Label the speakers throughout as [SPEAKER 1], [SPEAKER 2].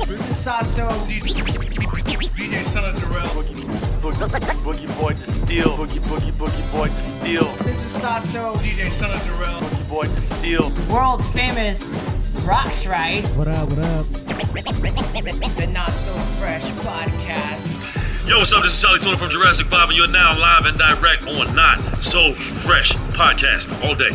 [SPEAKER 1] Sasso.
[SPEAKER 2] DJ, DJ Son of Jarrell.
[SPEAKER 3] Boogie, boogie, boogie boy to steal. Boogie, boogie, boogie boy to steal.
[SPEAKER 1] This is Sasso.
[SPEAKER 2] DJ Son of Jarrell.
[SPEAKER 3] Boogie boy to steal.
[SPEAKER 1] World famous Rocks Right,
[SPEAKER 4] What up, what up?
[SPEAKER 1] the Not So Fresh podcast.
[SPEAKER 5] Yo, what's up? This is Charlie Tuna from Jurassic 5, and you're now live and direct on Not So Fresh podcast all day.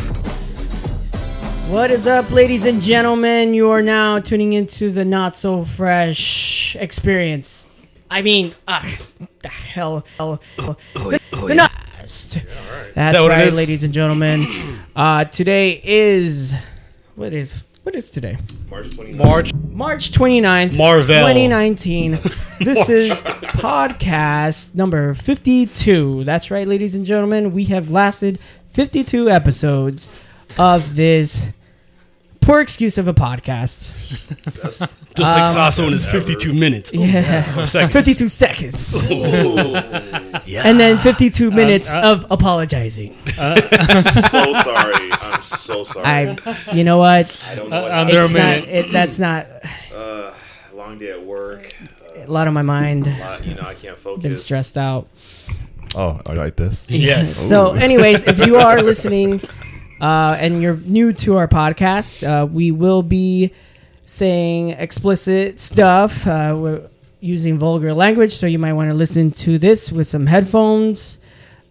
[SPEAKER 6] What is up, ladies and gentlemen? You are now tuning into the not so fresh experience. I mean, ugh, the hell, hell, hell. the, the not. That's
[SPEAKER 4] that what it
[SPEAKER 6] right,
[SPEAKER 4] is?
[SPEAKER 6] ladies and gentlemen. Uh, today is what is what is today?
[SPEAKER 4] March.
[SPEAKER 6] March 29th,
[SPEAKER 4] Marvel.
[SPEAKER 6] 2019. This is podcast number 52. That's right, ladies and gentlemen. We have lasted 52 episodes of this poor excuse of a podcast.
[SPEAKER 7] Just like Sasso in his 52 minutes.
[SPEAKER 6] Um, Yeah.
[SPEAKER 7] Seconds.
[SPEAKER 6] 52 seconds. And then 52 minutes of apologizing.
[SPEAKER 8] so sorry. I'm so sorry. I,
[SPEAKER 6] I, you know what?
[SPEAKER 8] don't know. What
[SPEAKER 7] Uh, Under a
[SPEAKER 6] It's not,
[SPEAKER 7] minute.
[SPEAKER 6] it, that's not
[SPEAKER 8] I- long day at work.
[SPEAKER 6] a lot on my mind.
[SPEAKER 8] A lot, you know, I can't focus.
[SPEAKER 6] Been stressed out.
[SPEAKER 9] Oh, I like this.
[SPEAKER 7] Yes.
[SPEAKER 6] So, anyways, if you are listening uh, and you're new to our podcast, uh, we will be saying explicit stuff. Uh, we're using vulgar language, so you might want to listen to this with some headphones.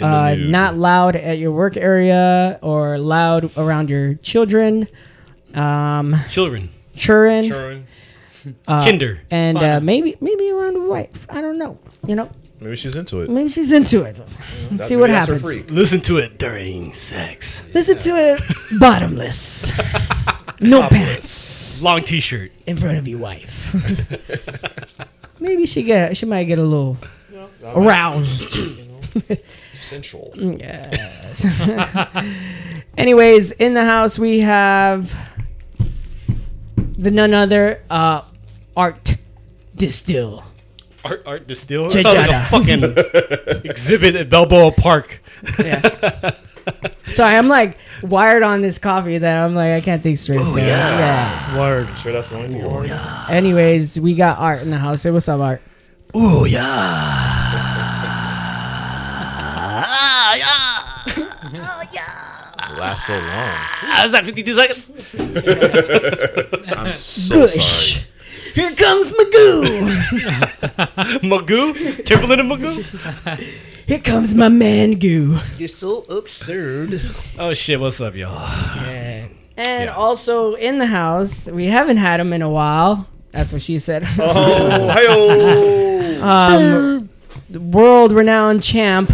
[SPEAKER 6] Uh, not loud at your work area or loud around your children, um,
[SPEAKER 7] Children.
[SPEAKER 6] children,
[SPEAKER 7] Kinder.
[SPEAKER 6] and uh,
[SPEAKER 7] Fine.
[SPEAKER 6] maybe maybe around a wife. I don't know. You know,
[SPEAKER 9] Maybe she's into it.
[SPEAKER 6] maybe she's into it. Let's see what
[SPEAKER 9] Mm-hmm. that's her
[SPEAKER 6] happens.
[SPEAKER 9] freak.
[SPEAKER 7] Listen to it during sex.
[SPEAKER 6] Listen to it bottomless. No pants
[SPEAKER 7] Long t shirt.
[SPEAKER 6] in front of your wife. Maybe she get she might get a little aroused.
[SPEAKER 9] Central.
[SPEAKER 6] Mm. Yes. Anyways, in the house we have the none other uh, art distill.
[SPEAKER 7] Art, art distill. It
[SPEAKER 6] Cha-cha-da.
[SPEAKER 7] sounds like a fucking exhibit at Balboa Park.
[SPEAKER 6] Yeah. Sorry, I'm like wired on this coffee that I'm like I can't think straight. so, Oh, yeah.
[SPEAKER 7] Word.
[SPEAKER 8] Sure, that's the only thing. Oh, yeah.
[SPEAKER 6] Anyways, we got art in the house. Hey, what's up, art?
[SPEAKER 7] Ooh, yeah.
[SPEAKER 9] Last so long.
[SPEAKER 7] How's that 52 seconds?
[SPEAKER 9] I'm so sorry.
[SPEAKER 6] Here comes Magoo.
[SPEAKER 7] Magoo? Timberland and Magoo?
[SPEAKER 6] Here comes my man goo.
[SPEAKER 7] Oh, shit. What's up, y'all?
[SPEAKER 6] And also in the house, we haven't had him in a while. That's what she said.
[SPEAKER 9] Oh, hey
[SPEAKER 6] Um, the world-renowned champ,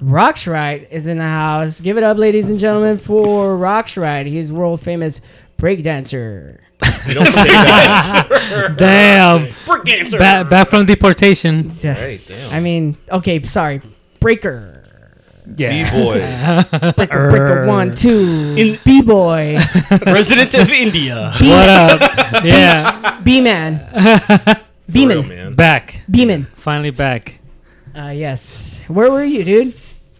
[SPEAKER 6] Rocks Right, is in the house. Give it up, ladies and gentlemen, for Rocks Right. He's world famous breakdancer.
[SPEAKER 9] You don't say that.
[SPEAKER 4] Damn.
[SPEAKER 7] Brick dancer.
[SPEAKER 4] Back, back from deportation.
[SPEAKER 6] I
[SPEAKER 9] hey, damn.
[SPEAKER 6] mean, okay, sorry, breaker,
[SPEAKER 9] B-boy.
[SPEAKER 6] breaker, breaker, one, two, b boy,
[SPEAKER 7] Resident of India.
[SPEAKER 4] What up? Yeah.
[SPEAKER 6] b man, b
[SPEAKER 9] Real
[SPEAKER 6] man,
[SPEAKER 9] man.
[SPEAKER 4] Back.
[SPEAKER 6] b man.
[SPEAKER 4] Finally back.
[SPEAKER 6] Uh, yes. Where were you, dude?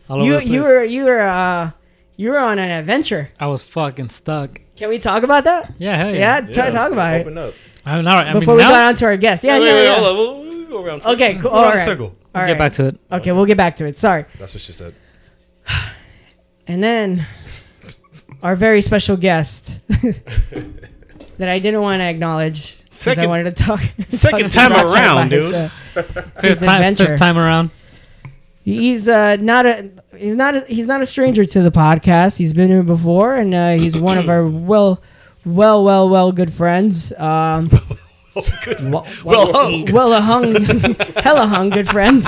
[SPEAKER 4] All over
[SPEAKER 6] You
[SPEAKER 4] the
[SPEAKER 6] you
[SPEAKER 4] place.
[SPEAKER 6] were you were uh you were on an adventure.
[SPEAKER 4] I was fucking stuck.
[SPEAKER 6] Can we talk about that?
[SPEAKER 4] Yeah, hell
[SPEAKER 6] Yeah,
[SPEAKER 4] yeah.
[SPEAKER 6] t- talk about it
[SPEAKER 8] Open up.
[SPEAKER 4] I mean, all right. I
[SPEAKER 6] before we
[SPEAKER 4] mean, now,
[SPEAKER 6] got on to our guest. Yeah,
[SPEAKER 7] wait,
[SPEAKER 6] yeah,
[SPEAKER 7] wait,
[SPEAKER 6] yeah.
[SPEAKER 7] hold on. We'll, we'll go around.
[SPEAKER 6] Okay, cool.
[SPEAKER 7] We'll go
[SPEAKER 6] All
[SPEAKER 7] around
[SPEAKER 6] right.
[SPEAKER 7] circle.
[SPEAKER 6] All
[SPEAKER 4] get back to it.
[SPEAKER 6] Okay, we'll get back to it. Sorry.
[SPEAKER 9] That's what she said.
[SPEAKER 6] And then our very special guest that I didn't want to acknowledge because I
[SPEAKER 7] Second-
[SPEAKER 6] wanted to talk.
[SPEAKER 7] second
[SPEAKER 6] talk
[SPEAKER 7] time
[SPEAKER 6] about Rockstar
[SPEAKER 7] around,
[SPEAKER 6] by his,
[SPEAKER 7] dude.
[SPEAKER 6] uh,
[SPEAKER 4] Fifth
[SPEAKER 6] his
[SPEAKER 4] time,
[SPEAKER 6] adventure.
[SPEAKER 4] fifth time around.
[SPEAKER 6] He's uh, not a he's not a, he's not a stranger to the podcast. He's been here before, and uh, he's one of our well, well, well, well, good friends. Um, well,
[SPEAKER 7] Well oh. hung.
[SPEAKER 6] well hung, hella hung, good friends.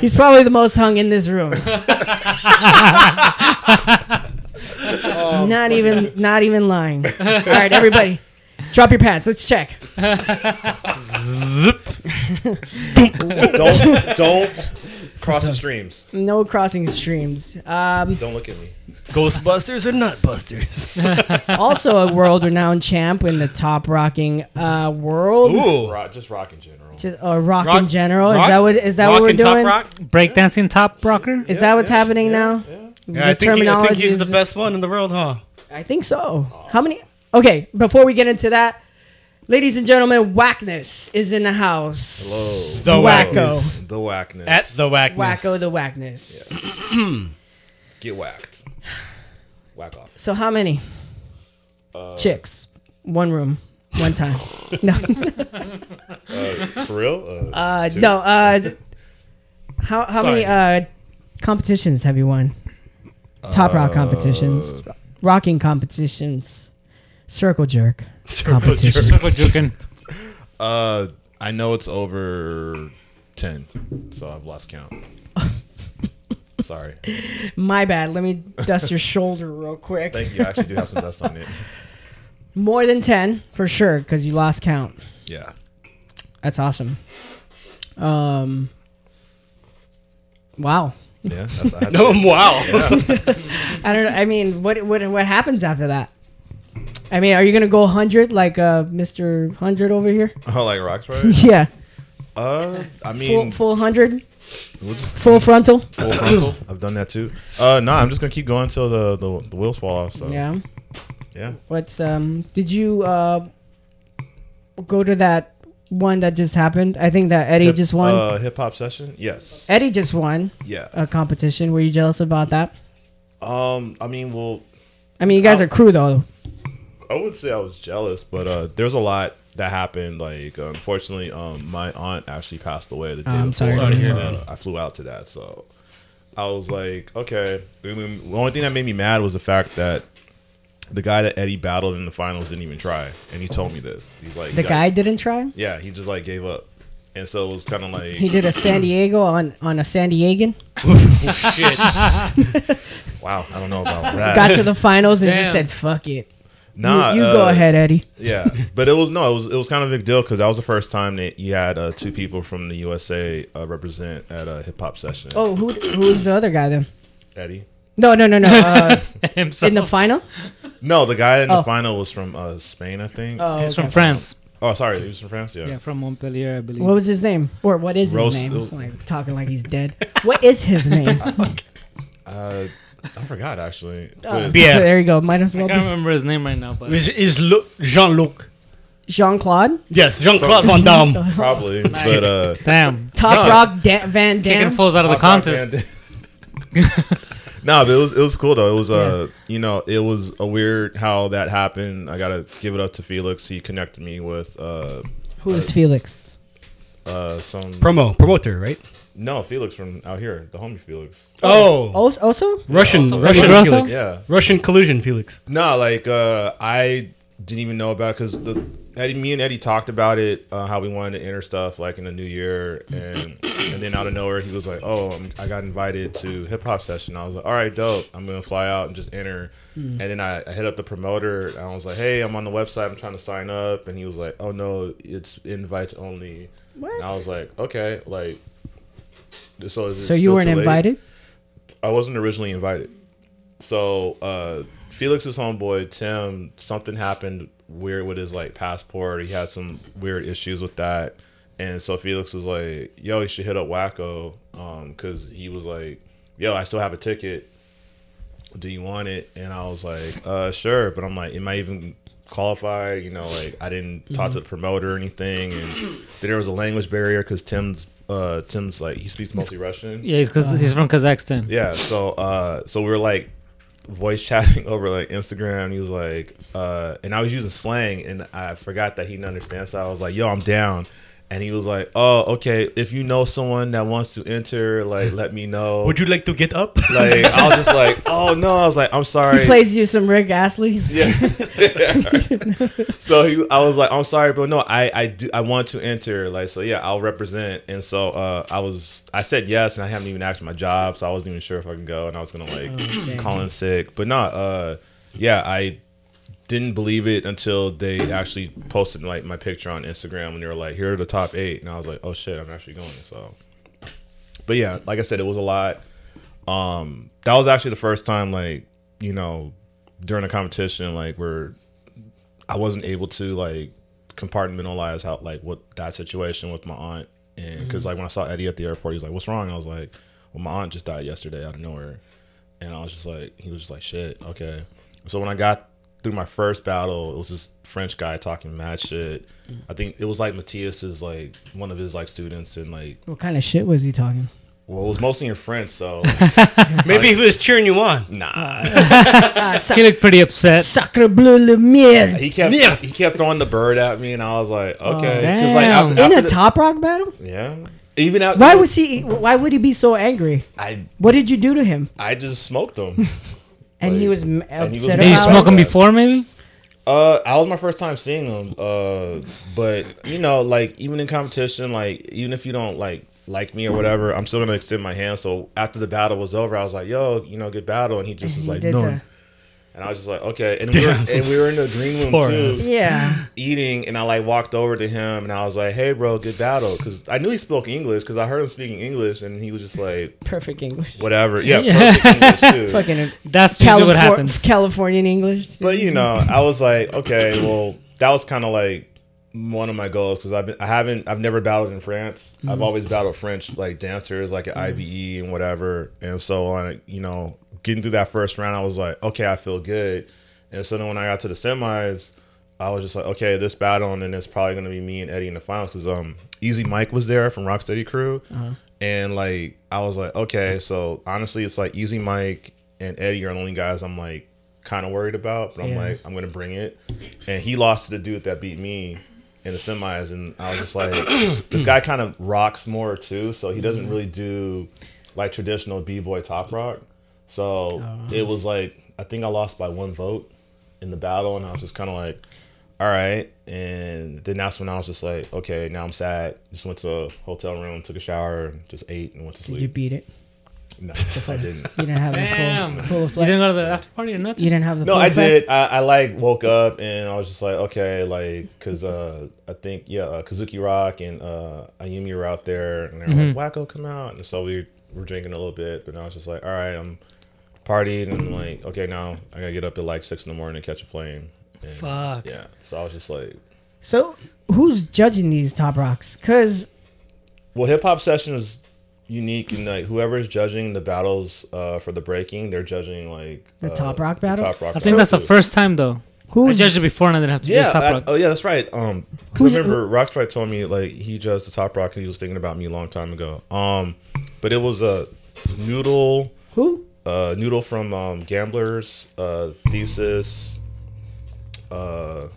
[SPEAKER 6] He's probably the most hung in this room.
[SPEAKER 7] Oh,
[SPEAKER 6] not even, not even lying. All right, everybody, drop your pants. Let's check.
[SPEAKER 9] Don't, don't cross the streams.
[SPEAKER 6] No crossing streams. Um,
[SPEAKER 9] Don't look at me.
[SPEAKER 7] Ghostbusters or Nutbusters?
[SPEAKER 6] also a world renowned champ in the top rocking uh, world.
[SPEAKER 7] Ooh.
[SPEAKER 9] Rock, just rock in general.
[SPEAKER 6] Just, uh, rock, in
[SPEAKER 7] Rock-
[SPEAKER 6] general.
[SPEAKER 7] rock-
[SPEAKER 6] is that what is that what
[SPEAKER 7] rock
[SPEAKER 6] we're
[SPEAKER 7] and top
[SPEAKER 6] doing?
[SPEAKER 7] rock?
[SPEAKER 4] Breakdancing top rocker.
[SPEAKER 6] Is that what's happening now?
[SPEAKER 7] Yeah, I, think he- I think he's
[SPEAKER 6] is-
[SPEAKER 7] the best one in the world, huh?
[SPEAKER 6] I think so. How many? Okay, before we get into that, Ladies and gentlemen, Whackness is in the house.
[SPEAKER 7] The
[SPEAKER 9] Hello.
[SPEAKER 6] Wacko.
[SPEAKER 7] whackness.
[SPEAKER 9] The whackness.
[SPEAKER 7] At the whackness.
[SPEAKER 6] Wacko the Whackness.
[SPEAKER 9] Get whacked. Whack off. Uh,
[SPEAKER 6] So how many? Chicks. One room. One time. no.
[SPEAKER 9] For real? Uh,
[SPEAKER 6] Uh,
[SPEAKER 9] two.
[SPEAKER 6] no. Uh, th- how how many uh, competitions have you won? Top rock competitions,
[SPEAKER 9] Uh,
[SPEAKER 6] rocking competitions, circle jerk competition.
[SPEAKER 4] Circle jerking.
[SPEAKER 9] Uh, I know it's over 10, so I've lost count. Sorry.
[SPEAKER 6] My bad. Let me dust your shoulder real quick.
[SPEAKER 9] Thank you. I actually do have some dust on it.
[SPEAKER 6] More than ten for sure, because you lost count.
[SPEAKER 9] Yeah.
[SPEAKER 6] That's awesome. Um. Wow.
[SPEAKER 9] Yeah. That's, I had
[SPEAKER 7] Oh, wow.
[SPEAKER 6] I don't know. I mean, what what what happens after that? I mean, are you gonna go hundred like uh, Mister Hundred over here?
[SPEAKER 9] Oh, like rocks, right?
[SPEAKER 6] Yeah,
[SPEAKER 9] Uh, I
[SPEAKER 6] full
[SPEAKER 9] mean,
[SPEAKER 6] full hundred,
[SPEAKER 9] we'll just
[SPEAKER 6] full frontal.
[SPEAKER 9] full frontal. I've done that too. Uh, no, I'm just gonna keep going until the, the the wheels fall off. So yeah,
[SPEAKER 6] Yeah.
[SPEAKER 9] yeah.
[SPEAKER 6] What's um? Did you uh go to that one that just happened? I think that Eddie
[SPEAKER 9] Hip-
[SPEAKER 6] just won.
[SPEAKER 9] Uh, hip hop session. Yes.
[SPEAKER 6] Eddie just won
[SPEAKER 9] Yeah.
[SPEAKER 6] a competition. Were you jealous about that?
[SPEAKER 9] Um, I mean, well,
[SPEAKER 6] I mean, you
[SPEAKER 9] Oh.
[SPEAKER 6] guys are crew though.
[SPEAKER 9] I would say I was jealous, but uh, there's a lot that happened. Like, unfortunately, um, my aunt actually passed away the day
[SPEAKER 6] Oh, I'm
[SPEAKER 9] before.
[SPEAKER 6] sorry. Sorry to hear
[SPEAKER 9] Uh, I flew out to that, so I was like, okay. I mean, the only thing that made me mad was the fact that the guy that Eddie battled in the finals didn't even try, and he told me this. He's like,
[SPEAKER 6] The
[SPEAKER 9] yeah,
[SPEAKER 6] guy didn't try.
[SPEAKER 9] yeah, he just like gave up, and so it was kind of like,
[SPEAKER 6] He did a San Diego on on a San Diegan.
[SPEAKER 9] wow, I don't know about that.
[SPEAKER 6] Got to the finals and just
[SPEAKER 4] Damn.
[SPEAKER 6] said, "Fuck it."
[SPEAKER 9] nah,
[SPEAKER 6] you you
[SPEAKER 9] uh,
[SPEAKER 6] go ahead, Eddie.
[SPEAKER 9] Yeah, but it was no, it was it was kind of a big deal because that was the first time that you had uh, two people from the USA uh, represent at a hip hop session.
[SPEAKER 6] Oh, who who was the other guy then?
[SPEAKER 9] Eddie.
[SPEAKER 6] No, no, no, no. Uh,
[SPEAKER 4] Himself.
[SPEAKER 6] in the final.
[SPEAKER 9] No, the guy in the
[SPEAKER 6] Oh.
[SPEAKER 9] final was from uh, Spain, I think.
[SPEAKER 6] Oh,
[SPEAKER 4] He's
[SPEAKER 6] okay.
[SPEAKER 4] from France.
[SPEAKER 9] oh, sorry, he was from France. Yeah.
[SPEAKER 4] Yeah, from Montpellier, I believe.
[SPEAKER 6] What was his name? Or what is
[SPEAKER 9] Roast-
[SPEAKER 6] his name?
[SPEAKER 9] it was-
[SPEAKER 6] I'm like talking like he's dead. What is his name?
[SPEAKER 9] Uh, I forgot actually. But-
[SPEAKER 7] Yeah.
[SPEAKER 6] So there you go. Might as
[SPEAKER 4] I
[SPEAKER 6] well
[SPEAKER 4] can't
[SPEAKER 6] be
[SPEAKER 4] remember his name right now, but
[SPEAKER 7] Is, is Lu- Jean-Luc.
[SPEAKER 6] Jean Claude.
[SPEAKER 7] Yes, Jean-Claude Van Damme.
[SPEAKER 9] probably, but uh,
[SPEAKER 4] damn,
[SPEAKER 6] Top Rock da- Van
[SPEAKER 4] taking
[SPEAKER 6] Damme.
[SPEAKER 4] fools out of the contest.
[SPEAKER 9] no, but it was it was cool though. It was uh, you know, it was a weird how that happened. I gotta give it up to Felix. He connected me with uh,
[SPEAKER 6] Who is Felix?
[SPEAKER 9] uh, some
[SPEAKER 7] Promo. Promoter, right?
[SPEAKER 9] no Felix from out here, the homie Felix.
[SPEAKER 7] Oh.
[SPEAKER 6] Also, also?
[SPEAKER 7] Russian.
[SPEAKER 4] Russian
[SPEAKER 7] Russian
[SPEAKER 4] Russell?
[SPEAKER 7] Felix.
[SPEAKER 9] Yeah.
[SPEAKER 7] Russian collusion, Felix.
[SPEAKER 9] No, like uh, I didn't even know about it because the Eddie, me and Eddie talked about it, uh, how we wanted to enter stuff like in the new year, and and then out of nowhere he was like, "Oh, I'm, I got invited to hip hop session." I was like, "All right, dope. I'm gonna fly out and just enter."
[SPEAKER 6] Hmm.
[SPEAKER 9] And then I, I hit up the promoter. And I was like, "Hey, I'm on the website. I'm trying to sign up." And he was like, "Oh no, it's invites only." And I was like, "Okay, like." So, is it
[SPEAKER 6] So you
[SPEAKER 9] still
[SPEAKER 6] weren't
[SPEAKER 9] too late?"
[SPEAKER 6] invited?
[SPEAKER 9] I wasn't originally invited. So uh Felix's homeboy Tim, something happened weird with his like passport. He had some weird issues with that, and so Felix was like, "Yo, you should hit up Wacko," because he was like, "Yo, I still have a ticket. Do you want it?" And I was like, "Uh, sure," but I'm like, "Am I even?" qualify you know like i didn't talk to the promoter or anything and then there was a language barrier because tim's uh tim's like he speaks mostly russian
[SPEAKER 4] Yeah, he's, 'cause- he's from Kazakhstan.
[SPEAKER 9] yeah. So uh, so we were like voice chatting over like Instagram. He was like, uh, and I was using slang, and I forgot that he didn't understand. So I was like, "Yo, I'm down." And he was like, "Oh, okay. If you know someone that wants to enter, like, let me know."
[SPEAKER 7] Would you like to get up?
[SPEAKER 9] like, I was just like, "Oh no!" I was like, "I'm sorry."
[SPEAKER 6] He plays you some Rick Astley.
[SPEAKER 9] Yeah. so he, I was like, I'm sorry, bro. No, I, I do, I want to enter. Like, so yeah, I'll represent. And so uh, I was, I said yes, and I haven't even asked my job, so I wasn't even sure if I can go, and I was gonna like call in sick, but not. Uh, yeah, I didn't believe it until they actually posted like my picture on Instagram, and they were like, here are the top eight, and I was like, oh shit, I'm actually going. So, but yeah, like I said, it was a lot. Um, that was actually the first time, like, you know, during a competition like where I wasn't able to like compartmentalize how like what that situation with my aunt and because like when I saw Eddie at the airport he was like what's wrong I was like well my aunt just died yesterday out of nowhere and I was just like he was just like shit okay so when I got through my first battle, it was this French guy talking mad shit. I think it was like Matthias's like one of his like students and like
[SPEAKER 6] What kind of shit was he talking?
[SPEAKER 9] well it was mostly in French, so
[SPEAKER 7] Maybe he was cheering you on.
[SPEAKER 9] nah.
[SPEAKER 4] He looked pretty upset.
[SPEAKER 6] Sacre bleu le mien.
[SPEAKER 9] He kept
[SPEAKER 7] Yeah.
[SPEAKER 9] he kept throwing the bird at me and I was like, okay. 'Cause, like,
[SPEAKER 4] damn.
[SPEAKER 9] af-
[SPEAKER 6] In
[SPEAKER 9] after
[SPEAKER 6] a
[SPEAKER 9] the-
[SPEAKER 6] top rock battle?
[SPEAKER 9] Yeah. Even out
[SPEAKER 6] Why was he? Why would he be so angry?
[SPEAKER 9] I
[SPEAKER 6] What did you do to him?
[SPEAKER 9] I just smoked him.
[SPEAKER 6] And he
[SPEAKER 9] Like-
[SPEAKER 6] was m-
[SPEAKER 9] and he was
[SPEAKER 6] upset
[SPEAKER 4] Did you
[SPEAKER 9] mad.
[SPEAKER 6] about.
[SPEAKER 4] smoke him
[SPEAKER 9] Yeah.
[SPEAKER 4] before, maybe?
[SPEAKER 9] Uh, I was my first time seeing him. Uh, but you know, like even in competition, like even if you don't like like me or whatever, I'm still gonna extend my hand. So after the battle was over, I was like, "Yo, you know, good battle," and he just was
[SPEAKER 6] He
[SPEAKER 9] like,
[SPEAKER 6] did
[SPEAKER 9] "No."
[SPEAKER 6] the-
[SPEAKER 9] And I was just like, "Okay," and we were,
[SPEAKER 7] Damn,
[SPEAKER 9] and we were in the green room
[SPEAKER 7] sore
[SPEAKER 9] too,
[SPEAKER 6] Yeah,
[SPEAKER 9] eating, and I like walked over to him and I was like, "Hey, bro, good battle," because I knew he spoke English because I heard him speaking English, and he was just like,
[SPEAKER 6] perfect English.
[SPEAKER 9] "Whatever, yeah,
[SPEAKER 4] Yeah.
[SPEAKER 9] perfect English too."
[SPEAKER 6] Fucking
[SPEAKER 4] That's usually
[SPEAKER 6] Californ-
[SPEAKER 4] what happens.
[SPEAKER 6] Californian English.
[SPEAKER 9] But you know, I was like, okay, well, that was kind of like one of my goals because I've been, I haven't, I've never battled in France. I've always battled French like dancers, like at IBE and whatever, and so on. You know, getting through that first round, I was like, okay, I feel good. And so then when I got to the semis, I was just like, okay, this battle, and then it's probably gonna be me and Eddie in the finals because um, Easy Mike was there from Rocksteady Crew, and like I was like, okay, so honestly, it's like Easy Mike and Eddie are the only guys I'm like kind of worried about, but I'm
[SPEAKER 6] Yeah.
[SPEAKER 9] like, I'm gonna bring it, and he lost to the dude that beat me in the semis, and I was just like, this guy kind of rocks more too, so he doesn't really do like traditional b boy top rock, so it was like I think I lost by one vote in the battle, and I was just kind of like, all right. And then that's when I was just like, okay, now I'm sad. Just went to a hotel room, took a shower, and just ate and went to
[SPEAKER 6] Did you
[SPEAKER 9] sleep.
[SPEAKER 6] beat it?
[SPEAKER 9] no, I didn't.
[SPEAKER 6] You didn't have the
[SPEAKER 4] Damn.
[SPEAKER 6] full, full
[SPEAKER 4] You
[SPEAKER 6] effect.
[SPEAKER 4] didn't go to the after party or nothing?
[SPEAKER 6] You didn't have the
[SPEAKER 9] No,
[SPEAKER 6] full
[SPEAKER 9] I
[SPEAKER 6] effect?
[SPEAKER 9] did. I, I like woke up and I was just like, okay, like, cause uh, I think yeah, uh, Kazuki Rock and uh, Ayumi were out there, and they're like,
[SPEAKER 6] Mm-hmm.
[SPEAKER 9] Wacko, come out, and so we were drinking a little bit, but I was just like, all right, I'm partied, and like, okay, now I gotta get up at like six in the morning and catch a plane. And,
[SPEAKER 4] Fuck.
[SPEAKER 9] Yeah, so I was just like,
[SPEAKER 6] So who's judging these top rocks? Because
[SPEAKER 9] Well, hip hop session is unique in like whoever is judging the battles uh, for the breaking, they're judging like
[SPEAKER 6] The
[SPEAKER 9] uh,
[SPEAKER 6] Top Rock battle?
[SPEAKER 9] top rock
[SPEAKER 4] I think that's the
[SPEAKER 9] battle, too.
[SPEAKER 4] first time though. I
[SPEAKER 6] who's
[SPEAKER 4] judged it before and I didn't have to
[SPEAKER 9] Yeah.
[SPEAKER 4] judge Top
[SPEAKER 9] I-
[SPEAKER 4] Rock.
[SPEAKER 9] oh, yeah. That's right. Um, 'cause
[SPEAKER 6] Who's-
[SPEAKER 9] I remember Rockstrike told me like he judged the top rock. and He was thinking about me a long time ago. Um, but it was a noodle,
[SPEAKER 6] who?
[SPEAKER 9] uh, noodle from um, Gamblers, uh, Thesis. Uh,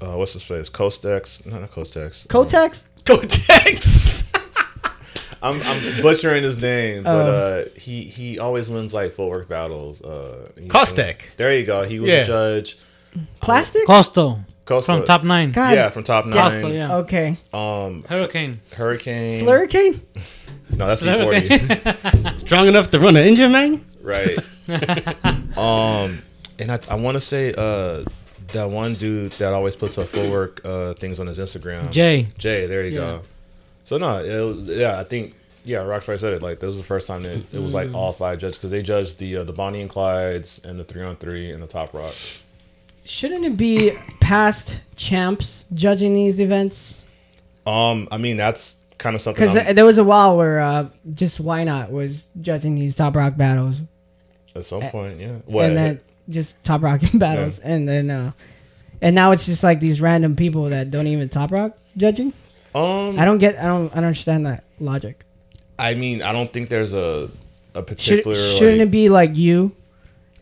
[SPEAKER 9] uh, what's his face? Costex? No, not Costex.
[SPEAKER 6] Kotex?
[SPEAKER 9] Oh.
[SPEAKER 7] Kotex.
[SPEAKER 9] I'm, I'm butchering his name, but
[SPEAKER 4] Oh.
[SPEAKER 9] uh, he he always wins like footwork battles. Uh, he-
[SPEAKER 7] Kostek.
[SPEAKER 9] There you go. He was
[SPEAKER 7] Yeah.
[SPEAKER 9] a judge.
[SPEAKER 6] Plastic?
[SPEAKER 4] Costo
[SPEAKER 9] Costa,
[SPEAKER 4] from Top Nine.
[SPEAKER 6] God.
[SPEAKER 9] Yeah, from top nine.
[SPEAKER 4] Costo, yeah.
[SPEAKER 6] Okay.
[SPEAKER 9] Um,
[SPEAKER 4] Hurricane.
[SPEAKER 9] Hurricane.
[SPEAKER 6] Slurricane?
[SPEAKER 9] No, that's E
[SPEAKER 4] Slurricane.
[SPEAKER 9] E40.
[SPEAKER 7] Strong enough to run an engine, man?
[SPEAKER 9] right. um, and I, I want to say uh, that one dude that always puts up footwork uh, things on his Instagram.
[SPEAKER 4] Jay.
[SPEAKER 9] Jay, there you
[SPEAKER 4] Yeah.
[SPEAKER 9] go. So no, it was, yeah, I think yeah, Rockstrike said it. Like this was the first time that it was like
[SPEAKER 4] Mm.
[SPEAKER 9] all five judges because they judged the uh, the Bonnie and Clydes and the three on three and the Top Rock.
[SPEAKER 6] Shouldn't it be past champs judging these events?
[SPEAKER 9] Um, I mean that's kind of something.
[SPEAKER 6] Because
[SPEAKER 9] I'm-
[SPEAKER 6] there was a while where uh, just why not was judging these top rock battles,
[SPEAKER 9] at some point, yeah. What?
[SPEAKER 6] eh, and then just top rocking battles, and then uh, and now it's just like these random people that don't even top rock judging.
[SPEAKER 9] um,
[SPEAKER 6] I don't get, I don't, I don't understand that logic.
[SPEAKER 9] I mean, I don't think there's a a
[SPEAKER 6] Should,
[SPEAKER 9] particular.
[SPEAKER 6] shouldn't
[SPEAKER 9] like,
[SPEAKER 6] it be like you,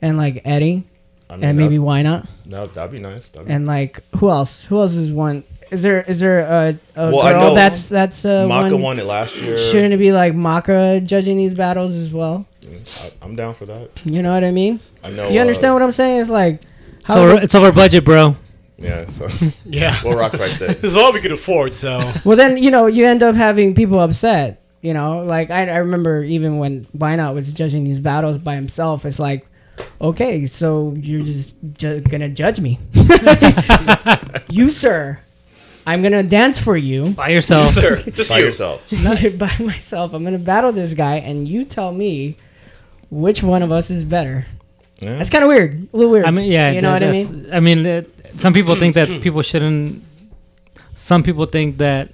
[SPEAKER 6] and like Eddie,
[SPEAKER 9] I mean,
[SPEAKER 6] and maybe
[SPEAKER 9] that,
[SPEAKER 6] why not,
[SPEAKER 9] that, that'd be nice. That'd be
[SPEAKER 6] and like who else? Who else is one? Is there is there a, a
[SPEAKER 9] Well, I
[SPEAKER 6] girl
[SPEAKER 9] know
[SPEAKER 6] that's that's uh,
[SPEAKER 9] Maka
[SPEAKER 6] one?
[SPEAKER 9] won it last year.
[SPEAKER 6] Shouldn't it be like Maka judging these battles as well?
[SPEAKER 9] I, I'm down for that.
[SPEAKER 6] You know what I mean?
[SPEAKER 9] I know. uh,
[SPEAKER 6] You understand what I'm saying? It's like how
[SPEAKER 4] It's over, it's over budget, bro.
[SPEAKER 9] Yeah. So,
[SPEAKER 7] Yeah.
[SPEAKER 9] well, Rockstrike said.
[SPEAKER 7] This is all we could afford, so.
[SPEAKER 6] well then you know you end up having people upset. You know, like I, I remember even when Why Not was judging these battles by himself. It's like, okay, so you're just ju- gonna judge me, you sir. I'm gonna dance for you
[SPEAKER 4] By yourself.
[SPEAKER 7] Sir, just
[SPEAKER 9] By
[SPEAKER 7] you.
[SPEAKER 9] yourself.
[SPEAKER 6] by myself. I'm gonna battle this guy, and you tell me which one of us is better.
[SPEAKER 9] Yeah.
[SPEAKER 6] That's kind of weird, a little weird.
[SPEAKER 4] I mean, yeah.
[SPEAKER 6] you know what I
[SPEAKER 4] that's-
[SPEAKER 6] mean.
[SPEAKER 4] I mean, that- some people think that people shouldn't. Some people think that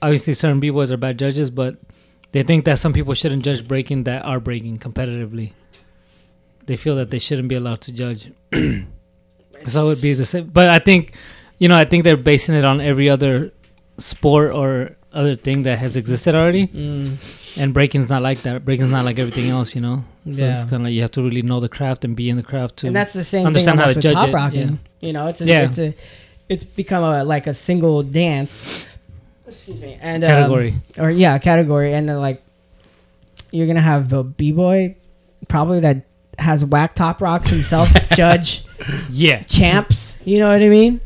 [SPEAKER 4] obviously certain b boys are bad judges, but they think that some people shouldn't judge breaking that are breaking competitively. they feel that they shouldn't be allowed to judge. so it would be the same. But I think, you know, I think they're basing it on every other sport or other thing that has existed already.
[SPEAKER 6] Mm.
[SPEAKER 4] And breaking's not like that. Breaking's not like everything else, you know. So
[SPEAKER 6] Yeah.
[SPEAKER 4] it's kind of like you have to really know the craft and be in the craft to
[SPEAKER 6] and that's the same
[SPEAKER 4] understand
[SPEAKER 6] thing
[SPEAKER 4] how
[SPEAKER 6] almost
[SPEAKER 4] to judge
[SPEAKER 6] with top
[SPEAKER 4] it.
[SPEAKER 6] rocking.
[SPEAKER 4] Yeah.
[SPEAKER 6] You know, it's a,
[SPEAKER 4] Yeah.
[SPEAKER 6] it's a, it's become a like a single dance. Excuse me. And um,
[SPEAKER 4] Category.
[SPEAKER 6] or yeah, category, and then like you're gonna have a b boy, probably that has whack top rocks himself, judge
[SPEAKER 4] Yeah.
[SPEAKER 6] champs. You know what I mean?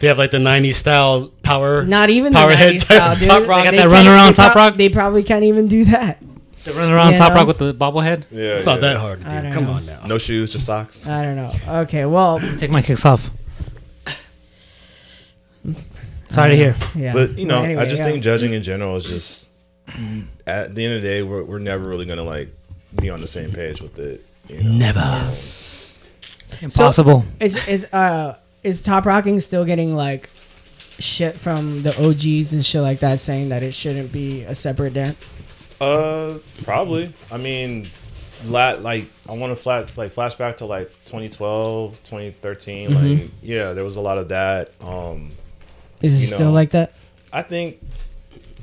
[SPEAKER 7] They have like the '90s style power.
[SPEAKER 6] Not even
[SPEAKER 7] Power
[SPEAKER 6] the
[SPEAKER 7] head
[SPEAKER 6] 90s
[SPEAKER 7] type
[SPEAKER 6] style, dude.
[SPEAKER 7] top rock. They got
[SPEAKER 4] that
[SPEAKER 6] can't-
[SPEAKER 4] run around
[SPEAKER 6] they
[SPEAKER 4] top
[SPEAKER 6] prob-
[SPEAKER 4] rock?
[SPEAKER 6] They probably can't even do that.
[SPEAKER 4] They run around
[SPEAKER 6] You
[SPEAKER 4] top
[SPEAKER 6] know?
[SPEAKER 4] rock with the bobblehead.
[SPEAKER 8] Yeah,
[SPEAKER 7] It's not
[SPEAKER 8] yeah.
[SPEAKER 7] that hard to
[SPEAKER 6] I
[SPEAKER 7] do.
[SPEAKER 6] don't
[SPEAKER 7] Come
[SPEAKER 6] know.
[SPEAKER 7] on now.
[SPEAKER 9] No shoes, just socks.
[SPEAKER 6] I don't know. Okay, well,
[SPEAKER 4] Take my kicks off. Sorry to hear.
[SPEAKER 6] yeah.
[SPEAKER 9] But you know,
[SPEAKER 6] Well,
[SPEAKER 9] I
[SPEAKER 6] anyway,
[SPEAKER 9] just
[SPEAKER 6] yeah.
[SPEAKER 9] think judging in general is just at the end of the day, we're we're never really gonna like be on the same page with it. You know?
[SPEAKER 7] Never.
[SPEAKER 4] Impossible.
[SPEAKER 6] Is is uh is Top Rocking still getting like shit from the OGs and shit like that saying that it shouldn't be a separate dance?
[SPEAKER 9] Uh, probably. I mean, la- like I want to flat like flashback to like 2012, 2013. Like yeah, there was a lot of that. Um,
[SPEAKER 6] Mm-hmm. Is it
[SPEAKER 9] You
[SPEAKER 6] still
[SPEAKER 9] know.
[SPEAKER 6] like that?
[SPEAKER 9] I think,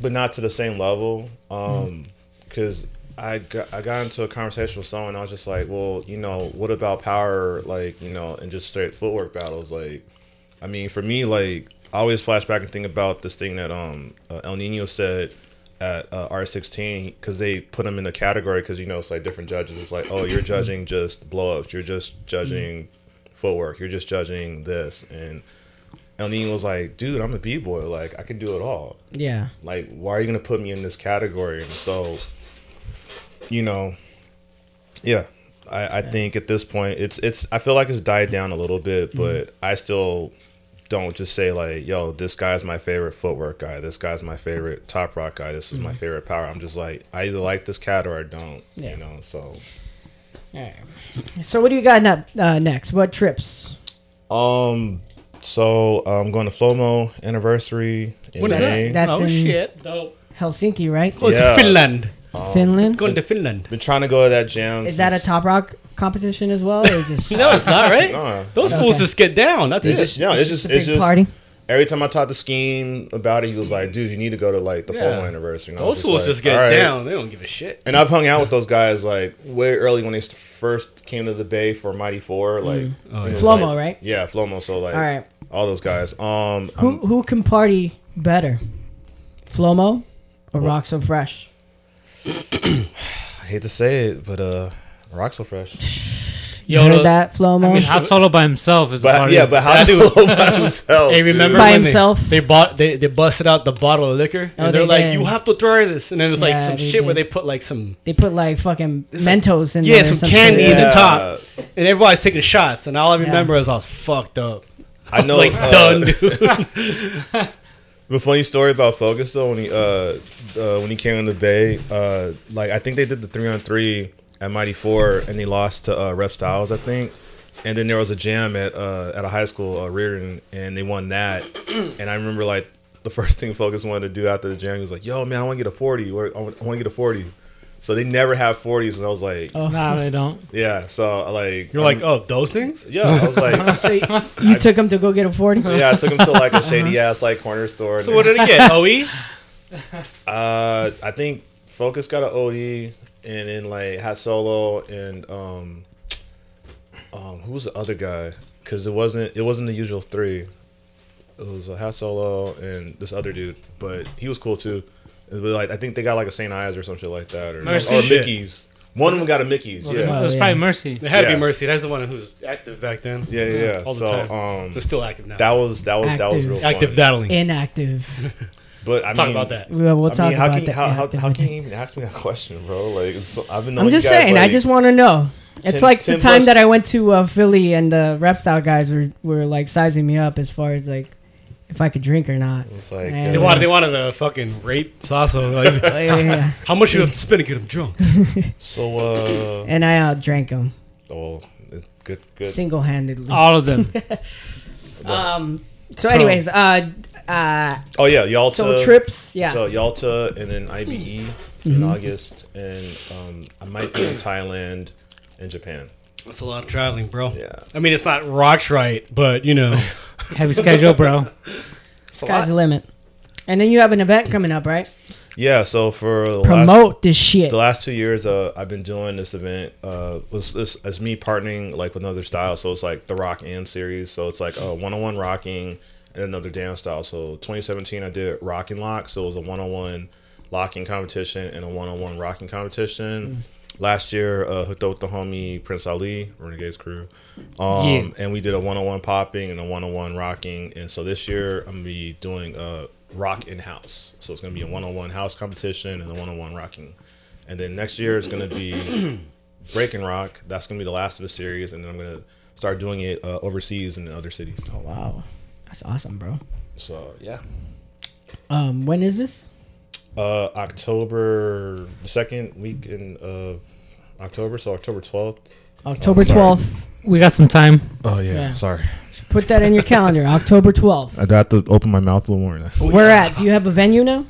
[SPEAKER 9] but not to the same level. Um, because I got, I got into a conversation with someone. I was just like, well, you know, what about power? Like, you know, and just straight footwork battles. Like, I mean, for me, like, I always flash back and think about this thing that um uh, El Nino said at uh, R16 because they put him in the category because you know it's like different judges. It's like, oh, you're judging just blowups. You're just judging footwork. You're just judging this and. El Nino was like, dude, I'm a b boy. Like, I can do it all.
[SPEAKER 6] Yeah.
[SPEAKER 9] Like, why are you gonna put me in this category? And so, you know, yeah, I, I think at this point, it's it's. I feel like it's died down a little
[SPEAKER 6] Mm-hmm.
[SPEAKER 9] bit, but I still don't just say like, yo, this guy's my favorite footwork guy. This guy's my favorite top rock guy. This is my favorite power. I'm just like, I either like this cat or I don't.
[SPEAKER 6] Mm-hmm. Yeah.
[SPEAKER 9] You know, so.
[SPEAKER 6] So what do you got ne- uh, next? What trips?
[SPEAKER 9] Um. So I'm going to FloMo anniversary in
[SPEAKER 7] What is
[SPEAKER 9] May.
[SPEAKER 7] that?
[SPEAKER 6] That's
[SPEAKER 7] oh
[SPEAKER 6] in
[SPEAKER 7] shit! No.
[SPEAKER 6] Helsinki, right?
[SPEAKER 7] Go to
[SPEAKER 9] Yeah.
[SPEAKER 7] Finland.
[SPEAKER 6] Finland.
[SPEAKER 7] Going to Finland.
[SPEAKER 9] Been trying to go to that jam.
[SPEAKER 6] Is that a
[SPEAKER 9] since-
[SPEAKER 6] Top Rock competition as well? Or is it
[SPEAKER 7] No, it's not right.
[SPEAKER 9] No.
[SPEAKER 7] Those fools just get down. That's
[SPEAKER 9] It's
[SPEAKER 7] it.
[SPEAKER 9] just, no, it's
[SPEAKER 6] just
[SPEAKER 9] just,
[SPEAKER 6] a
[SPEAKER 9] it's
[SPEAKER 6] big
[SPEAKER 9] just.
[SPEAKER 6] party?
[SPEAKER 9] Every time I talked to Scheme about it, he was like, "Dude, you need to go to like the
[SPEAKER 7] Yeah.
[SPEAKER 9] formal anniversary." And I was
[SPEAKER 7] Those fools
[SPEAKER 9] like,
[SPEAKER 7] just get
[SPEAKER 9] "All right."
[SPEAKER 7] down. They don't give a shit.
[SPEAKER 9] And I've hung out with those guys like way early when they st- first came to the Bay for Mighty Four, like it was,
[SPEAKER 6] Mm. Oh, Flomo,
[SPEAKER 9] like-
[SPEAKER 6] right?
[SPEAKER 9] Yeah, Flomo. So like,
[SPEAKER 6] All right.
[SPEAKER 9] all those guys. Um,
[SPEAKER 6] Who who can party better? Flomo or Rock So Fresh?
[SPEAKER 9] I hate to say it, but uh, Rock So Fresh.
[SPEAKER 6] You heard that Flomo
[SPEAKER 4] I mean, Han Solo by himself is
[SPEAKER 9] But
[SPEAKER 4] hard.
[SPEAKER 9] yeah, but how
[SPEAKER 7] That
[SPEAKER 9] do
[SPEAKER 7] dude-
[SPEAKER 9] by himself?
[SPEAKER 7] Hey,
[SPEAKER 9] Oh, dude.
[SPEAKER 7] remember
[SPEAKER 6] by
[SPEAKER 7] when they-
[SPEAKER 6] himself?
[SPEAKER 7] They, bought they, they busted out the bottle of liquor and
[SPEAKER 6] Oh,
[SPEAKER 7] they're
[SPEAKER 6] they
[SPEAKER 7] like,
[SPEAKER 6] did.
[SPEAKER 7] "You have to try this." And then it's like
[SPEAKER 6] Yeah,
[SPEAKER 7] some
[SPEAKER 6] they
[SPEAKER 7] shit where
[SPEAKER 6] did.
[SPEAKER 7] they put like some
[SPEAKER 6] They put like fucking Mentos in
[SPEAKER 7] yeah
[SPEAKER 6] there. or
[SPEAKER 7] some,
[SPEAKER 6] some
[SPEAKER 7] candy
[SPEAKER 6] shit.
[SPEAKER 7] in the
[SPEAKER 9] Yeah.
[SPEAKER 7] top, and everybody's taking shots. And all I remember is I was fucked up.
[SPEAKER 9] I know,
[SPEAKER 7] Like
[SPEAKER 9] uh,
[SPEAKER 7] done, dude.
[SPEAKER 9] But funny story about Focus though, when he uh, uh when he came in the Bay, uh like I think they did the three on three at Mighty Four and they lost to uh, Rep Styles, I think. And then there was a jam at uh at a high school, uh, Reardon, and they won that. And I remember like the first thing Focus wanted to do after the jam he was like, "Yo, man, I want to get a forty. Or I want to get a 40. So they never have forties, and I was like,
[SPEAKER 4] Nah, they don't.
[SPEAKER 9] "Yeah." So I, like um,
[SPEAKER 7] You're like, "Oh, those things."
[SPEAKER 9] "Yeah." I was like,
[SPEAKER 6] So y- you took him to go get a forty.
[SPEAKER 9] "Yeah." I took him to like a shady ass like corner store. and
[SPEAKER 7] So what did he get? E? OE.
[SPEAKER 9] Uh, I think Focus got an OE, and then like Hat Solo, and um, um, who was the other guy? Because it wasn't it wasn't the usual three. It was a Hat Solo and this other dude, but he was cool too. It was like I think they got like a Saint Eyes or some shit like that, or,
[SPEAKER 4] Mercy.
[SPEAKER 9] or
[SPEAKER 7] Shit.
[SPEAKER 9] Mickey's. One of them got a Mickey's.
[SPEAKER 4] it
[SPEAKER 9] Yeah,
[SPEAKER 4] was
[SPEAKER 6] yeah.
[SPEAKER 4] probably Mercy.
[SPEAKER 7] It had to
[SPEAKER 9] Yeah.
[SPEAKER 7] be Mercy. That's the one who was active back then.
[SPEAKER 9] yeah, yeah. yeah.
[SPEAKER 7] All the
[SPEAKER 9] so
[SPEAKER 7] time.
[SPEAKER 9] um,
[SPEAKER 7] They're still active now.
[SPEAKER 9] that was that was that was
[SPEAKER 6] Active.
[SPEAKER 9] real fun.
[SPEAKER 7] active battling.
[SPEAKER 6] Inactive.
[SPEAKER 9] But I
[SPEAKER 7] Talk
[SPEAKER 9] mean,
[SPEAKER 7] about that.
[SPEAKER 6] We'll, we'll
[SPEAKER 9] I
[SPEAKER 6] talk
[SPEAKER 9] mean, how
[SPEAKER 6] about
[SPEAKER 9] can you,
[SPEAKER 6] that.
[SPEAKER 9] how, how,
[SPEAKER 6] inactive.
[SPEAKER 9] how can you even ask me that question, bro? Like, so, I've been. knowing
[SPEAKER 6] I'm
[SPEAKER 9] you
[SPEAKER 6] just
[SPEAKER 9] guys,
[SPEAKER 6] saying. I
[SPEAKER 9] like-
[SPEAKER 6] just want to know. It's
[SPEAKER 9] Ten-
[SPEAKER 6] like the
[SPEAKER 9] ten
[SPEAKER 6] time
[SPEAKER 9] plus-
[SPEAKER 6] that I went to uh, Philly and the rap style guys were, were like sizing me up as far as like if I could drink or not.
[SPEAKER 9] It's like
[SPEAKER 6] Man.
[SPEAKER 9] uh,
[SPEAKER 7] They wanted, they wanted a fucking rape Sasso. Like,
[SPEAKER 6] Yeah, yeah, yeah.
[SPEAKER 7] how much you have to spend to get him drunk?
[SPEAKER 9] So uh
[SPEAKER 6] And I outdrank them
[SPEAKER 9] oh it's good good.
[SPEAKER 6] single handedly.
[SPEAKER 4] All of them.
[SPEAKER 6] Um. So, anyways,
[SPEAKER 4] oh.
[SPEAKER 6] uh, uh,
[SPEAKER 9] Oh yeah, Yalta.
[SPEAKER 6] so trips. Yeah. Mm-hmm.
[SPEAKER 9] So Yalta and then E IBE in August and um I might be in Thailand and Japan.
[SPEAKER 7] That's a lot of traveling, bro.
[SPEAKER 9] Yeah.
[SPEAKER 7] I mean, it's not rocks right, but you know,
[SPEAKER 4] Heavy schedule, bro.
[SPEAKER 6] Sky's the limit. And then you have an event coming up, right?
[SPEAKER 9] Yeah, so for the last,
[SPEAKER 6] Promote this shit.
[SPEAKER 9] the last two years, uh, I've been doing this event. Uh, was this as me partnering like with another style? So it's like the rock and series. So it's like a one-on-one rocking and another dance style. So 2017, I did rock and lock. So it was a one-on-one locking competition and a one-on-one rocking competition. Last year, uh, hooked up with the homie Prince Ali, Renegades crew, um,
[SPEAKER 4] Yeah.
[SPEAKER 9] and we did a one-on-one popping and a one-on-one rocking. And so this year, I'm gonna be doing uh, rock in house. So it's gonna be a one-on-one house competition and a one-on-one rocking. And then next year, it's gonna be breaking rock. That's gonna be the last of the series, and then I'm gonna start doing it uh, overseas in other cities.
[SPEAKER 6] Oh, wow. That's awesome, bro.
[SPEAKER 9] So yeah,
[SPEAKER 6] Um, when is this?
[SPEAKER 9] uh, October the second week in uh, October, so October twelfth.
[SPEAKER 6] October
[SPEAKER 9] sorry.
[SPEAKER 6] 12th.
[SPEAKER 4] We got some time.
[SPEAKER 9] Oh yeah,
[SPEAKER 6] Yeah.
[SPEAKER 9] sorry.
[SPEAKER 6] Put that in your calendar. October 12th.
[SPEAKER 9] I got to open my mouth a little more.
[SPEAKER 6] Where at? Do you have a venue now?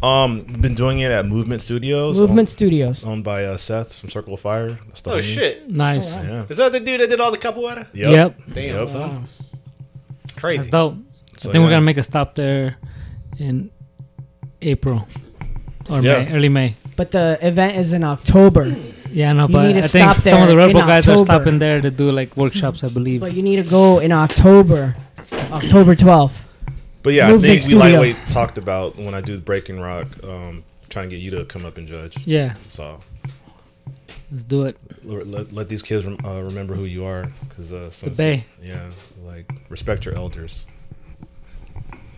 [SPEAKER 9] Um, been doing it at Movement Studios.
[SPEAKER 6] Movement Studios.
[SPEAKER 9] owned by uh, Seth from Circle of Fire. That's the
[SPEAKER 7] oh
[SPEAKER 9] homie.
[SPEAKER 7] shit,
[SPEAKER 4] Nice.
[SPEAKER 9] Yeah.
[SPEAKER 7] is that the dude that did all the capoeira?
[SPEAKER 4] Yep.
[SPEAKER 7] Damn,
[SPEAKER 9] Yep.
[SPEAKER 7] son.
[SPEAKER 4] That's
[SPEAKER 7] crazy.
[SPEAKER 4] dope.
[SPEAKER 9] So,
[SPEAKER 4] I think we're
[SPEAKER 9] yeah.
[SPEAKER 4] gonna make a stop there in April or
[SPEAKER 9] Yeah.
[SPEAKER 4] May, early May.
[SPEAKER 6] But the event is in October.
[SPEAKER 4] Yeah, no,
[SPEAKER 6] You
[SPEAKER 4] but
[SPEAKER 6] need to
[SPEAKER 4] I think
[SPEAKER 6] stop
[SPEAKER 4] some of the
[SPEAKER 6] there in
[SPEAKER 4] rebel guys are
[SPEAKER 6] October.
[SPEAKER 4] stopping there to do like workshops, I believe.
[SPEAKER 6] But you need to go in October. October 12th.
[SPEAKER 9] But yeah, I
[SPEAKER 6] Movement
[SPEAKER 9] think we
[SPEAKER 6] Studio.
[SPEAKER 9] lightweight talked about when I do the Breaking Rock, um, trying to get you to come up and judge.
[SPEAKER 4] yeah,
[SPEAKER 9] So
[SPEAKER 4] let's do it.
[SPEAKER 9] let, let, let these kids rem- uh, remember who you are, because uh, some-
[SPEAKER 4] Obey.
[SPEAKER 9] Yeah, like respect your elders.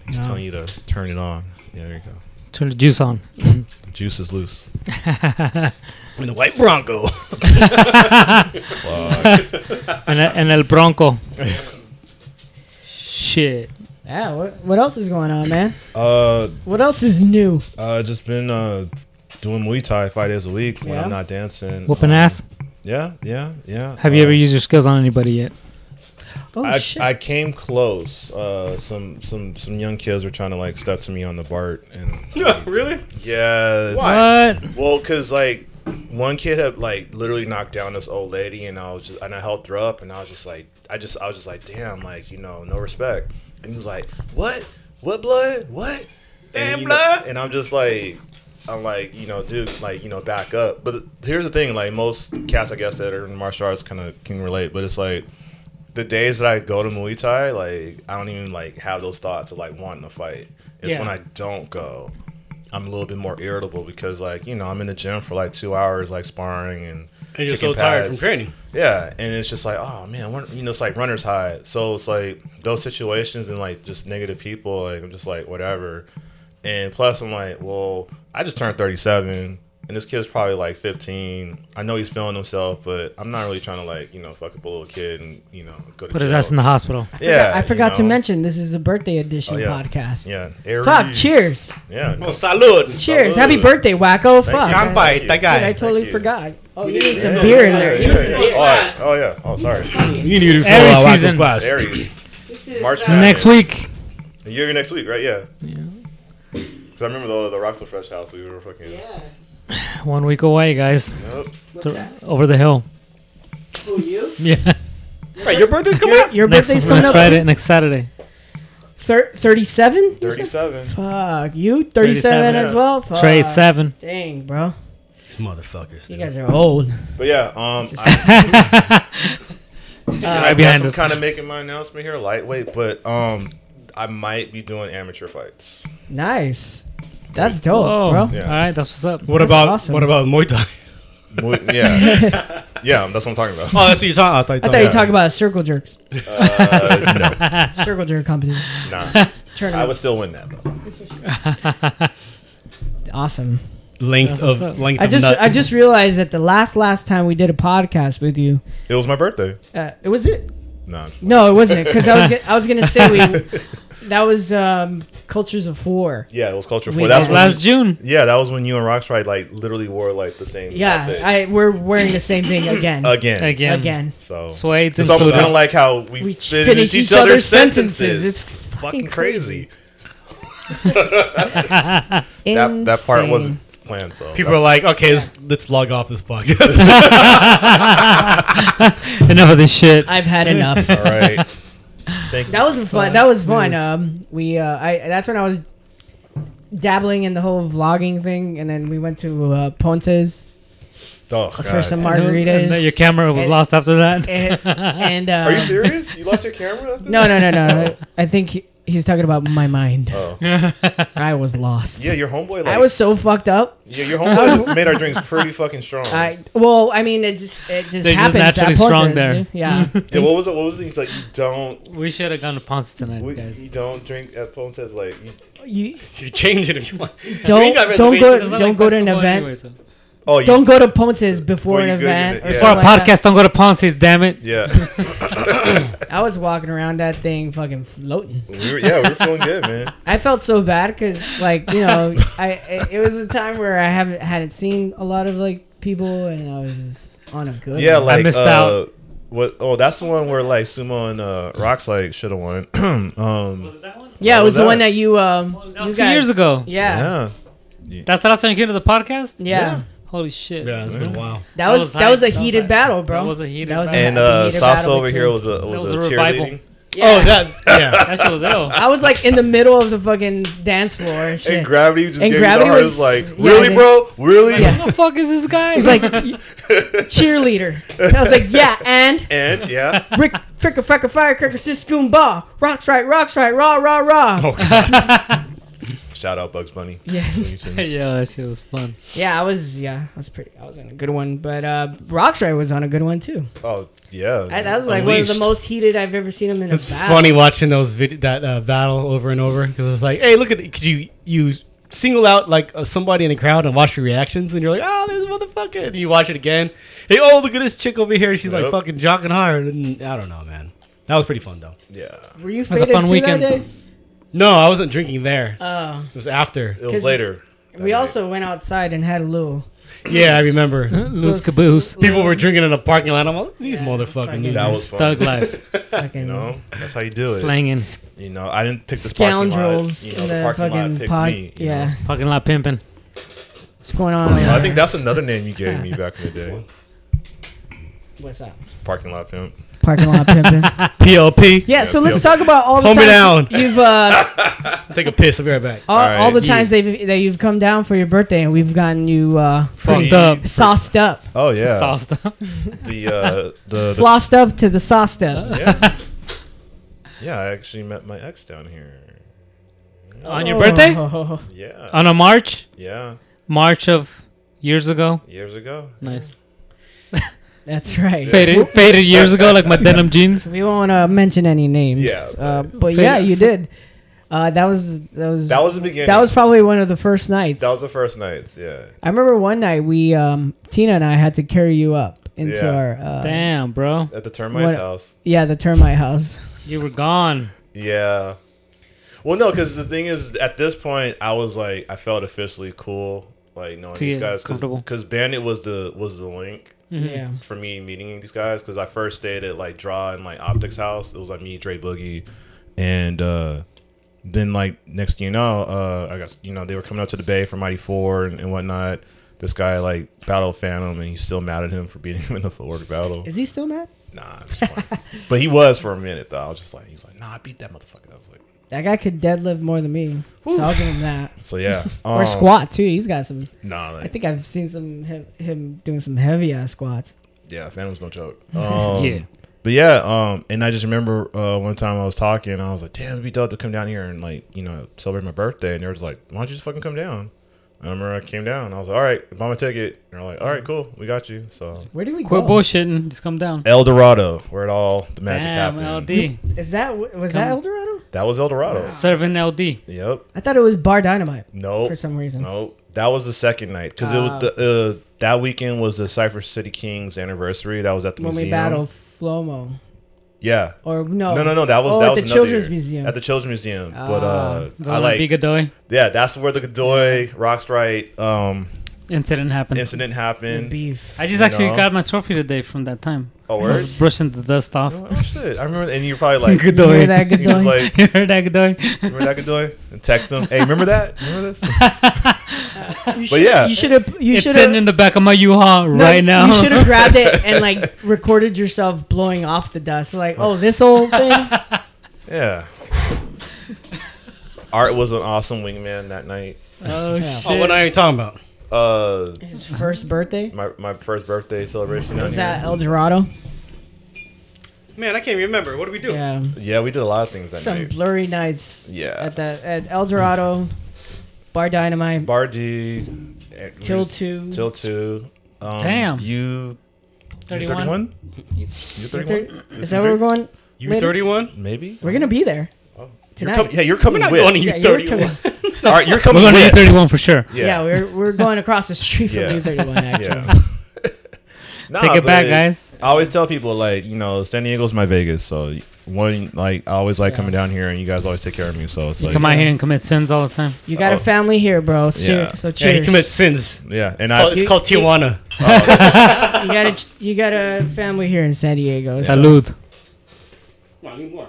[SPEAKER 9] He's telling you to turn it on. Yeah, there you go.
[SPEAKER 4] Turn the juice on.
[SPEAKER 9] The juice is loose.
[SPEAKER 7] In the white Bronco.
[SPEAKER 4] and, and El Bronco. Shit.
[SPEAKER 6] Yeah, what, what else is going on, man?
[SPEAKER 9] Uh,
[SPEAKER 6] What else is new?
[SPEAKER 9] uh, just been uh doing Muay Thai five days a week when
[SPEAKER 6] Yeah.
[SPEAKER 9] I'm not dancing.
[SPEAKER 4] Whooping
[SPEAKER 9] Um,
[SPEAKER 4] ass.
[SPEAKER 9] Yeah, yeah, yeah.
[SPEAKER 4] Have you
[SPEAKER 9] Uh,
[SPEAKER 4] ever used your skills on anybody yet?
[SPEAKER 6] Oh,
[SPEAKER 9] I,
[SPEAKER 6] shit.
[SPEAKER 9] I came close. Uh, some some some young kids were trying to like step to me on the BART, and
[SPEAKER 7] really?
[SPEAKER 9] yeah, it's-
[SPEAKER 4] What?
[SPEAKER 9] well, cause like one kid had like literally knocked down this old lady, and I was just and I helped her up, and I was just like, I just I was just like, damn, like you know, no respect. And he was like, what, what blood, what, damn
[SPEAKER 7] blood?
[SPEAKER 9] and I'm just like. I'm like, you know, dude, like, you know, back up. But here's the thing, like most cats, I guess, that are in martial arts kind of can relate. But it's like, the days that I go to Muay Thai, like I don't even like have those thoughts of like wanting to fight. It's
[SPEAKER 4] Yeah.
[SPEAKER 9] when I don't go, I'm a little bit more irritable because like you know I'm in the gym for like two hours like sparring and
[SPEAKER 7] And you're so
[SPEAKER 9] kicking
[SPEAKER 7] tired from
[SPEAKER 9] pads.
[SPEAKER 7] training.
[SPEAKER 9] Yeah, and it's just like oh man, what- you know it's like runner's high. So it's like those situations and like just negative people. Like I'm just like whatever. And plus, I'm like, well, I just turned 37, and this kid's probably like 15. I know he's feeling himself, but I'm not really trying to like, you know, fuck up a little kid and you know go to
[SPEAKER 4] Put his
[SPEAKER 9] jail.
[SPEAKER 4] ass in the hospital.
[SPEAKER 9] Yeah,
[SPEAKER 6] I
[SPEAKER 9] you
[SPEAKER 6] forgot to
[SPEAKER 9] know.
[SPEAKER 6] mention this is the birthday edition
[SPEAKER 9] Oh, yeah.
[SPEAKER 6] podcast.
[SPEAKER 9] Yeah,
[SPEAKER 6] Fuck,
[SPEAKER 9] Aries.
[SPEAKER 6] cheers.
[SPEAKER 9] Yeah,
[SPEAKER 7] Well, salud.
[SPEAKER 6] Cheers. Happy birthday, wacko. Fuck.
[SPEAKER 9] you.
[SPEAKER 6] I,
[SPEAKER 7] Kanpai, that
[SPEAKER 6] dude, I
[SPEAKER 7] guy.
[SPEAKER 6] totally
[SPEAKER 9] you.
[SPEAKER 6] forgot. Oh, you need some
[SPEAKER 9] Yeah,
[SPEAKER 6] beer in
[SPEAKER 9] yeah,
[SPEAKER 6] there.
[SPEAKER 9] yeah, yeah. Oh, yeah. Oh, yeah. Oh, sorry.
[SPEAKER 7] You need to
[SPEAKER 4] Every
[SPEAKER 7] follow
[SPEAKER 4] season.
[SPEAKER 7] season. class.
[SPEAKER 9] Aries. March
[SPEAKER 4] Next week.
[SPEAKER 9] You're here next week, right? Yeah. Yeah. Cause I remember the the Rockstar Fresh house we were fucking. Yeah.
[SPEAKER 4] One week away, guys.
[SPEAKER 9] Yep.
[SPEAKER 4] It's o- over the hill. Yeah.
[SPEAKER 7] Right, your birthday's coming up.
[SPEAKER 6] Your
[SPEAKER 4] Next,
[SPEAKER 6] birthday's coming
[SPEAKER 4] next
[SPEAKER 6] up.
[SPEAKER 4] Friday, next Saturday.
[SPEAKER 6] Thir- 37?
[SPEAKER 9] Thirty-seven.
[SPEAKER 6] Fuck. You 37,
[SPEAKER 4] 37,
[SPEAKER 6] as
[SPEAKER 9] yeah.
[SPEAKER 6] well? Fuck.
[SPEAKER 4] Trade seven.
[SPEAKER 6] Dang, bro.
[SPEAKER 7] These motherfuckers.
[SPEAKER 6] You guys are old.
[SPEAKER 9] But yeah, um, I, I guess
[SPEAKER 4] behind
[SPEAKER 9] I'm
[SPEAKER 4] us.
[SPEAKER 9] kind of making my announcement here, lightweight, but um, I might be doing amateur fights.
[SPEAKER 6] Oh. Nice. That's dope,
[SPEAKER 4] Oh,
[SPEAKER 6] bro.
[SPEAKER 9] Yeah.
[SPEAKER 4] all right. That's what's up.
[SPEAKER 7] What
[SPEAKER 6] That's
[SPEAKER 7] about
[SPEAKER 6] awesome.
[SPEAKER 7] what about Muay Thai?
[SPEAKER 9] Mu- yeah, yeah, that's what I'm talking about.
[SPEAKER 7] Oh, that's what you're talking about.
[SPEAKER 6] I thought you were talking about circle jerks.
[SPEAKER 9] Uh,
[SPEAKER 6] Circle jerk competition.
[SPEAKER 9] no, nah, I
[SPEAKER 6] Tournament.
[SPEAKER 9] would still win that though.
[SPEAKER 6] awesome.
[SPEAKER 7] length
[SPEAKER 4] what's
[SPEAKER 7] of
[SPEAKER 4] up.
[SPEAKER 7] length
[SPEAKER 6] I
[SPEAKER 7] of
[SPEAKER 6] just
[SPEAKER 7] nut.
[SPEAKER 6] I just realized that the last last time we did a podcast with you,
[SPEAKER 9] It was my birthday.
[SPEAKER 6] uh, it was it.
[SPEAKER 9] Nah, I'm-
[SPEAKER 6] No, it wasn't because I was get, I was gonna say we that was um, cultures of war.
[SPEAKER 9] yeah, it was culture
[SPEAKER 6] We-
[SPEAKER 9] four. That's
[SPEAKER 6] that
[SPEAKER 9] when
[SPEAKER 4] Last June.
[SPEAKER 9] Yeah, that was when you and Rockstride like literally wore like the same.
[SPEAKER 6] Yeah,
[SPEAKER 9] outfit.
[SPEAKER 6] I we're wearing the same thing again.
[SPEAKER 9] again.
[SPEAKER 4] Again.
[SPEAKER 6] Again,
[SPEAKER 9] So
[SPEAKER 4] Suede's
[SPEAKER 9] it's almost
[SPEAKER 4] included.
[SPEAKER 9] kind of like how we,
[SPEAKER 6] we
[SPEAKER 9] finish,
[SPEAKER 6] each other's sentences. It's fucking
[SPEAKER 9] fucking crazy.
[SPEAKER 6] insane.
[SPEAKER 9] That that part wasn't planned. So
[SPEAKER 7] People are like, okay, let's, let's log off this podcast.
[SPEAKER 4] Enough of this shit.
[SPEAKER 6] I've had enough.
[SPEAKER 9] all right. Thank you.
[SPEAKER 6] That was fun. That was fun. Um, we uh, I that's when I was dabbling in the whole vlogging thing, and then we went to uh, Ponce's
[SPEAKER 9] Oh,
[SPEAKER 6] for
[SPEAKER 9] God.
[SPEAKER 6] some
[SPEAKER 4] And then
[SPEAKER 6] margaritas.
[SPEAKER 4] your camera was
[SPEAKER 6] And-
[SPEAKER 4] lost after that.
[SPEAKER 6] and and, uh,
[SPEAKER 9] Are you serious? You lost your camera? After
[SPEAKER 6] no,
[SPEAKER 9] that?
[SPEAKER 6] no, no, no. I think he, he's talking about my mind.
[SPEAKER 9] Oh.
[SPEAKER 6] I was lost.
[SPEAKER 9] Yeah, your homeboy. Like,
[SPEAKER 6] I was so fucked up.
[SPEAKER 9] Yeah, your homeboy made our drinks pretty fucking strong.
[SPEAKER 6] I well, I mean, it just it just
[SPEAKER 4] They're just
[SPEAKER 6] happens. at
[SPEAKER 4] naturally strong
[SPEAKER 6] Ponce's.
[SPEAKER 4] there.
[SPEAKER 6] Yeah.
[SPEAKER 9] yeah, what was it? What was the thing? It's like you don't,
[SPEAKER 4] We should have gone to Ponce tonight,
[SPEAKER 9] we,
[SPEAKER 4] guys.
[SPEAKER 9] you don't drink at phone says like you,
[SPEAKER 6] you
[SPEAKER 7] you change it if you want.
[SPEAKER 6] don't
[SPEAKER 7] got
[SPEAKER 6] don't
[SPEAKER 7] reservations.
[SPEAKER 6] go don't go to an event.
[SPEAKER 9] oh you,
[SPEAKER 6] Don't go to Ponce's before
[SPEAKER 9] Well,
[SPEAKER 6] an
[SPEAKER 9] you good,
[SPEAKER 6] event or
[SPEAKER 9] yeah. For a
[SPEAKER 4] For
[SPEAKER 6] something
[SPEAKER 4] our
[SPEAKER 6] like that.
[SPEAKER 4] podcast, don't go to Ponce's, damn it.
[SPEAKER 9] yeah
[SPEAKER 6] I was walking around that thing fucking floating.
[SPEAKER 9] we were yeah we were feeling good man
[SPEAKER 6] I felt so bad because, like, you know, I it, it was a time where I haven't hadn't seen a lot of like people, and I was just on a good.
[SPEAKER 9] yeah
[SPEAKER 6] one.
[SPEAKER 9] like
[SPEAKER 4] missed
[SPEAKER 9] uh,
[SPEAKER 4] out.
[SPEAKER 9] what oh that's the one where like sumo and uh, rocks like should have won um
[SPEAKER 6] yeah, it was
[SPEAKER 9] what was
[SPEAKER 6] the one
[SPEAKER 9] that?
[SPEAKER 6] that you um
[SPEAKER 4] That was
[SPEAKER 6] you
[SPEAKER 4] two
[SPEAKER 6] guys-
[SPEAKER 4] years ago.
[SPEAKER 6] Yeah,
[SPEAKER 9] yeah
[SPEAKER 4] That's the last time you came to the podcast?
[SPEAKER 6] yeah,
[SPEAKER 9] Yeah.
[SPEAKER 4] Holy shit.
[SPEAKER 7] Yeah, it's been a while.
[SPEAKER 6] That, was that
[SPEAKER 4] hype.
[SPEAKER 6] was a
[SPEAKER 4] was
[SPEAKER 6] heated
[SPEAKER 4] hype.
[SPEAKER 6] battle, bro.
[SPEAKER 4] That was a heated
[SPEAKER 6] That was a-
[SPEAKER 4] battle.
[SPEAKER 9] and uh
[SPEAKER 6] Heated
[SPEAKER 9] Safsa
[SPEAKER 6] battle
[SPEAKER 9] over here
[SPEAKER 6] between-
[SPEAKER 9] was a was,
[SPEAKER 4] was
[SPEAKER 9] a,
[SPEAKER 4] a revival.
[SPEAKER 9] cheerleading
[SPEAKER 7] Oh, that yeah.
[SPEAKER 4] That shit was ill.
[SPEAKER 6] I was like in the middle of the fucking dance floor and shit.
[SPEAKER 9] and gravity just
[SPEAKER 6] And
[SPEAKER 9] gave
[SPEAKER 6] Gravity
[SPEAKER 9] gravity the hardest,
[SPEAKER 6] was-
[SPEAKER 9] like
[SPEAKER 6] yeah,
[SPEAKER 9] really
[SPEAKER 6] they-
[SPEAKER 9] bro really
[SPEAKER 6] Yeah.
[SPEAKER 4] Who the fuck is this guy?
[SPEAKER 6] He's like cheerleader. And I was like, yeah, and
[SPEAKER 9] and yeah
[SPEAKER 6] Rick fricka fricka firecracker siscoon ba rocks right rocks right rah rah rah.
[SPEAKER 9] shout out Bugs Bunny
[SPEAKER 6] Yeah.
[SPEAKER 4] yeah, that shit was fun.
[SPEAKER 6] Yeah, I was. Yeah, I was pretty. I was on a good one, but uh, Roxray was on a good one too.
[SPEAKER 9] oh yeah
[SPEAKER 6] I, that was like one of the
[SPEAKER 7] Unleashed.
[SPEAKER 6] most heated I've ever seen him in a
[SPEAKER 7] It's
[SPEAKER 6] battle.
[SPEAKER 7] funny watching those vid- that uh, battle over and over because it's like, hey, look at because you you single out like uh, somebody in the crowd and watch your reactions, and you're like, oh, this motherfucker. And you watch it again. Hey, oh, look at this chick over here. She's like
[SPEAKER 9] Yep.
[SPEAKER 7] fucking jocking hard. And I don't know, man. That was pretty fun though.
[SPEAKER 9] yeah
[SPEAKER 6] Were you
[SPEAKER 4] was a
[SPEAKER 6] faded
[SPEAKER 4] fun
[SPEAKER 6] too
[SPEAKER 4] weekend.
[SPEAKER 6] that day?
[SPEAKER 7] No, I wasn't drinking there.
[SPEAKER 6] Uh,
[SPEAKER 7] it was after.
[SPEAKER 9] it
[SPEAKER 6] 'Cause-
[SPEAKER 9] was later
[SPEAKER 6] we also went outside and had a little.
[SPEAKER 7] Yeah, I remember.
[SPEAKER 4] Loose caboose.
[SPEAKER 7] People were drinking in the parking lot. I'm like, these motherfucking losers.
[SPEAKER 9] that was fun
[SPEAKER 4] Thug life.
[SPEAKER 6] Fucking
[SPEAKER 9] you know that's how you do it
[SPEAKER 4] Slanging.
[SPEAKER 9] you know I didn't pick the
[SPEAKER 6] scoundrels
[SPEAKER 9] parking lot, you know,
[SPEAKER 6] in
[SPEAKER 9] the,
[SPEAKER 6] the,
[SPEAKER 9] parking lot
[SPEAKER 6] fucking
[SPEAKER 9] picked
[SPEAKER 6] pod.
[SPEAKER 9] me, you
[SPEAKER 6] yeah,
[SPEAKER 9] know?
[SPEAKER 4] Fucking lot pimping.
[SPEAKER 6] what's going on?
[SPEAKER 9] Well, I think that's another name you gave me back in the day.
[SPEAKER 6] what's up?
[SPEAKER 9] Parking lot pimp.
[SPEAKER 6] Parking lot pimping. yeah,
[SPEAKER 7] PLP.
[SPEAKER 6] so
[SPEAKER 9] Yeah,
[SPEAKER 6] let's
[SPEAKER 9] PLP.
[SPEAKER 6] talk about all the
[SPEAKER 7] Hold me
[SPEAKER 6] times
[SPEAKER 7] down.
[SPEAKER 6] you've uh,
[SPEAKER 7] Take a piss. I'll be right back.
[SPEAKER 6] all,
[SPEAKER 9] Alright.
[SPEAKER 6] all the times they've, that you've come down for your birthday and we've gotten you uh,
[SPEAKER 4] Fucked up.
[SPEAKER 6] sauced up,
[SPEAKER 9] Oh yeah,
[SPEAKER 4] Sauced up.
[SPEAKER 9] the uh, the, the
[SPEAKER 6] flossed up to the sauced up.
[SPEAKER 9] yeah. yeah. I actually met my ex down here.
[SPEAKER 4] On your birthday?
[SPEAKER 6] Oh.
[SPEAKER 9] Yeah,
[SPEAKER 4] On a March?
[SPEAKER 9] yeah,
[SPEAKER 4] March of years ago.
[SPEAKER 9] years ago.
[SPEAKER 4] Nice.
[SPEAKER 6] That's right.
[SPEAKER 4] Faded faded years ago, like my denim jeans.
[SPEAKER 6] We won't uh, mention any names.
[SPEAKER 9] Yeah,
[SPEAKER 6] uh,
[SPEAKER 9] but-
[SPEAKER 6] but
[SPEAKER 4] Fa-
[SPEAKER 6] yeah, you
[SPEAKER 4] fa-
[SPEAKER 6] did. Uh, that was that was
[SPEAKER 9] That was the beginning.
[SPEAKER 6] that was probably one of the first nights.
[SPEAKER 9] that was the first nights. Yeah,
[SPEAKER 6] I remember one night we um, Tina and I had to carry you up into
[SPEAKER 9] Yeah.
[SPEAKER 6] our uh,
[SPEAKER 4] Damn, bro.
[SPEAKER 9] at the termites
[SPEAKER 6] What-
[SPEAKER 9] house.
[SPEAKER 6] yeah the termite house.
[SPEAKER 4] You were gone.
[SPEAKER 9] Yeah. Well, no, because the thing is, at this point, I was like, I felt officially cool, like knowing
[SPEAKER 4] To
[SPEAKER 9] these
[SPEAKER 4] get
[SPEAKER 9] guys,
[SPEAKER 4] comfortable.
[SPEAKER 9] because Bandit was the was the link.
[SPEAKER 6] Yeah,
[SPEAKER 9] for me meeting these guys because I first stayed at like Draw and like Optics House. It was like me, Dre Boogie, and uh, then like next thing you know, uh, I got you know they were coming up to the Bay for Mighty Four and, and whatnot. This guy like battled Phantom and he's still mad at him for beating him in the footwork battle.
[SPEAKER 6] is he still mad?
[SPEAKER 9] Nah, I'm just playing. but he was for a minute though. I was just like, he's like, nah, I beat that motherfucker. I was like,
[SPEAKER 6] That guy could deadlift more than me. So I'll give him that.
[SPEAKER 9] so yeah,
[SPEAKER 6] Or
[SPEAKER 9] Um,
[SPEAKER 6] squat too. He's got some.
[SPEAKER 9] Nah, like,
[SPEAKER 6] I think I've seen some him, him doing some heavy ass squats.
[SPEAKER 9] yeah, Phantom's no joke. Um,
[SPEAKER 4] Yeah.
[SPEAKER 9] But yeah, um, and I just remember uh, one time I was talking, I was like, "Damn, it'd be dope to come down here and like you know celebrate my birthday." And they was like, "Why don't you just fucking come down?" And I remember I came down. I was like, "All right, buy my ticket." And they're like, "All right, cool, we got you." So
[SPEAKER 6] Where did we
[SPEAKER 4] Quit
[SPEAKER 6] go?
[SPEAKER 4] bullshitting. Just come down.
[SPEAKER 9] El Dorado, where it all the magic
[SPEAKER 4] Damn,
[SPEAKER 9] happened.
[SPEAKER 4] LD.
[SPEAKER 6] Is that was that El Dorado?
[SPEAKER 9] That was El Dorado.
[SPEAKER 4] Serving LD.
[SPEAKER 9] Yep.
[SPEAKER 6] I thought it was Bar Dynamite.
[SPEAKER 9] Nope.
[SPEAKER 6] For some reason.
[SPEAKER 9] Nope. That was the second night because it was the uh, that weekend was the Cypher City Kings anniversary. That was at the
[SPEAKER 6] when
[SPEAKER 9] museum.
[SPEAKER 6] we battle Flomo.
[SPEAKER 9] Yeah.
[SPEAKER 6] Or no,
[SPEAKER 9] No, no, no. That was
[SPEAKER 6] oh,
[SPEAKER 9] that
[SPEAKER 6] at
[SPEAKER 9] was
[SPEAKER 6] the
[SPEAKER 9] another
[SPEAKER 6] Children's
[SPEAKER 9] year.
[SPEAKER 6] Museum.
[SPEAKER 9] At the Children's Museum, but uh,
[SPEAKER 4] Is that
[SPEAKER 9] I
[SPEAKER 4] like
[SPEAKER 9] like
[SPEAKER 4] Bigodoy?
[SPEAKER 9] Yeah, that's where the Godoy, Rock's right, um,
[SPEAKER 4] Incident happened.
[SPEAKER 9] Incident happened.
[SPEAKER 6] Beef.
[SPEAKER 4] I just
[SPEAKER 9] You
[SPEAKER 4] actually
[SPEAKER 9] know?
[SPEAKER 4] got my trophy today from that time.
[SPEAKER 9] Oh,
[SPEAKER 4] I was
[SPEAKER 9] word?
[SPEAKER 4] brushing the dust off.
[SPEAKER 9] oh shit! I remember, and you're probably like,
[SPEAKER 4] Good
[SPEAKER 6] You hear
[SPEAKER 4] dog.
[SPEAKER 6] that, good
[SPEAKER 9] he was
[SPEAKER 6] dog?
[SPEAKER 9] like,
[SPEAKER 4] You heard that, Godoy?
[SPEAKER 9] remember that Godoy? And text him, hey, remember that? Remember this?
[SPEAKER 6] You
[SPEAKER 9] But
[SPEAKER 6] should-
[SPEAKER 9] yeah.
[SPEAKER 6] you should have. You
[SPEAKER 4] It's
[SPEAKER 6] should
[SPEAKER 4] sitting
[SPEAKER 6] have.
[SPEAKER 4] in the back of my U-Haul right now.
[SPEAKER 6] you should have grabbed it and like recorded yourself blowing off the dust. Like, oh, this old thing.
[SPEAKER 9] Yeah. Art was an awesome wingman that night.
[SPEAKER 4] Oh shit!
[SPEAKER 7] Oh, what are you talking about?
[SPEAKER 9] Uh,
[SPEAKER 6] His first birthday.
[SPEAKER 9] my my first birthday celebration. down
[SPEAKER 6] Was
[SPEAKER 9] here.
[SPEAKER 6] that El Dorado?
[SPEAKER 7] Man, I can't remember. What do we do?
[SPEAKER 6] Yeah.
[SPEAKER 9] Yeah, we did a lot of things that
[SPEAKER 6] Some
[SPEAKER 9] night.
[SPEAKER 6] blurry nights.
[SPEAKER 9] Yeah.
[SPEAKER 6] At the at El Dorado, Bar Dynamite.
[SPEAKER 9] Bar D. eh, we
[SPEAKER 6] Till
[SPEAKER 9] was-
[SPEAKER 6] two.
[SPEAKER 9] Till two. Um,
[SPEAKER 4] Damn.
[SPEAKER 9] You.
[SPEAKER 4] Thirty-one.
[SPEAKER 9] You
[SPEAKER 6] Is
[SPEAKER 9] thirty-one?
[SPEAKER 6] that where we're going?
[SPEAKER 7] You
[SPEAKER 6] Later.
[SPEAKER 7] 31?
[SPEAKER 9] Maybe.
[SPEAKER 6] We're gonna be there
[SPEAKER 9] Oh, You're
[SPEAKER 6] tonight.
[SPEAKER 9] com- yeah, you're coming
[SPEAKER 7] not
[SPEAKER 9] with.
[SPEAKER 7] going to
[SPEAKER 6] yeah,
[SPEAKER 7] you
[SPEAKER 6] you're
[SPEAKER 7] 31.
[SPEAKER 6] coming-
[SPEAKER 9] All right, you're
[SPEAKER 4] We're
[SPEAKER 9] coming
[SPEAKER 4] going to
[SPEAKER 9] with.
[SPEAKER 4] eat thirty-one for sure.
[SPEAKER 9] Yeah.
[SPEAKER 6] yeah, we're we're going across the street from
[SPEAKER 9] Yeah.
[SPEAKER 6] U thirty one. Actually,
[SPEAKER 9] Yeah. Nah,
[SPEAKER 4] Take it back,
[SPEAKER 9] but
[SPEAKER 4] guys.
[SPEAKER 9] I always tell people like you know San Diego's my Vegas, so one like I always like coming down here, and you guys always take care of me. So it's
[SPEAKER 4] You
[SPEAKER 9] like
[SPEAKER 4] come out here and commit sins all the time.
[SPEAKER 6] you got
[SPEAKER 9] Oh.
[SPEAKER 6] a family here, bro. So,
[SPEAKER 9] Yeah.
[SPEAKER 6] so
[SPEAKER 7] Yeah,
[SPEAKER 6] cheers.
[SPEAKER 7] he commits sins.
[SPEAKER 9] yeah, and
[SPEAKER 7] Oh,
[SPEAKER 9] I
[SPEAKER 7] it's called Tijuana.
[SPEAKER 6] You got a you got a family here in San Diego. So
[SPEAKER 4] Salud.
[SPEAKER 7] Come on, need more.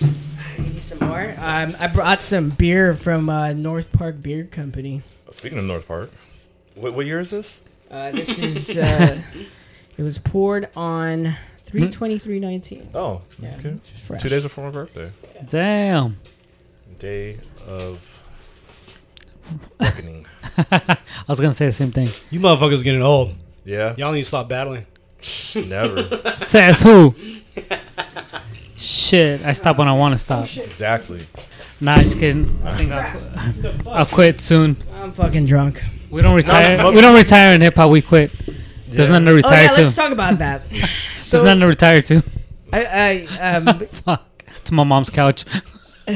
[SPEAKER 6] you need some more. Um, I brought some beer from uh, North Park Beer Company.
[SPEAKER 9] Speaking of North Park, what, what year is this?
[SPEAKER 6] Uh, this is uh, it was poured on three twenty three nineteen.
[SPEAKER 4] Hmm?
[SPEAKER 9] Oh, okay.
[SPEAKER 6] Fresh.
[SPEAKER 9] Two days before my birthday.
[SPEAKER 4] Damn.
[SPEAKER 9] Day of reckoning.
[SPEAKER 4] I was gonna say the same thing.
[SPEAKER 7] You motherfuckers getting old.
[SPEAKER 9] Yeah,
[SPEAKER 7] Y'all need to stop battling.
[SPEAKER 9] never.
[SPEAKER 4] Says who? shit! I stop when I want to
[SPEAKER 6] Oh,
[SPEAKER 4] stop.
[SPEAKER 9] exactly.
[SPEAKER 4] Nah, just kidding. I think I'll, qu- I'll quit soon.
[SPEAKER 6] I'm fucking drunk.
[SPEAKER 4] We don't retire. We don't retire in hip hop. We quit. There's nothing to
[SPEAKER 6] Oh
[SPEAKER 4] retire
[SPEAKER 6] yeah,
[SPEAKER 4] to.
[SPEAKER 6] let's talk about that.
[SPEAKER 4] There's
[SPEAKER 6] so
[SPEAKER 4] nothing to retire to.
[SPEAKER 6] I, I um,
[SPEAKER 4] Fuck. To my mom's couch.
[SPEAKER 6] um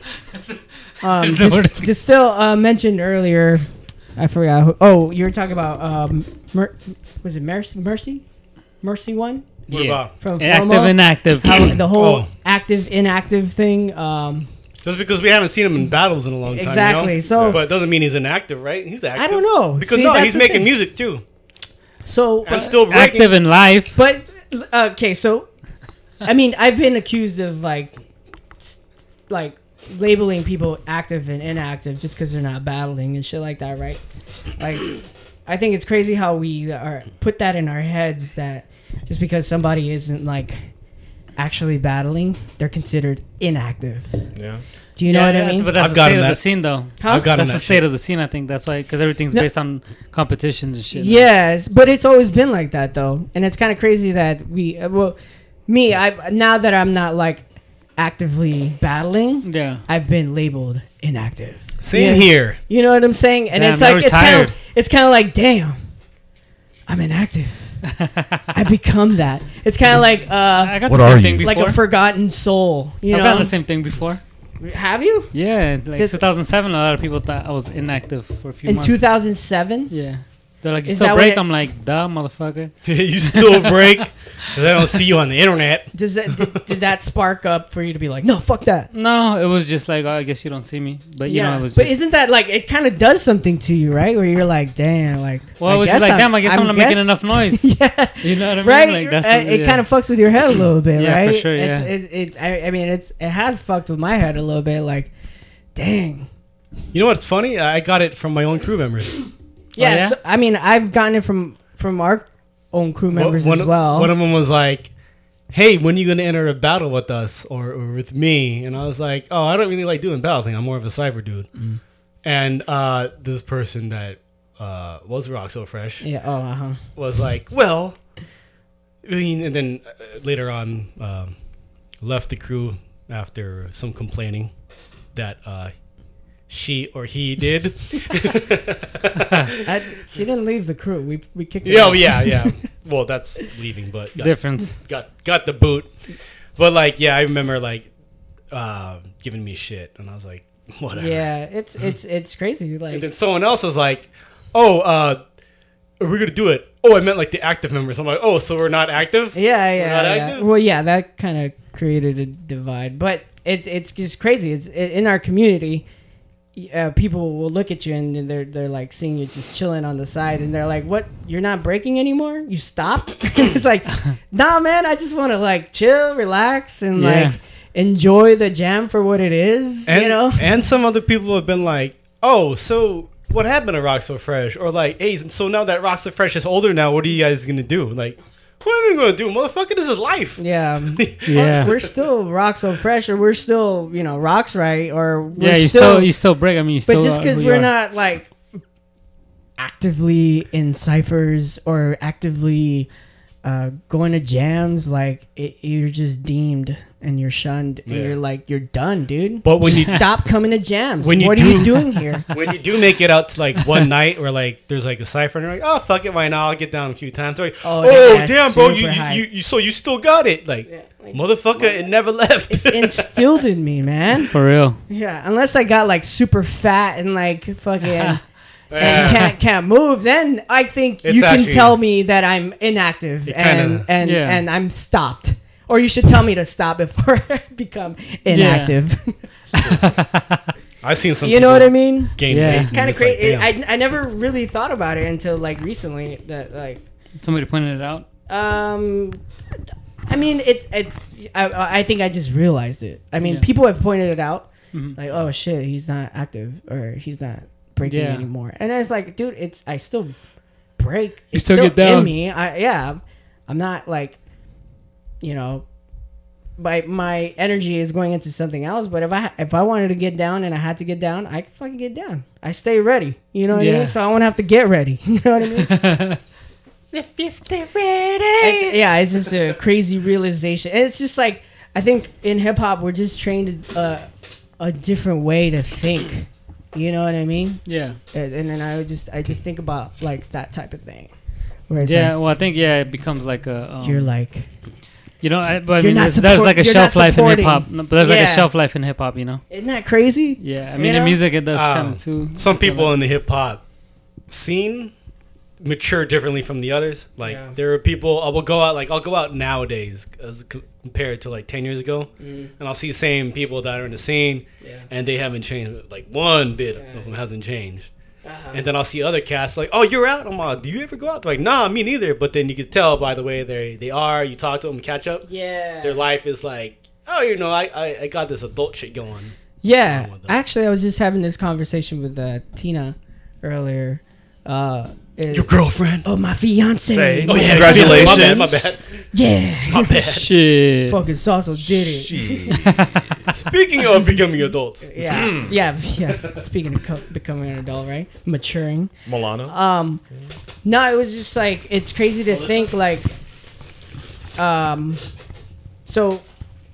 [SPEAKER 4] There's nowhere
[SPEAKER 6] just,
[SPEAKER 4] to-
[SPEAKER 6] just still uh, mentioned earlier. I forgot. Who, oh, you were talking about um, Mer- was it Mercy? Mercy, Mercy one
[SPEAKER 7] What about?
[SPEAKER 6] from
[SPEAKER 4] Active,
[SPEAKER 6] Flomo?
[SPEAKER 4] inactive.
[SPEAKER 6] How- the whole
[SPEAKER 7] Oh.
[SPEAKER 6] active inactive thing. Um,
[SPEAKER 7] That's because we haven't seen him in battles in a long time. you know?
[SPEAKER 6] Exactly, so-
[SPEAKER 7] but it doesn't mean he's inactive, right? He's active.
[SPEAKER 6] I don't know.
[SPEAKER 7] Because
[SPEAKER 6] See,
[SPEAKER 7] no,
[SPEAKER 6] that's
[SPEAKER 7] he's
[SPEAKER 6] the
[SPEAKER 7] making
[SPEAKER 6] thing.
[SPEAKER 7] music too.
[SPEAKER 6] So
[SPEAKER 7] I'm
[SPEAKER 6] but-
[SPEAKER 7] still breaking.
[SPEAKER 4] active in life.
[SPEAKER 6] But okay, so I mean, I've been accused of like s- like labeling people active and inactive just because they're not battling and shit like that, right? Like, I think it's crazy how we are put that in our heads that just because somebody isn't like actually battling, they're considered inactive.
[SPEAKER 9] Yeah.
[SPEAKER 6] Do you know what I mean?
[SPEAKER 4] But that's
[SPEAKER 7] I've
[SPEAKER 4] the
[SPEAKER 7] gotten
[SPEAKER 4] state of the
[SPEAKER 7] that.
[SPEAKER 4] scene, though.
[SPEAKER 6] How-
[SPEAKER 7] I've gotten
[SPEAKER 4] That's
[SPEAKER 7] that
[SPEAKER 4] the
[SPEAKER 7] shit.
[SPEAKER 4] state of the scene. I think that's why because everything's
[SPEAKER 6] No.
[SPEAKER 4] based on competitions and shit.
[SPEAKER 6] Yes, but it's always been like that though, and it's kind of crazy that we. uh, Well, me, I now that I'm not like actively battling,
[SPEAKER 4] Yeah.
[SPEAKER 6] I've been labeled inactive.
[SPEAKER 7] Same
[SPEAKER 6] Yeah.
[SPEAKER 7] here.
[SPEAKER 6] You know what I'm saying? And
[SPEAKER 4] Damn,
[SPEAKER 6] it's
[SPEAKER 4] now
[SPEAKER 6] like
[SPEAKER 4] we're
[SPEAKER 6] it's kind
[SPEAKER 4] tired.
[SPEAKER 6] of it's kind of like damn, I'm inactive. I become that. It's kind of like uh,
[SPEAKER 4] I got
[SPEAKER 9] What
[SPEAKER 4] the
[SPEAKER 9] are
[SPEAKER 4] same
[SPEAKER 9] you?
[SPEAKER 4] thing before.
[SPEAKER 6] like a forgotten soul. You
[SPEAKER 4] I've gotten
[SPEAKER 6] know?
[SPEAKER 4] the same thing before.
[SPEAKER 6] Have you?
[SPEAKER 4] Yeah, like
[SPEAKER 6] This-
[SPEAKER 4] 2007, a lot of people thought I was inactive for a few
[SPEAKER 6] In
[SPEAKER 4] months.
[SPEAKER 6] 2007,
[SPEAKER 4] yeah. They're like, you
[SPEAKER 6] Is that
[SPEAKER 4] still
[SPEAKER 6] what
[SPEAKER 4] break?
[SPEAKER 6] it-
[SPEAKER 4] I'm like, duh, motherfucker.
[SPEAKER 7] you still break. 'cause I don't see you on the internet.
[SPEAKER 6] does that did, did that spark up for you to be like, no, fuck that?
[SPEAKER 4] No, it was just like, oh, I guess you don't see me. But, you know, it was
[SPEAKER 6] but
[SPEAKER 4] just.
[SPEAKER 6] isn't that like it kind of does something to you, right? Where you're like, damn, like
[SPEAKER 4] well, it was just like, damn, I guess I'm, not making
[SPEAKER 6] guess-
[SPEAKER 4] enough noise.
[SPEAKER 6] yeah,
[SPEAKER 4] You know what I mean?
[SPEAKER 6] right.
[SPEAKER 4] Like, that's,
[SPEAKER 6] Uh, it
[SPEAKER 4] yeah.
[SPEAKER 6] kind of fucks with your head a little bit,
[SPEAKER 4] Yeah, for
[SPEAKER 6] right?
[SPEAKER 4] sure,
[SPEAKER 6] It's-
[SPEAKER 4] yeah.
[SPEAKER 6] It, it, I, I mean, it's it has fucked with my head a little bit. Like, dang.
[SPEAKER 7] You know what's funny? I got it from my own crew members.
[SPEAKER 6] Yeah.
[SPEAKER 4] Oh, yeah?
[SPEAKER 6] so- I mean, I've gotten it from from our own crew members
[SPEAKER 7] one,
[SPEAKER 6] as well.
[SPEAKER 7] One of them was like, "Hey, when you gonna enter a battle with us or, or with me?" And I was like, "Oh, I don't really like doing battle thing. I'm more of a cyber dude."
[SPEAKER 6] Mm.
[SPEAKER 7] And uh, this person that uh, was rock so fresh
[SPEAKER 6] yeah. Oh, uh huh.
[SPEAKER 7] was like, "Well," I mean, and then uh, later on um, left the crew after some complaining that uh, she or he did.
[SPEAKER 6] I- She didn't leave the crew. We we kicked. her
[SPEAKER 7] oh
[SPEAKER 6] out.
[SPEAKER 7] yeah, yeah. Well, that's leaving, but got
[SPEAKER 4] difference.
[SPEAKER 7] got got the boot. But like, yeah, I remember like uh, giving me shit, and I was like, whatever.
[SPEAKER 6] Yeah. It's it's it's crazy. Like,
[SPEAKER 7] And then someone else was like, oh, uh, are we gonna do it? Oh, I meant like the active members. I'm like, oh, so we're not active?
[SPEAKER 6] Yeah,
[SPEAKER 7] not
[SPEAKER 6] yeah, yeah.
[SPEAKER 7] active?
[SPEAKER 6] Well, yeah, that kind of created a divide, but it, it's just crazy. It's i in our community. uh, people will look at you and then they're they're like seeing you just chilling on the side and they're like, "What? You're not breaking anymore? You stopped?" it's like, "Nah, man. I just want to like chill, relax, and
[SPEAKER 4] Yeah.
[SPEAKER 6] like enjoy the jam for what it is."
[SPEAKER 7] and,
[SPEAKER 6] you know?
[SPEAKER 7] and some other people have been like, "Oh, so what happened to Rock So Fresh?" Or like, "Hey, so now that Rock So Fresh is older now, what are you guys gonna do?" Like, what are we gonna do, motherfucker? This is life.
[SPEAKER 6] Yeah,
[SPEAKER 4] Yeah.
[SPEAKER 6] we're still rock so fresh, or we're still you know rocks right, or we're
[SPEAKER 4] yeah, you still, you still break. I mean, you still.
[SPEAKER 6] but just
[SPEAKER 7] uh,
[SPEAKER 4] are
[SPEAKER 6] because
[SPEAKER 4] who you
[SPEAKER 6] we're
[SPEAKER 4] are.
[SPEAKER 6] not like actively in ciphers or actively uh, going to jams, like it, you're just deemed and you're shunned, and
[SPEAKER 7] Yeah.
[SPEAKER 6] you're like you're done, dude.
[SPEAKER 7] But when you-
[SPEAKER 6] stop coming to jams,
[SPEAKER 7] When you
[SPEAKER 6] what are
[SPEAKER 7] do-
[SPEAKER 6] you doing here?
[SPEAKER 7] when you do make it out to like one night where like there's like a cipher and you're like, oh fuck it, why not? I'll get down a few times. Like,
[SPEAKER 6] Oh,
[SPEAKER 7] oh,
[SPEAKER 6] that guy's
[SPEAKER 7] damn, bro, you,
[SPEAKER 6] super
[SPEAKER 7] you,
[SPEAKER 6] high."
[SPEAKER 7] you you so you still got it, like, motherfucker, it never left.
[SPEAKER 6] It's instilled in me, man.
[SPEAKER 4] for real.
[SPEAKER 6] Yeah, unless I got like super fat and like fucking.
[SPEAKER 7] Yeah.
[SPEAKER 6] and can't can't move, then I think
[SPEAKER 7] It's
[SPEAKER 6] you can
[SPEAKER 7] actually-
[SPEAKER 6] tell me that I'm inactive
[SPEAKER 7] It
[SPEAKER 6] and
[SPEAKER 7] kinda-
[SPEAKER 6] and
[SPEAKER 4] Yeah.
[SPEAKER 6] and I'm stopped. Or you should tell me to stop before I become inactive.
[SPEAKER 7] I've seen some.
[SPEAKER 6] you know what I
[SPEAKER 7] people
[SPEAKER 6] mean?
[SPEAKER 7] Game
[SPEAKER 4] Yeah.
[SPEAKER 7] yeah.
[SPEAKER 4] It's
[SPEAKER 6] It's kind of crazy. I, I never really thought about it until like recently that like
[SPEAKER 4] Somebody pointed it out.
[SPEAKER 6] um I mean it it I, I think I just realized it. I mean
[SPEAKER 4] Yeah. Mm-hmm.
[SPEAKER 6] people have pointed it out like oh shit he's not active or he's not breaking
[SPEAKER 4] Yeah.
[SPEAKER 6] anymore. And it's like dude it's I still break.
[SPEAKER 4] You
[SPEAKER 6] it's
[SPEAKER 4] still get down.
[SPEAKER 6] in me. I yeah. I'm not like you know my my energy is going into something else, but if I if I wanted to get down and I had to get down, I could fucking get down. I stay ready. You know what I
[SPEAKER 4] Yeah.
[SPEAKER 6] mean? So I won't have to get ready. You know what I mean? It's- yeah, it's just a crazy realization. And it's just like I think in hip hop we're just trained uh, a different way to think. You know what I mean?
[SPEAKER 4] Yeah.
[SPEAKER 6] And, and then I would just I just think about like that type of thing. Where it's
[SPEAKER 4] Yeah.
[SPEAKER 6] like,
[SPEAKER 4] Well, I think yeah, it becomes like a. Um,
[SPEAKER 6] you're like
[SPEAKER 4] you know, I, but I
[SPEAKER 6] you're
[SPEAKER 4] mean,
[SPEAKER 6] not
[SPEAKER 4] there's, there's
[SPEAKER 6] support-
[SPEAKER 4] like a
[SPEAKER 6] you're
[SPEAKER 4] shelf
[SPEAKER 6] not
[SPEAKER 4] life in hip
[SPEAKER 6] supporting.
[SPEAKER 4] hop. No, but there's like a
[SPEAKER 6] Yeah.
[SPEAKER 4] shelf life in hip hop. You know.
[SPEAKER 6] isn't that crazy?
[SPEAKER 4] Yeah. I
[SPEAKER 6] You
[SPEAKER 4] mean, in
[SPEAKER 6] know?
[SPEAKER 4] music, it does
[SPEAKER 7] Ah,
[SPEAKER 4] kind of too.
[SPEAKER 7] Some
[SPEAKER 4] I feel
[SPEAKER 7] people
[SPEAKER 4] like.
[SPEAKER 7] in the hip hop scene mature differently from the others. Like
[SPEAKER 6] Yeah.
[SPEAKER 7] there are people I will go out like I'll go out nowadays as co- compared to like ten years ago,
[SPEAKER 6] Mm.
[SPEAKER 7] and I'll see the same people that are in the scene, and they haven't changed. Like one bit of them hasn't changed. And then I'll see other cats like, "Oh, you're out." I'm like, "Do you ever go out?" They're like, "Nah, me neither." But then you can tell by the way they they are. You talk to them, catch up.
[SPEAKER 6] Yeah.
[SPEAKER 7] Their life is like, "Oh, you know, I I, I got this adult shit going."
[SPEAKER 6] Yeah,
[SPEAKER 7] with that.
[SPEAKER 6] actually, I was just having this conversation with uh, Tina earlier. Uh, it-
[SPEAKER 7] girlfriend.
[SPEAKER 6] oh, my fiance.
[SPEAKER 9] Say.
[SPEAKER 7] Oh yeah,
[SPEAKER 9] Congratulations.
[SPEAKER 7] My bad. My bad.
[SPEAKER 6] Yeah,
[SPEAKER 7] My bad.
[SPEAKER 4] Shit.
[SPEAKER 6] fucking Salsa did it.
[SPEAKER 7] Speaking of becoming adults,
[SPEAKER 6] Yeah, yeah, yeah. Speaking of co- becoming an adult, right? Maturing.
[SPEAKER 9] Milano.
[SPEAKER 4] Uh,
[SPEAKER 6] Um, no, it was just like it's crazy to think like, um, so,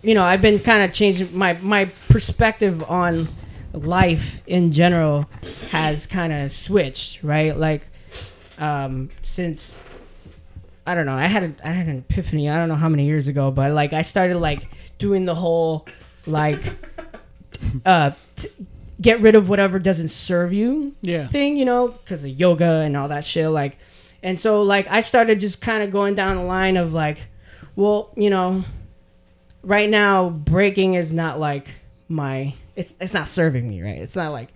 [SPEAKER 6] you know, I've been kind of changing my my perspective on life in general has kind of switched, right? Like, um, since I don't know, I had a, I had an epiphany. I don't know how many years ago, but like I started like doing the whole like uh t- get rid of whatever doesn't serve you
[SPEAKER 4] Yeah.
[SPEAKER 6] thing, you know, because of yoga and all that shit. Like, and so like I started just kind of going down the line of like, well, you know, right now breaking is not like my it's it's not serving me right. It's not like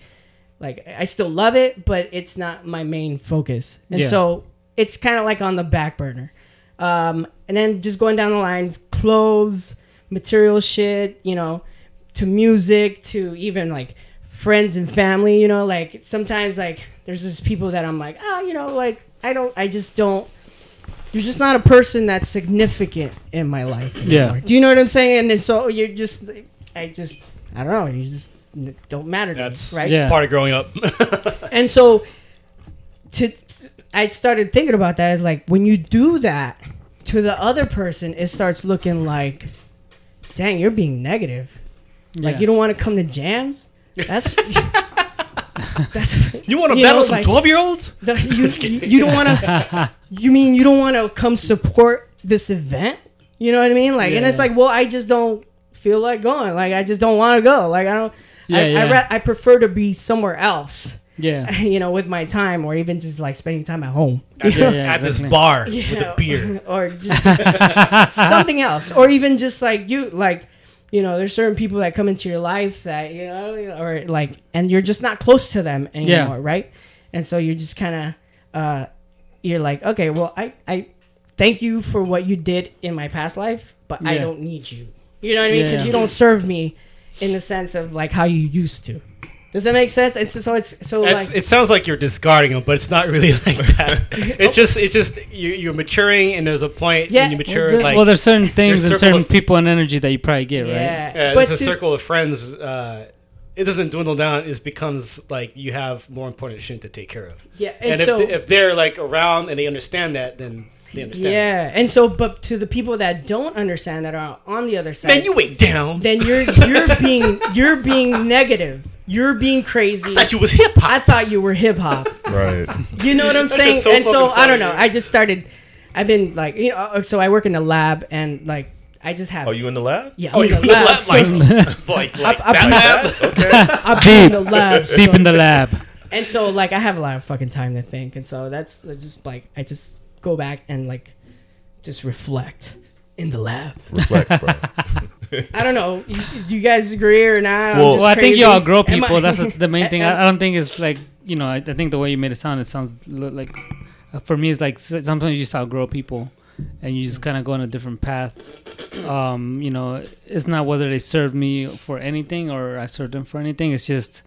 [SPEAKER 6] like I still love it, but it's not my main focus, and
[SPEAKER 4] Yeah.
[SPEAKER 6] so it's kind of like on the back burner. Um, and then just going down the line, clothes, material shit, you know, to music, to even like friends and family, you know, like sometimes like there's just people that I'm like, oh, you know, like I don't, I just don't. You're just not a person that's significant in my life.
[SPEAKER 4] Yeah.
[SPEAKER 6] anymore. Do you know what I'm saying? And so you're just, I just, I don't know. You just don't matter to
[SPEAKER 7] that's
[SPEAKER 6] me, right?
[SPEAKER 4] Yeah.
[SPEAKER 7] part of growing up.
[SPEAKER 6] and so to I started thinking about that is like when you do that to the other person, it starts looking like, dang, you're being negative. Like
[SPEAKER 4] Yeah.
[SPEAKER 6] you don't want to come to jams. That's that's
[SPEAKER 7] you want to
[SPEAKER 6] know,
[SPEAKER 7] battle some
[SPEAKER 6] like-
[SPEAKER 7] twelve-year-olds?
[SPEAKER 6] the- you, you, you don't want to. You mean you don't want to come support this event? You know what I mean? Like, and it's
[SPEAKER 4] Yeah.
[SPEAKER 6] like, well, I just don't feel like going. Like, I just don't want to go. Like, I don't. I,
[SPEAKER 4] Yeah,
[SPEAKER 6] I,
[SPEAKER 4] yeah.
[SPEAKER 6] ra- I prefer to be somewhere else.
[SPEAKER 4] Yeah.
[SPEAKER 6] You know, with my time, or even just like spending time at home.
[SPEAKER 4] Yeah, yeah,
[SPEAKER 7] At this
[SPEAKER 4] exactly.
[SPEAKER 7] bar with
[SPEAKER 6] Yeah,
[SPEAKER 7] a beer.
[SPEAKER 6] or just something else, or even just like you, like you know, there's certain people that come into your life that you know, or like, and you're just not close to them anymore,
[SPEAKER 4] Yeah.
[SPEAKER 6] right? And so you're just kind of, uh, you're like, okay, well, I, I thank you for what you did in my past life, but I
[SPEAKER 4] Yeah.
[SPEAKER 6] don't need you. You know what I mean?
[SPEAKER 4] Yeah,
[SPEAKER 6] Because
[SPEAKER 4] yeah.
[SPEAKER 6] you don't serve me in the sense of like how you used to. Does that make sense? And so, so it's so
[SPEAKER 7] It's,
[SPEAKER 6] like
[SPEAKER 7] it sounds like you're discarding them, but it's not really like that. It's just, it's just you, you're maturing, and there's a point
[SPEAKER 6] Yeah,
[SPEAKER 7] when you mature.
[SPEAKER 4] Well,
[SPEAKER 7] like,
[SPEAKER 4] well, there's certain things and
[SPEAKER 7] circle
[SPEAKER 4] certain
[SPEAKER 7] of-
[SPEAKER 4] people and energy that you probably get, right?
[SPEAKER 6] yeah,
[SPEAKER 7] yeah,
[SPEAKER 6] but
[SPEAKER 7] there's a
[SPEAKER 6] to-
[SPEAKER 7] circle of friends. Uh, it doesn't dwindle down. It becomes like you have more important shit to take care of.
[SPEAKER 6] yeah, and,
[SPEAKER 7] And, if,
[SPEAKER 6] so
[SPEAKER 7] they, if they're like around and they understand that, then they understand.
[SPEAKER 6] yeah, and so but to the people that don't understand that are on the other side,
[SPEAKER 7] Man, you went down.
[SPEAKER 6] then you're you're being you're being negative. You're being crazy.
[SPEAKER 7] thought you was hip hop.
[SPEAKER 6] I thought you were hip hop.
[SPEAKER 9] Right.
[SPEAKER 6] You know what I'm saying?
[SPEAKER 7] just so
[SPEAKER 6] and so
[SPEAKER 7] fucking
[SPEAKER 6] I don't
[SPEAKER 7] funny,
[SPEAKER 6] know.
[SPEAKER 7] dude.
[SPEAKER 6] I just started. I've been like you know. uh, So I work in a lab and like I just have.
[SPEAKER 9] Are you in the lab?
[SPEAKER 6] Yeah.
[SPEAKER 7] Oh,
[SPEAKER 6] I'm in
[SPEAKER 7] you
[SPEAKER 6] the lab.
[SPEAKER 7] lab,
[SPEAKER 6] so
[SPEAKER 7] like, like, like,
[SPEAKER 6] I- I-
[SPEAKER 7] Batman?
[SPEAKER 6] I've been in the lab.
[SPEAKER 4] Deep
[SPEAKER 6] so-
[SPEAKER 4] in the lab.
[SPEAKER 6] and so like I have a lot of fucking time to think, and so that's it's just like I just go back and like just reflect in the lab.
[SPEAKER 9] Reflect, bro.
[SPEAKER 6] I don't know. You, do you guys agree or not? I'm
[SPEAKER 9] Well-
[SPEAKER 6] just
[SPEAKER 4] Well, I think
[SPEAKER 6] crazy.
[SPEAKER 4] you all grow
[SPEAKER 6] Am I-
[SPEAKER 4] people. That's the, the main thing.
[SPEAKER 6] Am-
[SPEAKER 4] I, I don't think it's like you know. I, I think the way you made it sound, it sounds li- like uh, for me, it's like s- sometimes you just outgrow people, and you just kind of go on a different path. Um, you know, it's not whether they served me for anything or I served them for anything. It's just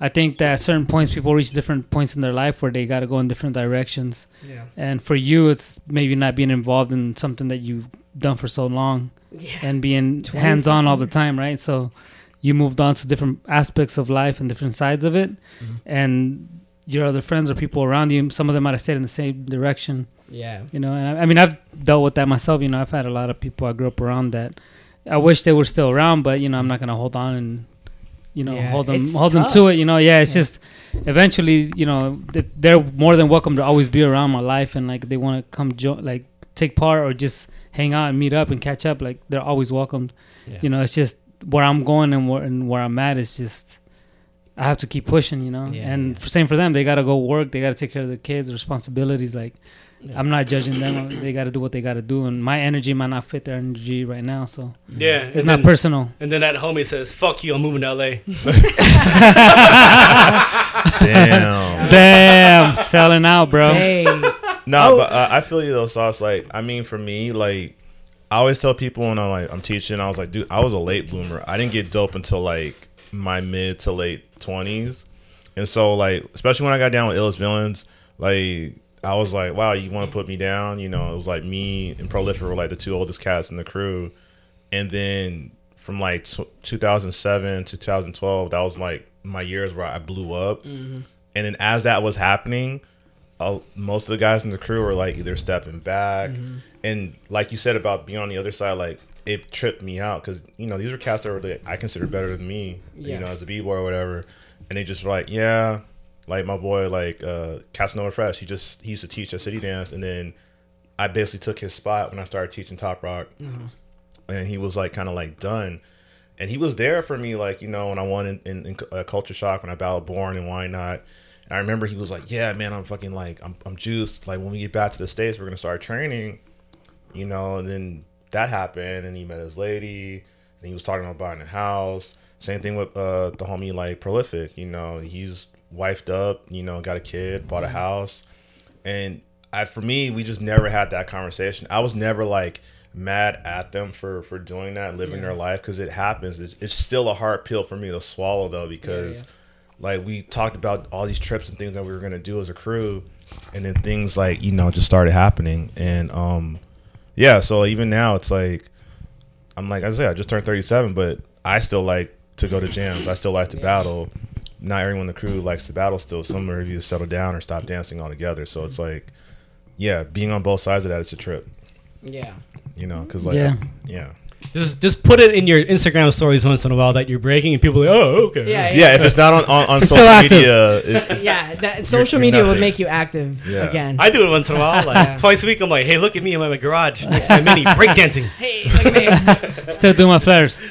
[SPEAKER 4] I think that at certain points, people reach different points in their life where they got to go in different directions.
[SPEAKER 6] Yeah.
[SPEAKER 4] And for you, it's maybe not being involved in something that you've done for so long
[SPEAKER 6] Yeah.
[SPEAKER 4] and being
[SPEAKER 6] 20,
[SPEAKER 4] hands on all the time, right? So you moved on to different aspects of life and different sides of it,
[SPEAKER 6] Mm-hmm.
[SPEAKER 4] and your other friends or people around you, some of them might have stayed in the same direction,
[SPEAKER 6] yeah.
[SPEAKER 4] you know. And I, I mean, I've dealt with that myself. You know, I've had a lot of people I grew up around that I wish they were still around, but you know, I'm not gonna hold on and you know
[SPEAKER 6] Yeah,
[SPEAKER 4] hold them
[SPEAKER 6] it's
[SPEAKER 4] hold
[SPEAKER 6] tough.
[SPEAKER 4] them to it. You know, yeah, it's
[SPEAKER 6] Yeah.
[SPEAKER 4] just eventually, you know, th- they're more than welcome to always be around my life and like they want to come join, like take part or just hang out and meet up and catch up. Like they're always welcomed.
[SPEAKER 7] Yeah.
[SPEAKER 4] You know, it's just where I'm going and where and where I'm at is just I have to keep pushing. You know,
[SPEAKER 6] Yeah,
[SPEAKER 4] and For, same for them, they gotta go work, they gotta take care of their kids, responsibilities. Like I'm not judging them; they gotta do what they gotta do, and my energy might not fit their energy right now, so
[SPEAKER 7] Yeah,
[SPEAKER 4] it's
[SPEAKER 7] and
[SPEAKER 4] not
[SPEAKER 7] then-
[SPEAKER 4] personal.
[SPEAKER 7] And then that homie says, "Fuck you, I'm moving to LA."
[SPEAKER 9] Damn.
[SPEAKER 4] Damn, selling out, bro.
[SPEAKER 6] Hey.
[SPEAKER 9] No, but uh, I feel you though, Sauce. Like, I mean, for me, like, I always tell people when I'm like, I'm teaching, I was like, dude, I was a late bloomer. I didn't get dope until like my mid to late twenties, and so like, especially when I got down with illest villains, like. I was like, wow, you want to put me down? You know, it was like me and Prolific were like the two oldest cats in the crew. And then from like tw 2007 to 2012, that was like my years where I blew up. And then as that was happening, all, most of the guys in the crew were like either stepping back and like you said about being on the other side like it tripped me out because you know these are cats that were that i consider better than me
[SPEAKER 6] Yeah.
[SPEAKER 9] you know as a b-boy or whatever and they just were like yeah like my boy like uh casanova fresh he just he used to teach at city dance and then i basically took his spot when i started teaching top rock and he was like kind of like done and he was there for me like you know when i won in, in, in uh, culture shock when i battled born and why not and i remember he was like yeah man i'm fucking like i'm, I'm juiced like when we get back to the states we're gonna start training you know and then that happened and he met his lady and he was talking about buying a house same thing with uh the homie like prolific you know he's wifed up you know got a kid bought a house and I, for me, we just never had that conversation. I was never like mad at them for for doing that, living their life because it happens. It's, it's still a hard pill for me to swallow though because like we talked about all these trips and things that we were gonna do as a crew, and then things like you know just started happening and um yeah. So even now it's like I'm like I said, I just turned 37, but I still like to go to gyms. I still like to battle. Not everyone in the crew likes to battle still. Some are either settle down or stop dancing altogether. So it's like, yeah, being on both sides of that, it's a trip,
[SPEAKER 6] Yeah.
[SPEAKER 9] you know? Because like,
[SPEAKER 4] Yeah.
[SPEAKER 9] yeah.
[SPEAKER 7] Just, just put it in your Instagram stories once in a while that you're breaking, and people are like, "Oh, okay."
[SPEAKER 6] Yeah.
[SPEAKER 9] Yeah, if it's not on on, on
[SPEAKER 4] It's
[SPEAKER 9] social
[SPEAKER 4] still active.
[SPEAKER 9] media, it,
[SPEAKER 6] Yeah, that social
[SPEAKER 9] you're
[SPEAKER 6] media will
[SPEAKER 9] nothing.
[SPEAKER 6] make you active
[SPEAKER 9] Yeah.
[SPEAKER 6] again.
[SPEAKER 7] I do it once in a while, like twice a week. I'm like, "Hey, look at me! I'm in my garage. Next to my mini breakdancing.
[SPEAKER 6] hey, look at me.
[SPEAKER 4] Still doing my flares.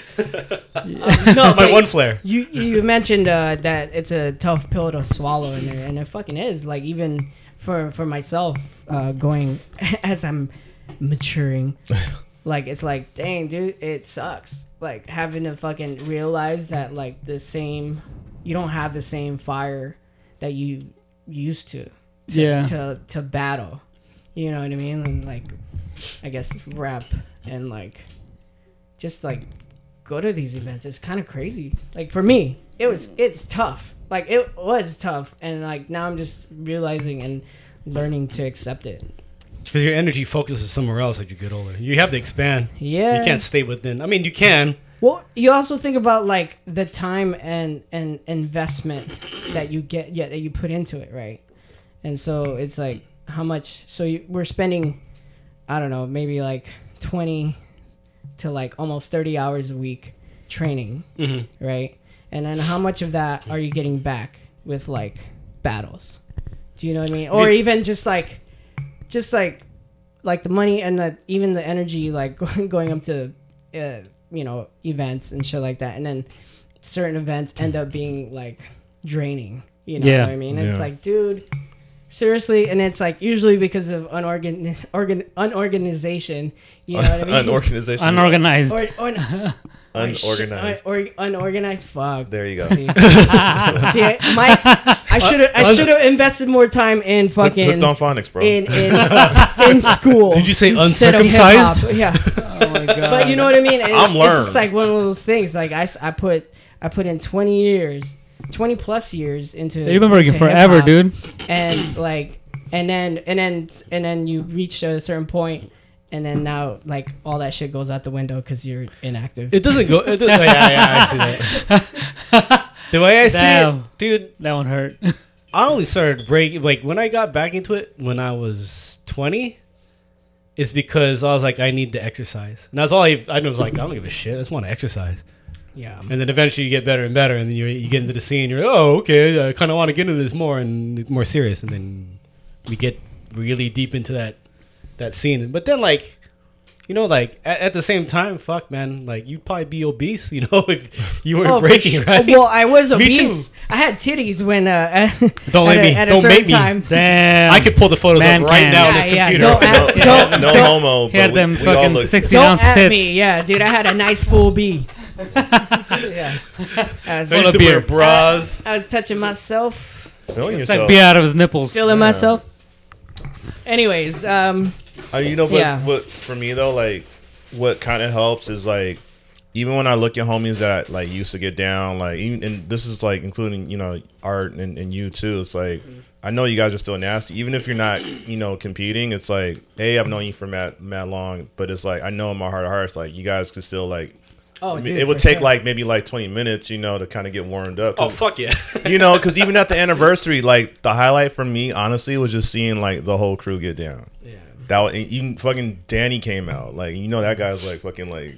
[SPEAKER 6] no,
[SPEAKER 7] My
[SPEAKER 6] but
[SPEAKER 7] one flare."
[SPEAKER 6] you you mentioned uh, that it's a tough pill to swallow, and it, and it fucking is. Like even for for myself, uh, going as I'm maturing, Like it's like, dang, dude, it sucks. Like having to fucking realize that like the same, you don't have the same fire that you used to. to
[SPEAKER 4] Yeah.
[SPEAKER 6] To to battle, you know what I mean? And like, I guess rap and like, just like go to these events. It's kind of crazy. Like for me, it was it's tough. Like it was tough, and like now I'm just realizing and learning to accept it.
[SPEAKER 7] Because your energy focuses somewhere else as you get older. You have to expand.
[SPEAKER 6] Yeah.
[SPEAKER 7] You can't stay within. I mean, you can.
[SPEAKER 6] Well, you also think about like the time and and investment that you get, yeah, that you put into it, right? And so it's like how much. So you, we're spending, I don't know, maybe like twenty to like almost thirty hours a week training, right? And then how much of that are you getting back with like battles? Do you know what I mean? Or even just like, just like, like the money and the, even the energy, like going up to, uh, you know, events and shit like that, and then certain events end up being like draining. You know
[SPEAKER 4] Yeah.
[SPEAKER 6] what I mean? It's
[SPEAKER 9] Yeah.
[SPEAKER 6] like, dude, seriously, and it's like usually because of unorgan organ unorganization. You know what I mean?
[SPEAKER 9] Unorganization.
[SPEAKER 4] Unorganized.
[SPEAKER 6] Or, or,
[SPEAKER 9] Unorganized.
[SPEAKER 6] Or, or unorganized. Fuck.
[SPEAKER 9] There you go.
[SPEAKER 6] See, See, I- my ex- I should have I should have invested more time in
[SPEAKER 9] Hooked
[SPEAKER 6] fucking
[SPEAKER 9] hooked on phonics, bro.
[SPEAKER 6] in in in school.
[SPEAKER 7] Did you say
[SPEAKER 6] instead of
[SPEAKER 7] uncircumcised?
[SPEAKER 6] hip-hop. Yeah,
[SPEAKER 4] oh my god.
[SPEAKER 6] but you know what I mean. It-
[SPEAKER 9] I'm
[SPEAKER 6] It's
[SPEAKER 9] learned.
[SPEAKER 6] just like one of those things. Like I, s- I put I put in 20 years, 20 plus years into.
[SPEAKER 4] You've been working
[SPEAKER 6] into
[SPEAKER 4] forever,
[SPEAKER 6] hip-hop
[SPEAKER 4] dude.
[SPEAKER 6] and like and then and then and then you reach a certain point and then now like all that shit goes out the window because you're inactive
[SPEAKER 7] It doesn't go. It does, yeah, yeah, I see that. The way I see it,
[SPEAKER 4] Damn.
[SPEAKER 7] dude,
[SPEAKER 4] That one hurt.
[SPEAKER 7] I only started breaking like when I got back into it when I was twenty. It's because I was like, I need to exercise, and that's all I. I was like, I don't give a shit. I just want to exercise.
[SPEAKER 6] yeah
[SPEAKER 7] And then eventually you get better and better, and then you, you get into the scene. You're oh okay, I kind of want to get into this more and it's more serious. And then we get really deep into that that scene. But then like you know like at, at the same time, fuck man, like you'd probably be obese, you know, if you weren't
[SPEAKER 6] Oh, for
[SPEAKER 7] breaking
[SPEAKER 6] sure.
[SPEAKER 7] right.
[SPEAKER 6] well i was
[SPEAKER 7] Me too.
[SPEAKER 6] obese i had titties when uh at,
[SPEAKER 7] Don't
[SPEAKER 6] at
[SPEAKER 7] let
[SPEAKER 6] a,
[SPEAKER 7] me-
[SPEAKER 6] at a
[SPEAKER 7] don't
[SPEAKER 6] certain
[SPEAKER 7] make me.
[SPEAKER 6] time
[SPEAKER 4] Damn.
[SPEAKER 7] I could pull the photos
[SPEAKER 4] Man
[SPEAKER 7] up right
[SPEAKER 4] can.
[SPEAKER 7] now on
[SPEAKER 6] yeah,
[SPEAKER 7] this
[SPEAKER 6] yeah,
[SPEAKER 7] computer.
[SPEAKER 6] don't, act-
[SPEAKER 9] no,
[SPEAKER 6] don't,
[SPEAKER 9] no
[SPEAKER 6] don't-
[SPEAKER 9] homo.
[SPEAKER 4] He had
[SPEAKER 9] but
[SPEAKER 4] them
[SPEAKER 9] we, we all
[SPEAKER 4] fucking
[SPEAKER 9] look-
[SPEAKER 4] 16
[SPEAKER 6] don't
[SPEAKER 4] ounce
[SPEAKER 6] at
[SPEAKER 4] tits.
[SPEAKER 6] me yeah dude i had a nice full b yeah I was,
[SPEAKER 7] I used to
[SPEAKER 4] Full
[SPEAKER 7] wear
[SPEAKER 4] of beer.
[SPEAKER 7] bras.
[SPEAKER 6] I was touching myself
[SPEAKER 9] Feeling
[SPEAKER 4] It's
[SPEAKER 9] yourself.
[SPEAKER 4] like beer out of his nipples.
[SPEAKER 6] feeling myself anyways um
[SPEAKER 9] Uh, you know, but
[SPEAKER 6] Yeah.
[SPEAKER 9] what for me though, like what kind of helps is like even when I look at homies that like used to get down, like even and this is like including you know art and, and you too. It's like I know you guys are still nasty, even if you're not you know competing. It's like hey, I've known you for mad mad long, but it's like I know in my heart of hearts, like you guys could still like.
[SPEAKER 6] oh
[SPEAKER 9] I mean,
[SPEAKER 6] dude,
[SPEAKER 9] it would
[SPEAKER 6] for
[SPEAKER 9] take
[SPEAKER 6] sure.
[SPEAKER 9] like maybe like 20 minutes, you know, to kind of get warmed up. 'Cause-
[SPEAKER 7] Oh fuck yeah.
[SPEAKER 9] you know, because even at the anniversary, like the highlight for me, honestly, was just seeing like the whole crew get down. Yeah, that was, and even fucking Danny came out. Like you know, that guy's like fucking like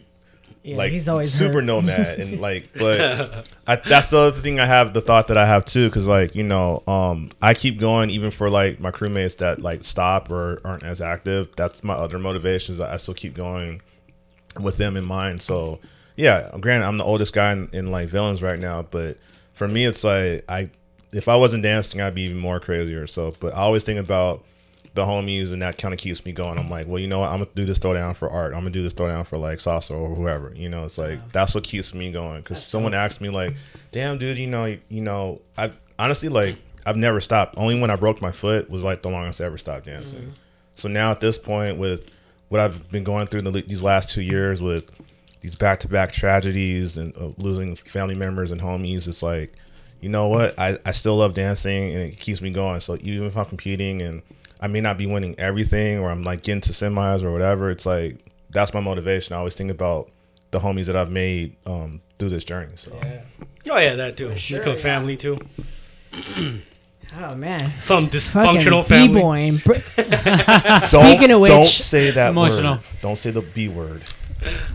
[SPEAKER 6] Yeah,
[SPEAKER 9] like
[SPEAKER 6] he's always
[SPEAKER 9] super
[SPEAKER 6] hurt.
[SPEAKER 9] nomad and like but I, that's the other thing i have the thought that i have too because like you know um i keep going even for like my crewmates that like stop or aren't as active that's my other motivations i still keep going with them in mind so yeah granted i'm the oldest guy in, in like villains right now but for me it's like i if i wasn't dancing i'd be even more crazier so but i always think about the homies and that kind of keeps me going. I'm like, well, you know what? I'm gonna do this throwdown for art. I'm gonna do this throwdown for like salsa or whoever. You know, it's like that's what keeps me going. Because someone asked me like, damn, dude, you know, you, you know, I honestly like I've never stopped. Only when I broke my foot was like the longest I ever stopped dancing. So now at this point, with what I've been going through in the, these last two years with these back to back tragedies and uh, losing family members and homies, it's like, you know what? I, I still love dancing and it keeps me going. So even if I'm competing and I may not be winning everything or I'm like getting to semis or whatever, it's like that's my motivation. I always think about the homies that I've made um, through this journey. So
[SPEAKER 7] oh yeah, that too. you come family too.
[SPEAKER 6] oh man
[SPEAKER 7] Some
[SPEAKER 6] fucking
[SPEAKER 7] dysfunctional family.
[SPEAKER 6] b-boy br-
[SPEAKER 9] don't,
[SPEAKER 6] Speaking of which-
[SPEAKER 9] don't say that
[SPEAKER 4] Emotional.
[SPEAKER 9] word. Don't say the B word.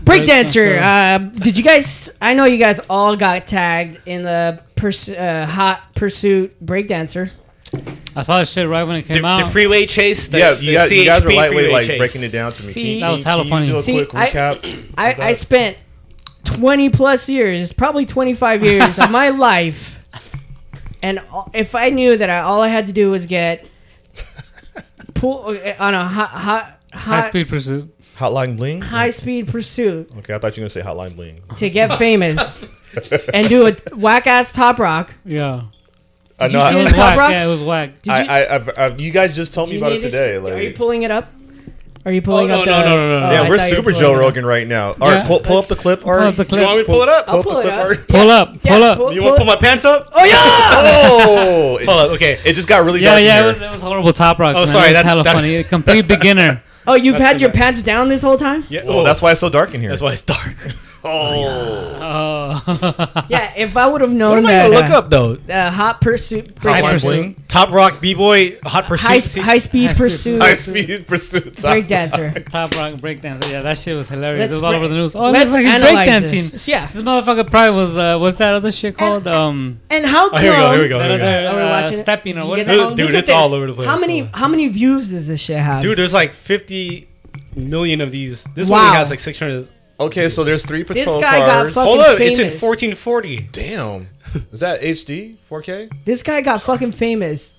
[SPEAKER 6] breakdancer uh, did you guys i know you guys all got tagged in the pers- uh, hot pursuit breakdancer
[SPEAKER 4] I saw that shit right when it came
[SPEAKER 7] The,
[SPEAKER 4] out.
[SPEAKER 7] the freeway chase. The,
[SPEAKER 9] yeah,
[SPEAKER 7] the
[SPEAKER 9] you guys, you guys were
[SPEAKER 7] CHP
[SPEAKER 9] lightweight,
[SPEAKER 7] freeway
[SPEAKER 9] like
[SPEAKER 7] chase.
[SPEAKER 9] breaking it down to me.
[SPEAKER 6] See,
[SPEAKER 9] Can you-
[SPEAKER 6] That
[SPEAKER 4] was
[SPEAKER 9] can
[SPEAKER 4] hella
[SPEAKER 9] you
[SPEAKER 4] funny.
[SPEAKER 9] Do a
[SPEAKER 6] See,
[SPEAKER 9] quick
[SPEAKER 6] I-
[SPEAKER 9] recap.
[SPEAKER 6] I, I spent 20 plus years probably 25 years of my life and all- if i knew that I, all i had to do was get pull uh, on a hot hot hot
[SPEAKER 4] High speed pursuit.
[SPEAKER 9] Hotline Bling.
[SPEAKER 6] High Speed Pursuit
[SPEAKER 9] Okay, I thought you were gonna say Hotline Bling.
[SPEAKER 6] to get famous and do a whack ass top rock.
[SPEAKER 4] Yeah.
[SPEAKER 9] I
[SPEAKER 6] you
[SPEAKER 9] I-
[SPEAKER 6] see It
[SPEAKER 4] It was
[SPEAKER 6] was Top
[SPEAKER 4] whack.
[SPEAKER 6] Rocks?
[SPEAKER 4] Yeah, it was whack.
[SPEAKER 9] I, I, I've, I've, you guys just told
[SPEAKER 6] Do
[SPEAKER 9] me
[SPEAKER 6] you
[SPEAKER 9] about it
[SPEAKER 6] need to s-
[SPEAKER 9] today. Like,
[SPEAKER 6] Are you pulling it up? Are you pulling
[SPEAKER 7] Oh,
[SPEAKER 6] up?
[SPEAKER 7] no,
[SPEAKER 6] the,
[SPEAKER 7] no, no, no, no.
[SPEAKER 6] Oh,
[SPEAKER 9] yeah,
[SPEAKER 6] I
[SPEAKER 9] we're
[SPEAKER 6] thought you were
[SPEAKER 9] super
[SPEAKER 6] pulling
[SPEAKER 9] Joe
[SPEAKER 6] it up.
[SPEAKER 9] Rogan right now. All right,
[SPEAKER 4] Yeah,
[SPEAKER 9] pull, pull up the clip.
[SPEAKER 4] Pull
[SPEAKER 9] Art.
[SPEAKER 4] up the
[SPEAKER 7] You want me
[SPEAKER 4] clip.
[SPEAKER 7] to pull it up?
[SPEAKER 6] I'll
[SPEAKER 9] Pull
[SPEAKER 6] pull
[SPEAKER 9] up
[SPEAKER 6] it
[SPEAKER 9] the
[SPEAKER 6] up.
[SPEAKER 9] clip,
[SPEAKER 4] Pull up.
[SPEAKER 6] Yeah,
[SPEAKER 4] Pull up.
[SPEAKER 6] pull-
[SPEAKER 7] You want to pull my pants up? Oh yeah.
[SPEAKER 9] Oh, it,
[SPEAKER 7] Pull up. Okay.
[SPEAKER 9] it just got really
[SPEAKER 4] Yeah,
[SPEAKER 9] dark. in
[SPEAKER 4] yeah, it
[SPEAKER 9] here.
[SPEAKER 4] was, it was horrible top rocks.
[SPEAKER 7] Oh,
[SPEAKER 4] man.
[SPEAKER 7] sorry,
[SPEAKER 4] It was
[SPEAKER 7] that-
[SPEAKER 4] hella
[SPEAKER 7] that's-
[SPEAKER 4] funny. A complete beginner.
[SPEAKER 6] Oh, you've had your pants down this whole time?
[SPEAKER 7] Yeah.
[SPEAKER 9] Well, Oh, that's why it's so dark in here.
[SPEAKER 7] that's why it's dark.
[SPEAKER 9] Oh,
[SPEAKER 4] Oh,
[SPEAKER 6] Yeah, if I would have known
[SPEAKER 7] What am I
[SPEAKER 6] that.
[SPEAKER 7] gonna look
[SPEAKER 6] uh,
[SPEAKER 7] up though?
[SPEAKER 6] Uh, hot pursuit.
[SPEAKER 4] Hot
[SPEAKER 6] breakdance.
[SPEAKER 4] Pursuit.
[SPEAKER 7] Top rock b boy hot pursuit.
[SPEAKER 6] High, sp- high speed
[SPEAKER 4] High speed
[SPEAKER 6] pursuit.
[SPEAKER 9] High speed pursuit.
[SPEAKER 6] break dancer.
[SPEAKER 4] top rock breakdancer. Yeah, that shit was hilarious.
[SPEAKER 6] Let's
[SPEAKER 4] it was all
[SPEAKER 6] break-
[SPEAKER 4] over the news. Oh, it
[SPEAKER 6] let's
[SPEAKER 4] looks like he's
[SPEAKER 6] analyze
[SPEAKER 4] breakdancing.
[SPEAKER 6] this. Yeah.
[SPEAKER 4] This motherfucker probably was uh, what's that other shit called? Um,
[SPEAKER 6] And how come?
[SPEAKER 7] Oh, here we go. Here we go.
[SPEAKER 4] that
[SPEAKER 7] Here we go.
[SPEAKER 4] other
[SPEAKER 6] Are we
[SPEAKER 4] uh,
[SPEAKER 6] watching it?
[SPEAKER 4] stepping
[SPEAKER 6] Did
[SPEAKER 4] or
[SPEAKER 6] you
[SPEAKER 4] what?
[SPEAKER 6] get
[SPEAKER 4] is
[SPEAKER 6] that
[SPEAKER 4] it?
[SPEAKER 6] one?
[SPEAKER 7] Dude,
[SPEAKER 6] Look at
[SPEAKER 7] it's all
[SPEAKER 6] this.
[SPEAKER 7] over the place.
[SPEAKER 6] How many?
[SPEAKER 7] Hold
[SPEAKER 6] How many views does this shit have?
[SPEAKER 7] Dude, there's like 50 million of these. This
[SPEAKER 6] Wow.
[SPEAKER 7] one has like 600.
[SPEAKER 9] Okay, so there's three
[SPEAKER 6] This
[SPEAKER 9] patrol
[SPEAKER 6] guy got
[SPEAKER 9] cars.
[SPEAKER 6] fucked-
[SPEAKER 7] Hold
[SPEAKER 6] Fucking
[SPEAKER 7] up, it's in
[SPEAKER 6] famous.
[SPEAKER 7] 1440.
[SPEAKER 9] Damn, is that HD 4K?
[SPEAKER 6] this guy got fucking famous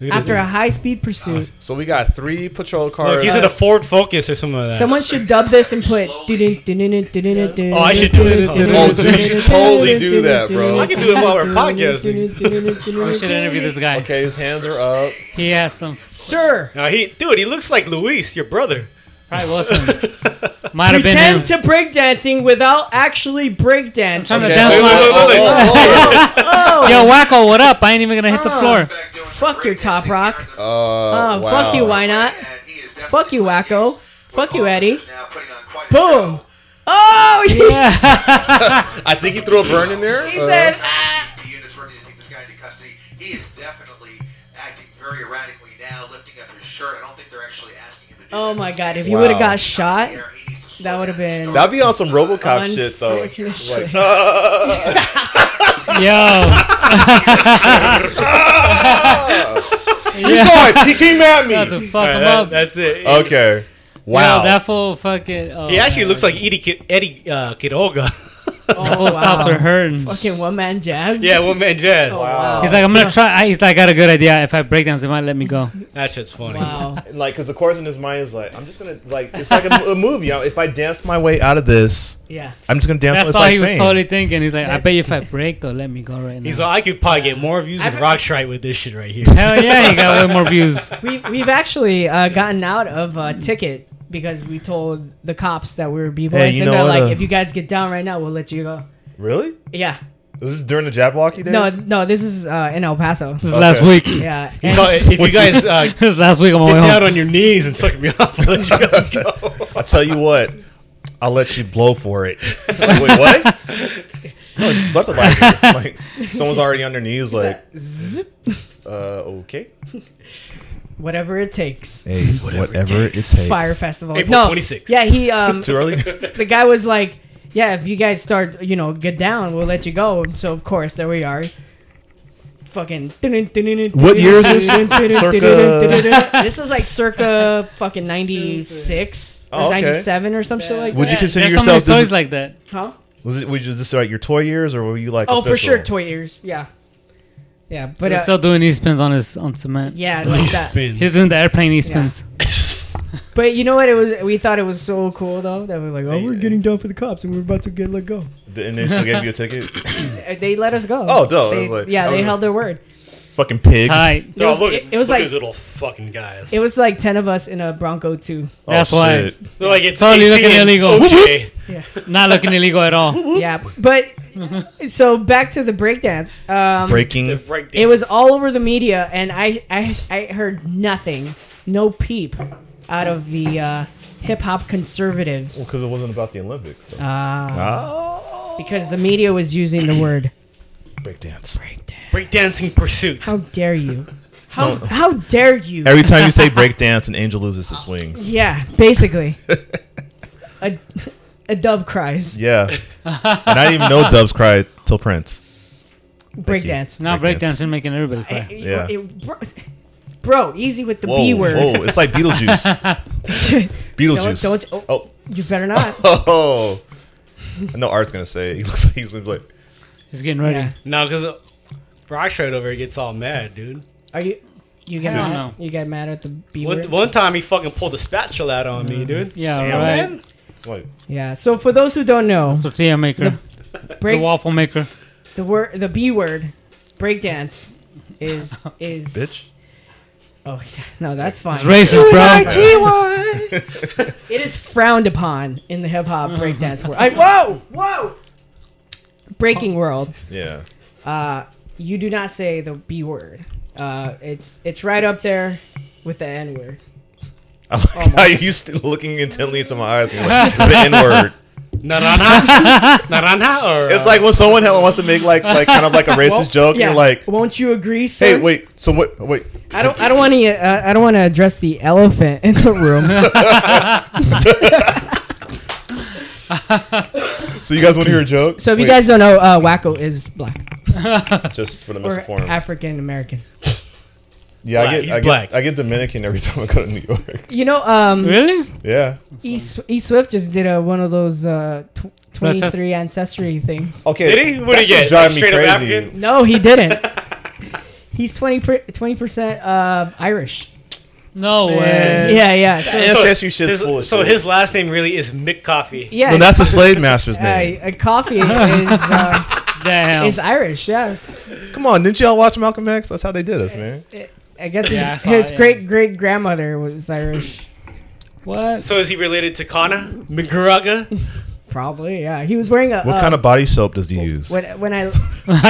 [SPEAKER 7] Look at
[SPEAKER 6] after
[SPEAKER 7] this
[SPEAKER 6] a high speed pursuit.
[SPEAKER 9] So we got three patrol
[SPEAKER 7] dude.
[SPEAKER 9] cars.
[SPEAKER 7] Look, he's in a Ford Focus or something like that.
[SPEAKER 6] Someone should dub this and put. Oh,
[SPEAKER 7] I should do it.
[SPEAKER 9] Oh, dude, you should totally do that, bro.
[SPEAKER 7] I can do it while we're podcasting.
[SPEAKER 4] We should interview this guy.
[SPEAKER 9] Okay, his hands are up.
[SPEAKER 4] He has some.
[SPEAKER 6] Sir,
[SPEAKER 7] Now he, dude, he looks like Luis, your brother.
[SPEAKER 4] Probably was him. Might have been him.
[SPEAKER 6] pretend to breakdancing without actually
[SPEAKER 4] Time
[SPEAKER 6] breakdancing. Oh,
[SPEAKER 4] to
[SPEAKER 9] Okay.
[SPEAKER 4] dance
[SPEAKER 9] Wait,
[SPEAKER 4] with-
[SPEAKER 9] wait, wait, wait, wait.
[SPEAKER 4] Yo, Wacko, what up? I ain't even gonna hit
[SPEAKER 7] Ah.
[SPEAKER 4] the floor.
[SPEAKER 6] Fuck your top
[SPEAKER 4] Oh,
[SPEAKER 6] rock.
[SPEAKER 9] Uh,
[SPEAKER 6] Oh, fuck you, why not? Fuck you, wacko. Fuck you, Eddie. Boom. Oh, he
[SPEAKER 9] I think he threw a burn in there.
[SPEAKER 6] He
[SPEAKER 9] Uh,
[SPEAKER 6] said, "Ah."
[SPEAKER 10] The unit's ready to take this guy into custody. He is definitely acting very erratically now, lifting up his shirt. I don't think they're actually asking him to do
[SPEAKER 6] "Oh
[SPEAKER 10] that.
[SPEAKER 6] my god, if you
[SPEAKER 9] Wow.
[SPEAKER 6] would have got shot,
[SPEAKER 10] Here, he needs to slow
[SPEAKER 6] that would have
[SPEAKER 10] down.
[SPEAKER 6] been
[SPEAKER 9] That'd be on some RoboCop shit, though.
[SPEAKER 6] unfortunate shit."
[SPEAKER 9] Like, uh,
[SPEAKER 4] Yo.
[SPEAKER 9] he saw it. He came at me.
[SPEAKER 4] About to fuck
[SPEAKER 7] All right,
[SPEAKER 4] him
[SPEAKER 7] that-
[SPEAKER 4] up.
[SPEAKER 7] that's it.
[SPEAKER 9] Okay. Wow.
[SPEAKER 4] Yo, that fool fucking. Oh,
[SPEAKER 7] He actually
[SPEAKER 4] man.
[SPEAKER 7] looks like Eddie, Ki- Eddie uh, Quiroga.
[SPEAKER 4] That fool stopped her hurting.
[SPEAKER 6] Fucking one man Oh, jazz.
[SPEAKER 7] yeah, one man jazz.
[SPEAKER 9] wow.
[SPEAKER 4] He's like, I'm gonna try. I, he's like, I got a good idea. If I break down, they might let me go.
[SPEAKER 7] That shit's funny.
[SPEAKER 6] Wow.
[SPEAKER 9] like, cause the chorus in his mind is like, I'm just gonna like, it's like a, a movie. I- If I dance my way out of this,
[SPEAKER 6] Yeah.
[SPEAKER 9] I'm just gonna dance.
[SPEAKER 4] That's
[SPEAKER 9] it's
[SPEAKER 4] all
[SPEAKER 9] like
[SPEAKER 4] he was
[SPEAKER 9] fame.
[SPEAKER 4] totally thinking. He's like, I bet you if I break, they'll let me go right now.
[SPEAKER 7] He's like, I could probably get more views than
[SPEAKER 6] I've-
[SPEAKER 7] Rockstrike with this shit right here.
[SPEAKER 4] Hell yeah, he got way more views.
[SPEAKER 6] We've, we've actually uh, gotten out of a ticket because we told the cops that we were B-boys
[SPEAKER 9] Hey, you
[SPEAKER 6] and
[SPEAKER 9] know
[SPEAKER 6] they're
[SPEAKER 9] what,
[SPEAKER 6] like,
[SPEAKER 9] uh,
[SPEAKER 6] if you guys get down right now, we'll let you go.
[SPEAKER 9] Really?
[SPEAKER 6] Yeah.
[SPEAKER 9] Was this during the Jabberwocky days?
[SPEAKER 6] No, no, this is uh, in El Paso.
[SPEAKER 9] Hmm.
[SPEAKER 4] This is last week.
[SPEAKER 6] Yeah. And-
[SPEAKER 7] So if you guys uh,
[SPEAKER 4] This is last week on my
[SPEAKER 7] get
[SPEAKER 4] way
[SPEAKER 7] down
[SPEAKER 4] home.
[SPEAKER 7] on your knees and suck me off, I'll let you guys go.
[SPEAKER 9] I tell you what, I'll let you blow for it. Wait, what? No, that's a lighter. Like, someone's already on their knees. Like,
[SPEAKER 6] Zip.
[SPEAKER 9] uh, okay.
[SPEAKER 6] whatever it takes.
[SPEAKER 9] Hey, whatever, it takes.
[SPEAKER 6] Fire festival.
[SPEAKER 7] April
[SPEAKER 6] no,
[SPEAKER 7] 26th.
[SPEAKER 6] Yeah, he um
[SPEAKER 9] Too early.
[SPEAKER 6] the guy was like, "Yeah, if you guys start, you know, get down, we'll let you go." So of course, there we are. Fucking. What
[SPEAKER 9] year is this? Circa-
[SPEAKER 6] This is like circa fucking ninety six or
[SPEAKER 9] Oh, okay.
[SPEAKER 6] ninety seven or some shit like
[SPEAKER 9] Would
[SPEAKER 6] that.
[SPEAKER 9] you consider
[SPEAKER 4] There's so many
[SPEAKER 9] yourself?
[SPEAKER 4] stories
[SPEAKER 9] This,
[SPEAKER 4] like that.
[SPEAKER 6] Huh?
[SPEAKER 9] was it? Was this like your toy years, or were you like?
[SPEAKER 6] Oh, for
[SPEAKER 9] official?
[SPEAKER 6] sure, toy ears. Yeah, yeah, but
[SPEAKER 4] But
[SPEAKER 6] uh,
[SPEAKER 4] he's still doing e spins on his on cement.
[SPEAKER 6] yeah, like that.
[SPEAKER 4] He's doing the airplane e spins.
[SPEAKER 6] But you know what? It was we thought it was so cool though that we're like, oh, we're getting down for the cops and we're about to get let go.
[SPEAKER 9] And they still gave you a ticket.
[SPEAKER 6] Uh, They let us go.
[SPEAKER 9] Oh, duh,
[SPEAKER 6] They-
[SPEAKER 9] like-
[SPEAKER 6] yeah,
[SPEAKER 9] I
[SPEAKER 6] they
[SPEAKER 9] was-
[SPEAKER 6] held their word.
[SPEAKER 9] Fucking pigs.
[SPEAKER 4] Tight.
[SPEAKER 6] It was, it- it was
[SPEAKER 7] look at
[SPEAKER 6] like
[SPEAKER 7] these little fucking guys.
[SPEAKER 6] It was like ten of us in a Bronco too.
[SPEAKER 9] Oh,
[SPEAKER 4] That's why.
[SPEAKER 9] shit.
[SPEAKER 7] They're like it's
[SPEAKER 4] Totally
[SPEAKER 7] AC
[SPEAKER 4] looking
[SPEAKER 7] and
[SPEAKER 4] illegal.
[SPEAKER 7] OJ.
[SPEAKER 4] Not looking illegal at all.
[SPEAKER 6] yeah, but so back to the breakdance. Um,
[SPEAKER 7] They're
[SPEAKER 9] breaking.
[SPEAKER 7] breakdancing.
[SPEAKER 6] It was all over the media, and I I, I heard nothing, no peep, out of the uh, hip hop conservatives
[SPEAKER 9] Because it wasn't about the Olympics. Though.
[SPEAKER 6] uh,
[SPEAKER 9] Ah.
[SPEAKER 6] because the media was using the word
[SPEAKER 9] Breakdance.
[SPEAKER 6] breakdance.
[SPEAKER 7] breakdancing pursuits.
[SPEAKER 6] How dare you? How how dare you?
[SPEAKER 9] Every time you say breakdance, an angel loses its wings.
[SPEAKER 6] Yeah, basically, a a dove cries
[SPEAKER 9] Yeah. and I didn't even know doves cried till Prince.
[SPEAKER 6] breakdance.
[SPEAKER 4] Now
[SPEAKER 9] Breakdance.
[SPEAKER 4] breakdancing making everybody cry.
[SPEAKER 9] Yeah.
[SPEAKER 6] It- bro, bro, easy with the
[SPEAKER 9] Whoa,
[SPEAKER 6] B word.
[SPEAKER 9] whoa, it's like Beetlejuice. Beetlejuice.
[SPEAKER 6] Don't- don't-
[SPEAKER 9] oh.
[SPEAKER 6] You better not.
[SPEAKER 9] oh, I know Art's gonna say it. he looks like he's gonna be like.
[SPEAKER 4] He's getting ready.
[SPEAKER 6] Yeah.
[SPEAKER 7] uh, No, because Rockstrike over here gets all mad, dude.
[SPEAKER 6] Are you? You get
[SPEAKER 7] Hell
[SPEAKER 6] mad.
[SPEAKER 7] no.
[SPEAKER 6] You get mad at the B
[SPEAKER 7] One,
[SPEAKER 6] word.
[SPEAKER 7] one time he fucking pulled a spatula out on me, dude.
[SPEAKER 4] Yeah,
[SPEAKER 7] Damn,
[SPEAKER 4] right.
[SPEAKER 7] man.
[SPEAKER 6] Yeah. So for those who don't know,
[SPEAKER 4] tortilla maker,
[SPEAKER 6] the,
[SPEAKER 4] the
[SPEAKER 6] break,
[SPEAKER 4] waffle maker.
[SPEAKER 6] the word, the B word, breakdance is is
[SPEAKER 4] Bitch.
[SPEAKER 6] Oh yeah, no, that's fine.
[SPEAKER 4] It's racist, bro.
[SPEAKER 6] B-I-T-Y. it is frowned upon in the hip hop breakdance world. I, whoa, whoa. Breaking world.
[SPEAKER 9] Yeah.
[SPEAKER 6] Uh, you do not say the B word. Uh, it's it's right up there with the N word.
[SPEAKER 9] I like how you still looking intently into my eyes. And like, the N word.
[SPEAKER 7] Naranja, naranja, or uh,
[SPEAKER 9] It's like when someone hell wants to make like like kind of like a racist
[SPEAKER 6] Well,
[SPEAKER 9] joke. and
[SPEAKER 6] yeah.
[SPEAKER 9] You're like,
[SPEAKER 6] won't you agree, sir?
[SPEAKER 9] hey, wait. So what? Wait.
[SPEAKER 6] I don't. I don't want to. Uh, I don't want to address the elephant in the room.
[SPEAKER 9] So you guys want to hear a joke?
[SPEAKER 6] So if you
[SPEAKER 9] Wait.
[SPEAKER 6] guys don't know, uh, Wacko is black.
[SPEAKER 9] Just for the
[SPEAKER 6] Or
[SPEAKER 9] misinformed.
[SPEAKER 6] African American.
[SPEAKER 9] Yeah,
[SPEAKER 7] Black.
[SPEAKER 9] I
[SPEAKER 7] He's
[SPEAKER 9] get I
[SPEAKER 7] black.
[SPEAKER 9] get I get Dominican every time I go to New York.
[SPEAKER 6] You know, um,
[SPEAKER 9] Yeah.
[SPEAKER 6] E, Sw- e Swift just did a, one of those uh, tw-
[SPEAKER 9] That's-
[SPEAKER 6] 23 ancestry things.
[SPEAKER 9] Okay.
[SPEAKER 7] Did he? What did he
[SPEAKER 9] that's
[SPEAKER 7] get?
[SPEAKER 9] driving
[SPEAKER 7] Straight up
[SPEAKER 9] me crazy.
[SPEAKER 7] African?
[SPEAKER 6] No, he didn't. He's 20 percent uh, Irish.
[SPEAKER 4] No
[SPEAKER 9] way.
[SPEAKER 6] Yeah, yeah. So,
[SPEAKER 9] Yeah, ancestry shit's
[SPEAKER 7] his,
[SPEAKER 9] full of
[SPEAKER 7] so
[SPEAKER 9] shit.
[SPEAKER 7] his last name really is Mick Coffee.
[SPEAKER 6] yeah.
[SPEAKER 9] No, that's the slave master's name.
[SPEAKER 6] uh, coffee is is, uh,
[SPEAKER 4] Damn.
[SPEAKER 6] is Irish. Yeah.
[SPEAKER 9] Come on, didn't y'all watch Malcolm X? That's how they did us, man.
[SPEAKER 6] I guess his,
[SPEAKER 4] Yeah, I saw
[SPEAKER 6] his
[SPEAKER 4] it, yeah.
[SPEAKER 6] great great grandmother was Irish.
[SPEAKER 4] What?
[SPEAKER 7] So is he related to Kana McGraga?
[SPEAKER 6] Probably, yeah. He was wearing a.
[SPEAKER 9] What
[SPEAKER 6] uh,
[SPEAKER 9] kind of body soap does he use?
[SPEAKER 6] When, when I.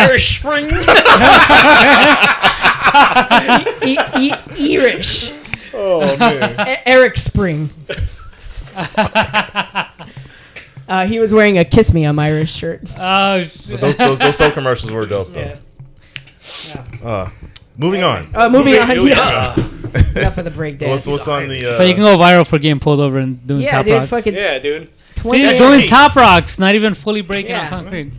[SPEAKER 7] Irish Spring.
[SPEAKER 6] e- e- e- Irish.
[SPEAKER 9] Oh man.
[SPEAKER 6] E- Eric Spring. uh, he was wearing a "Kiss Me" I'm Irish shirt.
[SPEAKER 4] Oh
[SPEAKER 9] But
[SPEAKER 4] shit.
[SPEAKER 9] those, those, those soap commercials were dope though. Uh, moving on.
[SPEAKER 6] Uh, moving on.
[SPEAKER 7] Moving
[SPEAKER 6] Yeah.
[SPEAKER 7] on.
[SPEAKER 6] Enough of the breakdance.
[SPEAKER 9] What's, what's on the? Uh,
[SPEAKER 4] So you can go viral for getting pulled over and doing
[SPEAKER 6] yeah,
[SPEAKER 4] top
[SPEAKER 6] dude.
[SPEAKER 4] rocks.
[SPEAKER 6] Fucking
[SPEAKER 7] Yeah, dude.
[SPEAKER 4] See,
[SPEAKER 6] 20
[SPEAKER 4] doing top rocks, not even fully breaking
[SPEAKER 6] Yeah.
[SPEAKER 4] on concrete.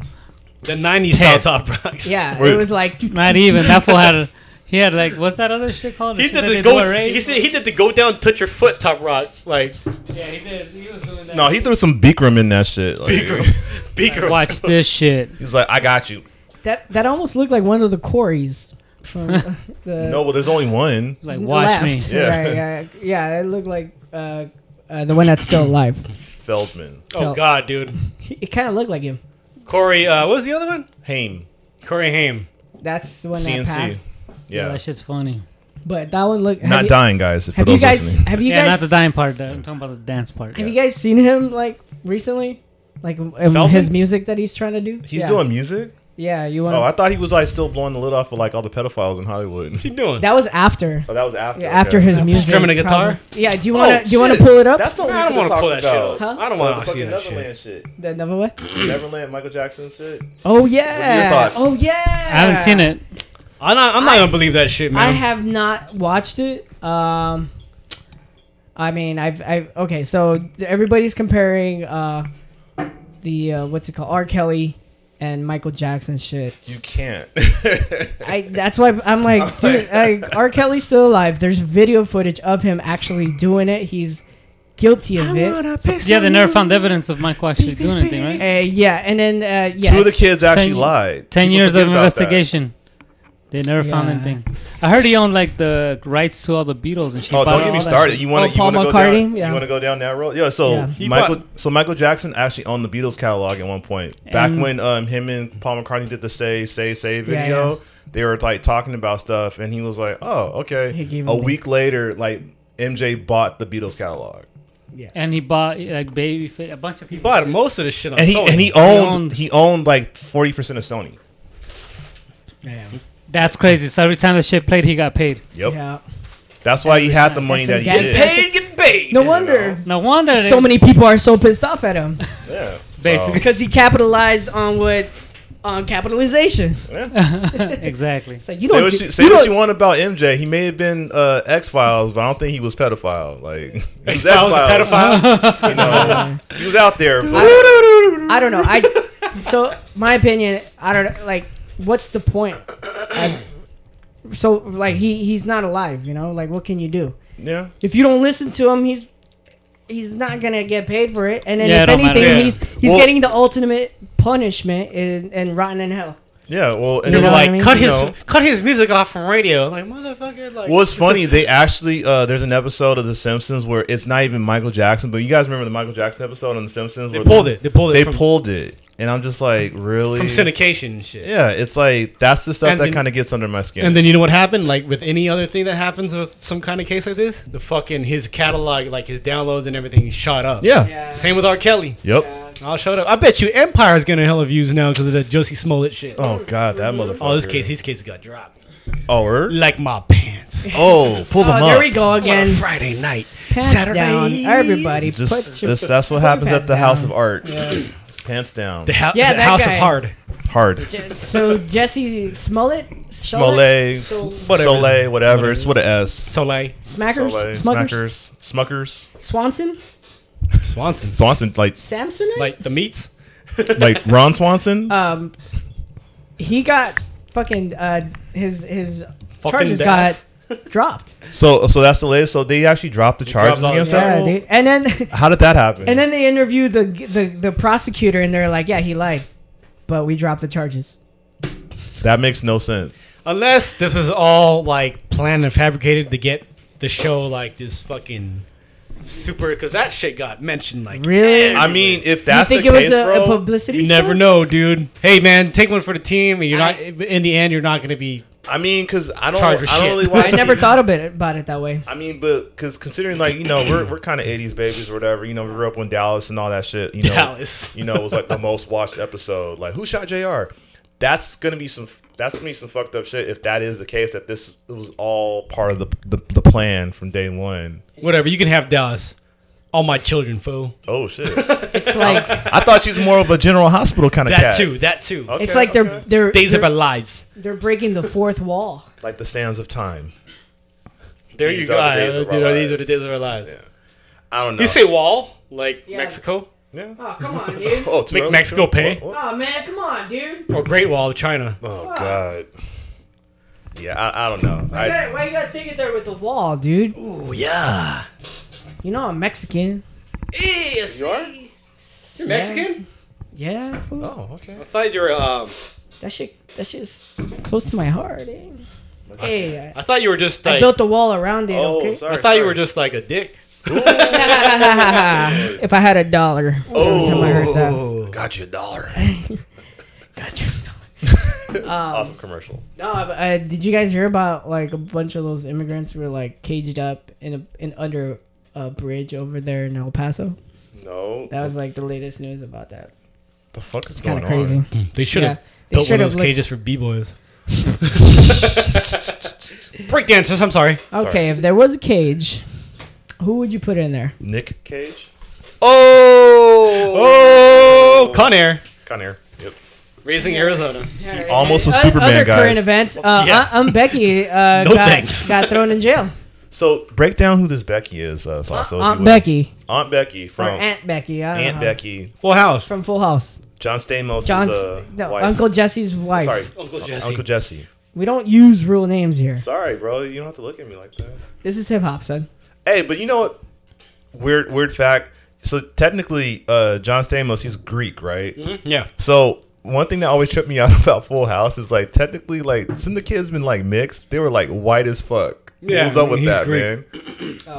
[SPEAKER 7] The '90s style
[SPEAKER 4] Pissed.
[SPEAKER 7] top rocks.
[SPEAKER 6] Yeah,
[SPEAKER 9] Wait.
[SPEAKER 6] it was like.
[SPEAKER 4] Not even. That fool had. A, he had like what's that other shit called?
[SPEAKER 7] He
[SPEAKER 4] shit that
[SPEAKER 7] did the
[SPEAKER 4] they do at
[SPEAKER 7] go.
[SPEAKER 4] raves?
[SPEAKER 7] He, said he did the go down, touch your foot top rock. Like
[SPEAKER 4] Yeah, he did. He was doing that.
[SPEAKER 9] no, he threw some Bikram in that shit. Like,
[SPEAKER 7] Beaker.
[SPEAKER 4] Watch this shit.
[SPEAKER 9] He's like, I got you.
[SPEAKER 6] That that almost looked like one of the quarries. From the
[SPEAKER 9] No, well, there's only one.
[SPEAKER 4] Like watch me.
[SPEAKER 6] left.
[SPEAKER 9] Yeah.
[SPEAKER 6] Right, yeah, yeah. It looked like uh, uh, the one that's still alive.
[SPEAKER 9] Feldman,
[SPEAKER 7] Oh God, dude.
[SPEAKER 6] It kind of looked like him.
[SPEAKER 7] Corey. Uh, what was the other one?
[SPEAKER 9] Haim,
[SPEAKER 7] Corey Haim.
[SPEAKER 6] That's the one that
[SPEAKER 9] CNC.
[SPEAKER 6] passed.
[SPEAKER 4] Yeah,
[SPEAKER 9] Yeah,
[SPEAKER 4] that shit's funny.
[SPEAKER 6] But that one looked. have
[SPEAKER 9] not
[SPEAKER 6] you-
[SPEAKER 9] dying, guys. For
[SPEAKER 6] Have
[SPEAKER 9] those
[SPEAKER 6] you guys?
[SPEAKER 9] listening.
[SPEAKER 6] Have you
[SPEAKER 4] Yeah,
[SPEAKER 6] guys?
[SPEAKER 4] not the dying part. Though. I'm talking about the dance part.
[SPEAKER 6] Have you guys seen him like recently? Like um, his music that he's trying to do.
[SPEAKER 9] He's
[SPEAKER 6] Yeah. Uh,
[SPEAKER 9] doing music.
[SPEAKER 6] Yeah, you want.
[SPEAKER 9] Oh, I thought he was like still blowing the lid off of like all the pedophiles in Hollywood.
[SPEAKER 7] What's he doing?
[SPEAKER 6] that was after.
[SPEAKER 9] Oh, that was after.
[SPEAKER 6] Yeah, after
[SPEAKER 9] okay. Oh,
[SPEAKER 6] his music.
[SPEAKER 7] Strumming a guitar?
[SPEAKER 6] probably. Yeah. Do you want to? do you want to pull it up?
[SPEAKER 9] That's the.
[SPEAKER 7] I don't want to pull that shit up.
[SPEAKER 6] Huh?
[SPEAKER 7] I don't
[SPEAKER 9] Oh,
[SPEAKER 7] want to
[SPEAKER 9] the
[SPEAKER 7] see
[SPEAKER 9] fucking
[SPEAKER 7] that shit.
[SPEAKER 9] Neverland shit.
[SPEAKER 6] the number one.
[SPEAKER 9] Neverland, Michael Jackson shit.
[SPEAKER 6] Oh yeah.
[SPEAKER 9] thoughts?
[SPEAKER 6] Oh yeah.
[SPEAKER 4] I haven't seen it.
[SPEAKER 7] I'm not. I'm not
[SPEAKER 6] I-
[SPEAKER 7] gonna believe that shit, man.
[SPEAKER 6] I have not watched it. Um, I mean, I've, I've okay. So th- everybody's comparing uh, the uh, what's it called, R. Kelly and Michael Jackson shit.
[SPEAKER 9] You can't.
[SPEAKER 6] I that's why I'm like, dude, like, R. Kelly's still alive. There's video footage of him actually doing it. He's guilty of it.
[SPEAKER 4] Yeah, they never found evidence of Michael actually doing anything, right?
[SPEAKER 6] Uh, yeah, and then uh, yeah,
[SPEAKER 9] Two of the
[SPEAKER 6] it's-
[SPEAKER 9] kids actually
[SPEAKER 4] Ten-
[SPEAKER 9] lied.
[SPEAKER 4] Ten
[SPEAKER 9] People
[SPEAKER 4] years
[SPEAKER 9] forget
[SPEAKER 4] of
[SPEAKER 9] about that.
[SPEAKER 4] investigation. They never found
[SPEAKER 6] Yeah.
[SPEAKER 4] anything. I heard he owned like the rights to all the Beatles and shit.
[SPEAKER 9] Oh,
[SPEAKER 4] Bought
[SPEAKER 9] don't get me
[SPEAKER 4] all that
[SPEAKER 9] started.
[SPEAKER 4] shit.
[SPEAKER 9] You want
[SPEAKER 6] Oh,
[SPEAKER 9] to
[SPEAKER 6] Paul
[SPEAKER 9] go
[SPEAKER 6] McCartney?
[SPEAKER 9] down?
[SPEAKER 6] Yeah.
[SPEAKER 9] You want to go down that road? Yeah. So
[SPEAKER 6] Yeah.
[SPEAKER 7] He
[SPEAKER 9] Michael,
[SPEAKER 7] bought-
[SPEAKER 9] so Michael Jackson actually owned the Beatles catalog at one point. Back
[SPEAKER 4] And-
[SPEAKER 9] when um, him and Paul McCartney did the "Say Say Say"
[SPEAKER 6] Yeah,
[SPEAKER 9] video, they were like talking about stuff, and he was like, "Oh, okay."
[SPEAKER 6] He gave him
[SPEAKER 9] A
[SPEAKER 6] the-
[SPEAKER 9] week later, like MJ bought the Beatles catalog,
[SPEAKER 4] And he bought like baby a bunch of people.
[SPEAKER 7] bought most of this shit on
[SPEAKER 9] and he
[SPEAKER 7] Sony.
[SPEAKER 9] and he
[SPEAKER 4] owned-
[SPEAKER 9] owned he owned like forty percent of Sony.
[SPEAKER 4] That's crazy. So every time the shit played, he got paid.
[SPEAKER 9] Yep.
[SPEAKER 6] Yeah.
[SPEAKER 9] That's why he had the money
[SPEAKER 6] That's
[SPEAKER 9] that
[SPEAKER 6] some
[SPEAKER 9] he
[SPEAKER 6] gangster
[SPEAKER 9] did.
[SPEAKER 6] shit.
[SPEAKER 7] get paid.
[SPEAKER 6] No wonder
[SPEAKER 4] No wonder
[SPEAKER 6] so
[SPEAKER 4] it's-
[SPEAKER 6] many people are so pissed off at him.
[SPEAKER 9] Yeah.
[SPEAKER 4] Basically.
[SPEAKER 6] because he capitalized on what on capitalization.
[SPEAKER 9] So, yeah.
[SPEAKER 4] exactly.
[SPEAKER 6] It's like you
[SPEAKER 9] Say
[SPEAKER 6] don't
[SPEAKER 9] what
[SPEAKER 6] do-
[SPEAKER 9] you, say
[SPEAKER 6] you
[SPEAKER 9] what
[SPEAKER 6] don't-
[SPEAKER 9] you want about MJ. He may have been uh, X Files, but I don't think he was pedophile. Like he was
[SPEAKER 7] I was a
[SPEAKER 9] X-Files.
[SPEAKER 7] pedophile.
[SPEAKER 9] You know, he was out there. But
[SPEAKER 6] I don't know. I so my opinion. I don't know, like what's the point. As- so like he he's not alive. You know, like what can you do
[SPEAKER 9] yeah,
[SPEAKER 6] if you don't listen to him? He's he's not gonna get paid for it. And then
[SPEAKER 4] Yeah,
[SPEAKER 6] if
[SPEAKER 4] it don't matter.
[SPEAKER 6] anything,
[SPEAKER 4] Yeah.
[SPEAKER 6] he's he's
[SPEAKER 9] Well-
[SPEAKER 6] getting the ultimate punishment in, and rotten in hell.
[SPEAKER 9] Yeah, well,
[SPEAKER 7] and they're like, cut
[SPEAKER 9] you
[SPEAKER 7] his
[SPEAKER 9] know-
[SPEAKER 7] cut his music off from radio. Like motherfucker, like
[SPEAKER 9] well, it's funny. They actually uh, there's an episode of The Simpsons where it's not even Michael Jackson, but you guys remember the Michael Jackson episode on The Simpsons? They
[SPEAKER 7] pulled it. They pulled it
[SPEAKER 9] They
[SPEAKER 7] from-
[SPEAKER 9] pulled it, and I'm just like, really?
[SPEAKER 7] from syndication and shit.
[SPEAKER 9] Yeah, it's like that's the stuff
[SPEAKER 7] And
[SPEAKER 9] that
[SPEAKER 7] then-
[SPEAKER 9] kind of gets under my skin.
[SPEAKER 7] And then you know what happened? Like with any other thing that happens with some kind of case like this, the fucking his catalog, like his downloads and everything, shot up.
[SPEAKER 9] Yeah. Yeah.
[SPEAKER 7] Same with R. Kelly.
[SPEAKER 9] Yep.
[SPEAKER 7] All shut up. I bet you Empire's getting hella views now because of that Josie Smollett shit.
[SPEAKER 9] Oh god, that motherfucker.
[SPEAKER 7] Oh, this case, his case got dropped.
[SPEAKER 9] Oh, word?
[SPEAKER 7] Like my pants.
[SPEAKER 9] Oh, pull them
[SPEAKER 6] Oh,
[SPEAKER 9] up.
[SPEAKER 6] there we go again.
[SPEAKER 7] On a Friday night,
[SPEAKER 6] Pants
[SPEAKER 7] Saturday.
[SPEAKER 6] down, everybody.
[SPEAKER 9] Just
[SPEAKER 6] put your-
[SPEAKER 9] this, that's what
[SPEAKER 6] put your
[SPEAKER 9] happens
[SPEAKER 6] pants
[SPEAKER 9] at the House of
[SPEAKER 6] down.
[SPEAKER 9] Art. Pants down.
[SPEAKER 7] The, hou-
[SPEAKER 6] Yeah,
[SPEAKER 7] the
[SPEAKER 6] that
[SPEAKER 7] House
[SPEAKER 6] guy.
[SPEAKER 7] of Hard.
[SPEAKER 9] Hard.
[SPEAKER 6] Je- So Jesse Smollett,
[SPEAKER 9] Smollett,
[SPEAKER 6] Sol-
[SPEAKER 7] whatever.
[SPEAKER 9] Soleil, whatever. It's with an S.
[SPEAKER 7] Soleil.
[SPEAKER 6] Smackers,
[SPEAKER 9] Soleil,
[SPEAKER 6] Smuckers,
[SPEAKER 9] Smackers, Smuckers,
[SPEAKER 6] Swanson,
[SPEAKER 7] Swanson.
[SPEAKER 9] Swanson, like
[SPEAKER 6] Samson.
[SPEAKER 7] Like the meats.
[SPEAKER 9] like Ron Swanson.
[SPEAKER 6] um, he got fucking uh his his
[SPEAKER 7] Fucking
[SPEAKER 6] charges got
[SPEAKER 7] death.
[SPEAKER 6] dropped.
[SPEAKER 9] So, so that's the latest. So they actually dropped the charges
[SPEAKER 7] dropped all-
[SPEAKER 9] against
[SPEAKER 6] Yeah,
[SPEAKER 9] him.
[SPEAKER 6] dude. And then
[SPEAKER 9] How did that happen?
[SPEAKER 6] and then they interviewed the the the prosecutor, and they're like, "Yeah, he lied, but we dropped the charges."
[SPEAKER 9] that makes no sense.
[SPEAKER 7] Unless this was all like planned and fabricated to get the show like this fucking super because that shit got mentioned like
[SPEAKER 6] Really?
[SPEAKER 9] I mean, if
[SPEAKER 6] you
[SPEAKER 9] that's
[SPEAKER 6] think
[SPEAKER 9] the
[SPEAKER 6] it was
[SPEAKER 9] case,
[SPEAKER 6] a, a
[SPEAKER 9] bro,
[SPEAKER 6] publicity?
[SPEAKER 7] You never
[SPEAKER 6] stunt?
[SPEAKER 7] know, dude. Hey, man, take one for the team, and you're
[SPEAKER 6] I-
[SPEAKER 7] not. In the end, you're not going to be.
[SPEAKER 9] I mean, because I don't, I
[SPEAKER 7] Charge for
[SPEAKER 9] don't
[SPEAKER 7] shit.
[SPEAKER 9] really watch.
[SPEAKER 6] I never
[SPEAKER 9] TV.
[SPEAKER 6] thought about it, about it that way.
[SPEAKER 9] I mean, but because considering, like you know, we're we're kind of '80s babies or whatever. You know, we grew up when Dallas and all that shit. You know,
[SPEAKER 7] Dallas.
[SPEAKER 9] You know, was like the most watched episode. Like, who shot Jr. That's gonna be some. That's gonna be some fucked up shit if that is the case. That this it was all part of the the, the plan from day one.
[SPEAKER 7] Whatever, you can have Dallas. All my children, fool.
[SPEAKER 9] Oh shit!
[SPEAKER 6] It's like
[SPEAKER 9] I thought she's more of a General Hospital kind of
[SPEAKER 7] That
[SPEAKER 9] cat.
[SPEAKER 7] too. That too.
[SPEAKER 9] Okay,
[SPEAKER 6] it's like
[SPEAKER 9] okay.
[SPEAKER 6] they're they're
[SPEAKER 7] Days of
[SPEAKER 6] they're,
[SPEAKER 7] our lives.
[SPEAKER 6] they're breaking the fourth wall.
[SPEAKER 9] like the sands of time.
[SPEAKER 7] There
[SPEAKER 9] These
[SPEAKER 7] you go.
[SPEAKER 9] are the
[SPEAKER 7] Ah,
[SPEAKER 9] days
[SPEAKER 7] These
[SPEAKER 9] of
[SPEAKER 7] are,
[SPEAKER 9] our
[SPEAKER 7] these are
[SPEAKER 9] lives.
[SPEAKER 7] the days of our lives.
[SPEAKER 9] I don't know.
[SPEAKER 7] You say wall like
[SPEAKER 6] Yeah.
[SPEAKER 7] Mexico
[SPEAKER 9] yeah.
[SPEAKER 6] Oh come on, dude!
[SPEAKER 9] Oh, too
[SPEAKER 7] Make
[SPEAKER 9] early,
[SPEAKER 7] Mexico
[SPEAKER 9] too?
[SPEAKER 7] pay.
[SPEAKER 9] What- what?
[SPEAKER 6] Oh man, come on, dude!
[SPEAKER 7] or Great Wall of China?
[SPEAKER 9] Oh god. Yeah, I, I don't know. I,
[SPEAKER 6] why you gotta take it there with the wall, dude?
[SPEAKER 7] Oh yeah.
[SPEAKER 6] You know I'm Mexican.
[SPEAKER 7] you are. You're Mexican?
[SPEAKER 6] Yeah, fool.
[SPEAKER 9] oh, okay.
[SPEAKER 7] I thought you were. Um,
[SPEAKER 6] that shit, that shit's close to my heart. Eh? Hey,
[SPEAKER 7] I thought you were just
[SPEAKER 6] I,
[SPEAKER 7] like.
[SPEAKER 6] I built the wall around it.
[SPEAKER 9] Oh,
[SPEAKER 6] okay.
[SPEAKER 9] sorry.
[SPEAKER 7] I thought you were just like a dick.
[SPEAKER 6] if I had a dollar, every time I heard that.
[SPEAKER 7] Oh.
[SPEAKER 9] Got you a dollar.
[SPEAKER 6] Gotcha.
[SPEAKER 9] awesome commercial.
[SPEAKER 6] No, but, uh, did you guys hear about like a bunch of those immigrants who were like caged up in a in under a bridge over there in El Paso?
[SPEAKER 9] No.
[SPEAKER 6] That was like the latest news about that.
[SPEAKER 9] the fuck is
[SPEAKER 6] Kind
[SPEAKER 9] going
[SPEAKER 6] of crazy.
[SPEAKER 9] on?
[SPEAKER 7] They should have
[SPEAKER 6] Yeah, they
[SPEAKER 7] built one
[SPEAKER 6] should've
[SPEAKER 7] of those
[SPEAKER 6] looked-
[SPEAKER 7] cages for b boys. Break dancers. I'm sorry.
[SPEAKER 6] Okay, if there was a cage, who would you put in there?
[SPEAKER 9] Nick Cage?
[SPEAKER 7] Oh, Conair
[SPEAKER 9] Conair. Yep.
[SPEAKER 7] raising Arizona.
[SPEAKER 9] Almost a
[SPEAKER 6] O-
[SPEAKER 9] Superman,
[SPEAKER 6] Other
[SPEAKER 9] guys.
[SPEAKER 6] current events. Uh,
[SPEAKER 7] Yeah.
[SPEAKER 6] Aunt, Aunt Becky uh,
[SPEAKER 7] No
[SPEAKER 6] got,
[SPEAKER 7] thanks.
[SPEAKER 6] got thrown in jail.
[SPEAKER 9] So break down who this Becky is. Uh, so, so if you
[SPEAKER 6] Aunt
[SPEAKER 9] would.
[SPEAKER 6] Becky
[SPEAKER 9] Aunt Becky
[SPEAKER 6] or
[SPEAKER 9] from Aunt,
[SPEAKER 6] Aunt Becky. I don't know.
[SPEAKER 9] Becky.
[SPEAKER 7] Full House.
[SPEAKER 6] from Full House.
[SPEAKER 9] John Stamos'
[SPEAKER 6] John's
[SPEAKER 9] uh,
[SPEAKER 6] no,
[SPEAKER 9] wife.
[SPEAKER 6] Uncle Jesse's wife.
[SPEAKER 9] Sorry, Uh,
[SPEAKER 7] Uncle Jesse.
[SPEAKER 9] Uncle Jesse.
[SPEAKER 6] We don't use real names here.
[SPEAKER 9] Sorry, bro. You don't have to look at me like that.
[SPEAKER 6] This is hip hop, son.
[SPEAKER 9] Hey, but you know what? Weird, weird fact. So technically, uh, John Stamos, he's Greek, right?
[SPEAKER 7] yeah.
[SPEAKER 9] So one thing that always tripped me out about Full House is like technically, like since the kids been like mixed, they were like white as fuck.
[SPEAKER 7] Yeah,
[SPEAKER 9] Yeah, What's up with
[SPEAKER 7] he's
[SPEAKER 9] that,
[SPEAKER 7] Greek.
[SPEAKER 9] man?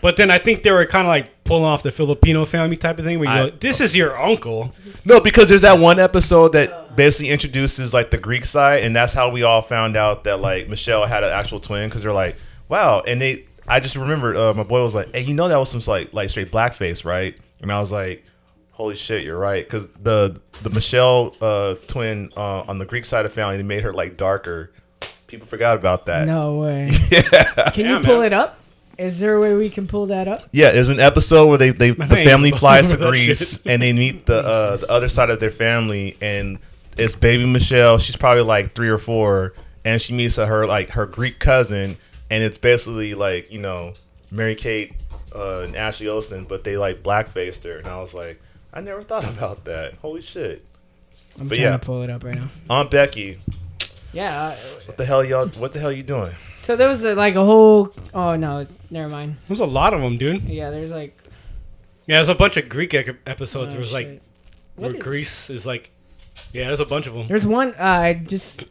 [SPEAKER 7] But then I think they were kind of like pulling off the Filipino family type of thing where you
[SPEAKER 9] I-
[SPEAKER 7] go, this is your uncle.
[SPEAKER 9] No, because there's that one episode that basically introduces like the Greek side, and that's how we all found out that like Michelle had an actual twin because they're like, wow, and they. I just remember uh, my boy was like, "Hey, you know that was some like like straight blackface, right?" And I was like, "Holy shit, you're right." Because the the Michelle uh, twin uh, on the Greek side of family, they made her like darker. People forgot about that.
[SPEAKER 6] No way. Can you pull it up? Is there a way we can pull that up?
[SPEAKER 9] Yeah, there's an episode where they, they the
[SPEAKER 7] name-
[SPEAKER 9] family flies to
[SPEAKER 7] That
[SPEAKER 9] Greece
[SPEAKER 7] shit.
[SPEAKER 9] and they meet the uh, the other side of their family and it's baby Michelle. She's probably like three or four, and she meets her like her Greek cousin, and it's basically like you know Mary Kate uh, and Ashley Olsen, but they like blackfaced her, and I was like, I never thought about that. Holy shit,
[SPEAKER 6] I'm
[SPEAKER 9] But
[SPEAKER 6] trying
[SPEAKER 9] yeah.
[SPEAKER 6] to pull it up right now.
[SPEAKER 9] Aunt Becky,
[SPEAKER 6] Yeah. Uh,
[SPEAKER 9] what the hell y'all? What the hell you doing?
[SPEAKER 6] so there was a, like a whole. Oh no, never mind.
[SPEAKER 7] There's a lot of them, dude.
[SPEAKER 6] Yeah, there's like.
[SPEAKER 7] Yeah, there's a bunch of Greek ec- episodes.
[SPEAKER 6] Oh,
[SPEAKER 7] there was like
[SPEAKER 6] shit.
[SPEAKER 7] where
[SPEAKER 6] What is-
[SPEAKER 7] Greece is like Yeah, there's a bunch of them.
[SPEAKER 6] There's one uh, I just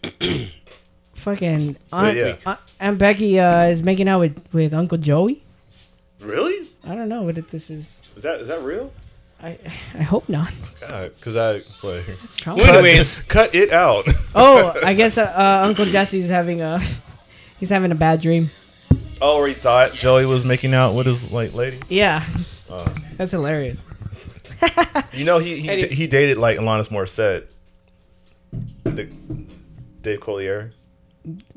[SPEAKER 6] fucking Aunt,
[SPEAKER 7] yeah.
[SPEAKER 6] Aunt, Aunt Becky uh, is making out with, with Uncle Joey.
[SPEAKER 8] Really?
[SPEAKER 6] I don't know what it, this is.
[SPEAKER 8] Is that is that real?
[SPEAKER 6] I I hope not.
[SPEAKER 8] Because I it's like.
[SPEAKER 6] It's traumatizing. Anyways.
[SPEAKER 8] cut it out.
[SPEAKER 6] Oh, I guess uh, uh, Uncle Jesse's having a he's having a bad dream.
[SPEAKER 9] Oh, where he thought Joey was making out with his like lady.
[SPEAKER 6] Yeah,
[SPEAKER 9] Uh,
[SPEAKER 6] that's hilarious.
[SPEAKER 9] you know he he,
[SPEAKER 6] Eddie.
[SPEAKER 9] he dated like Alanis Morissette, the Dave Collier.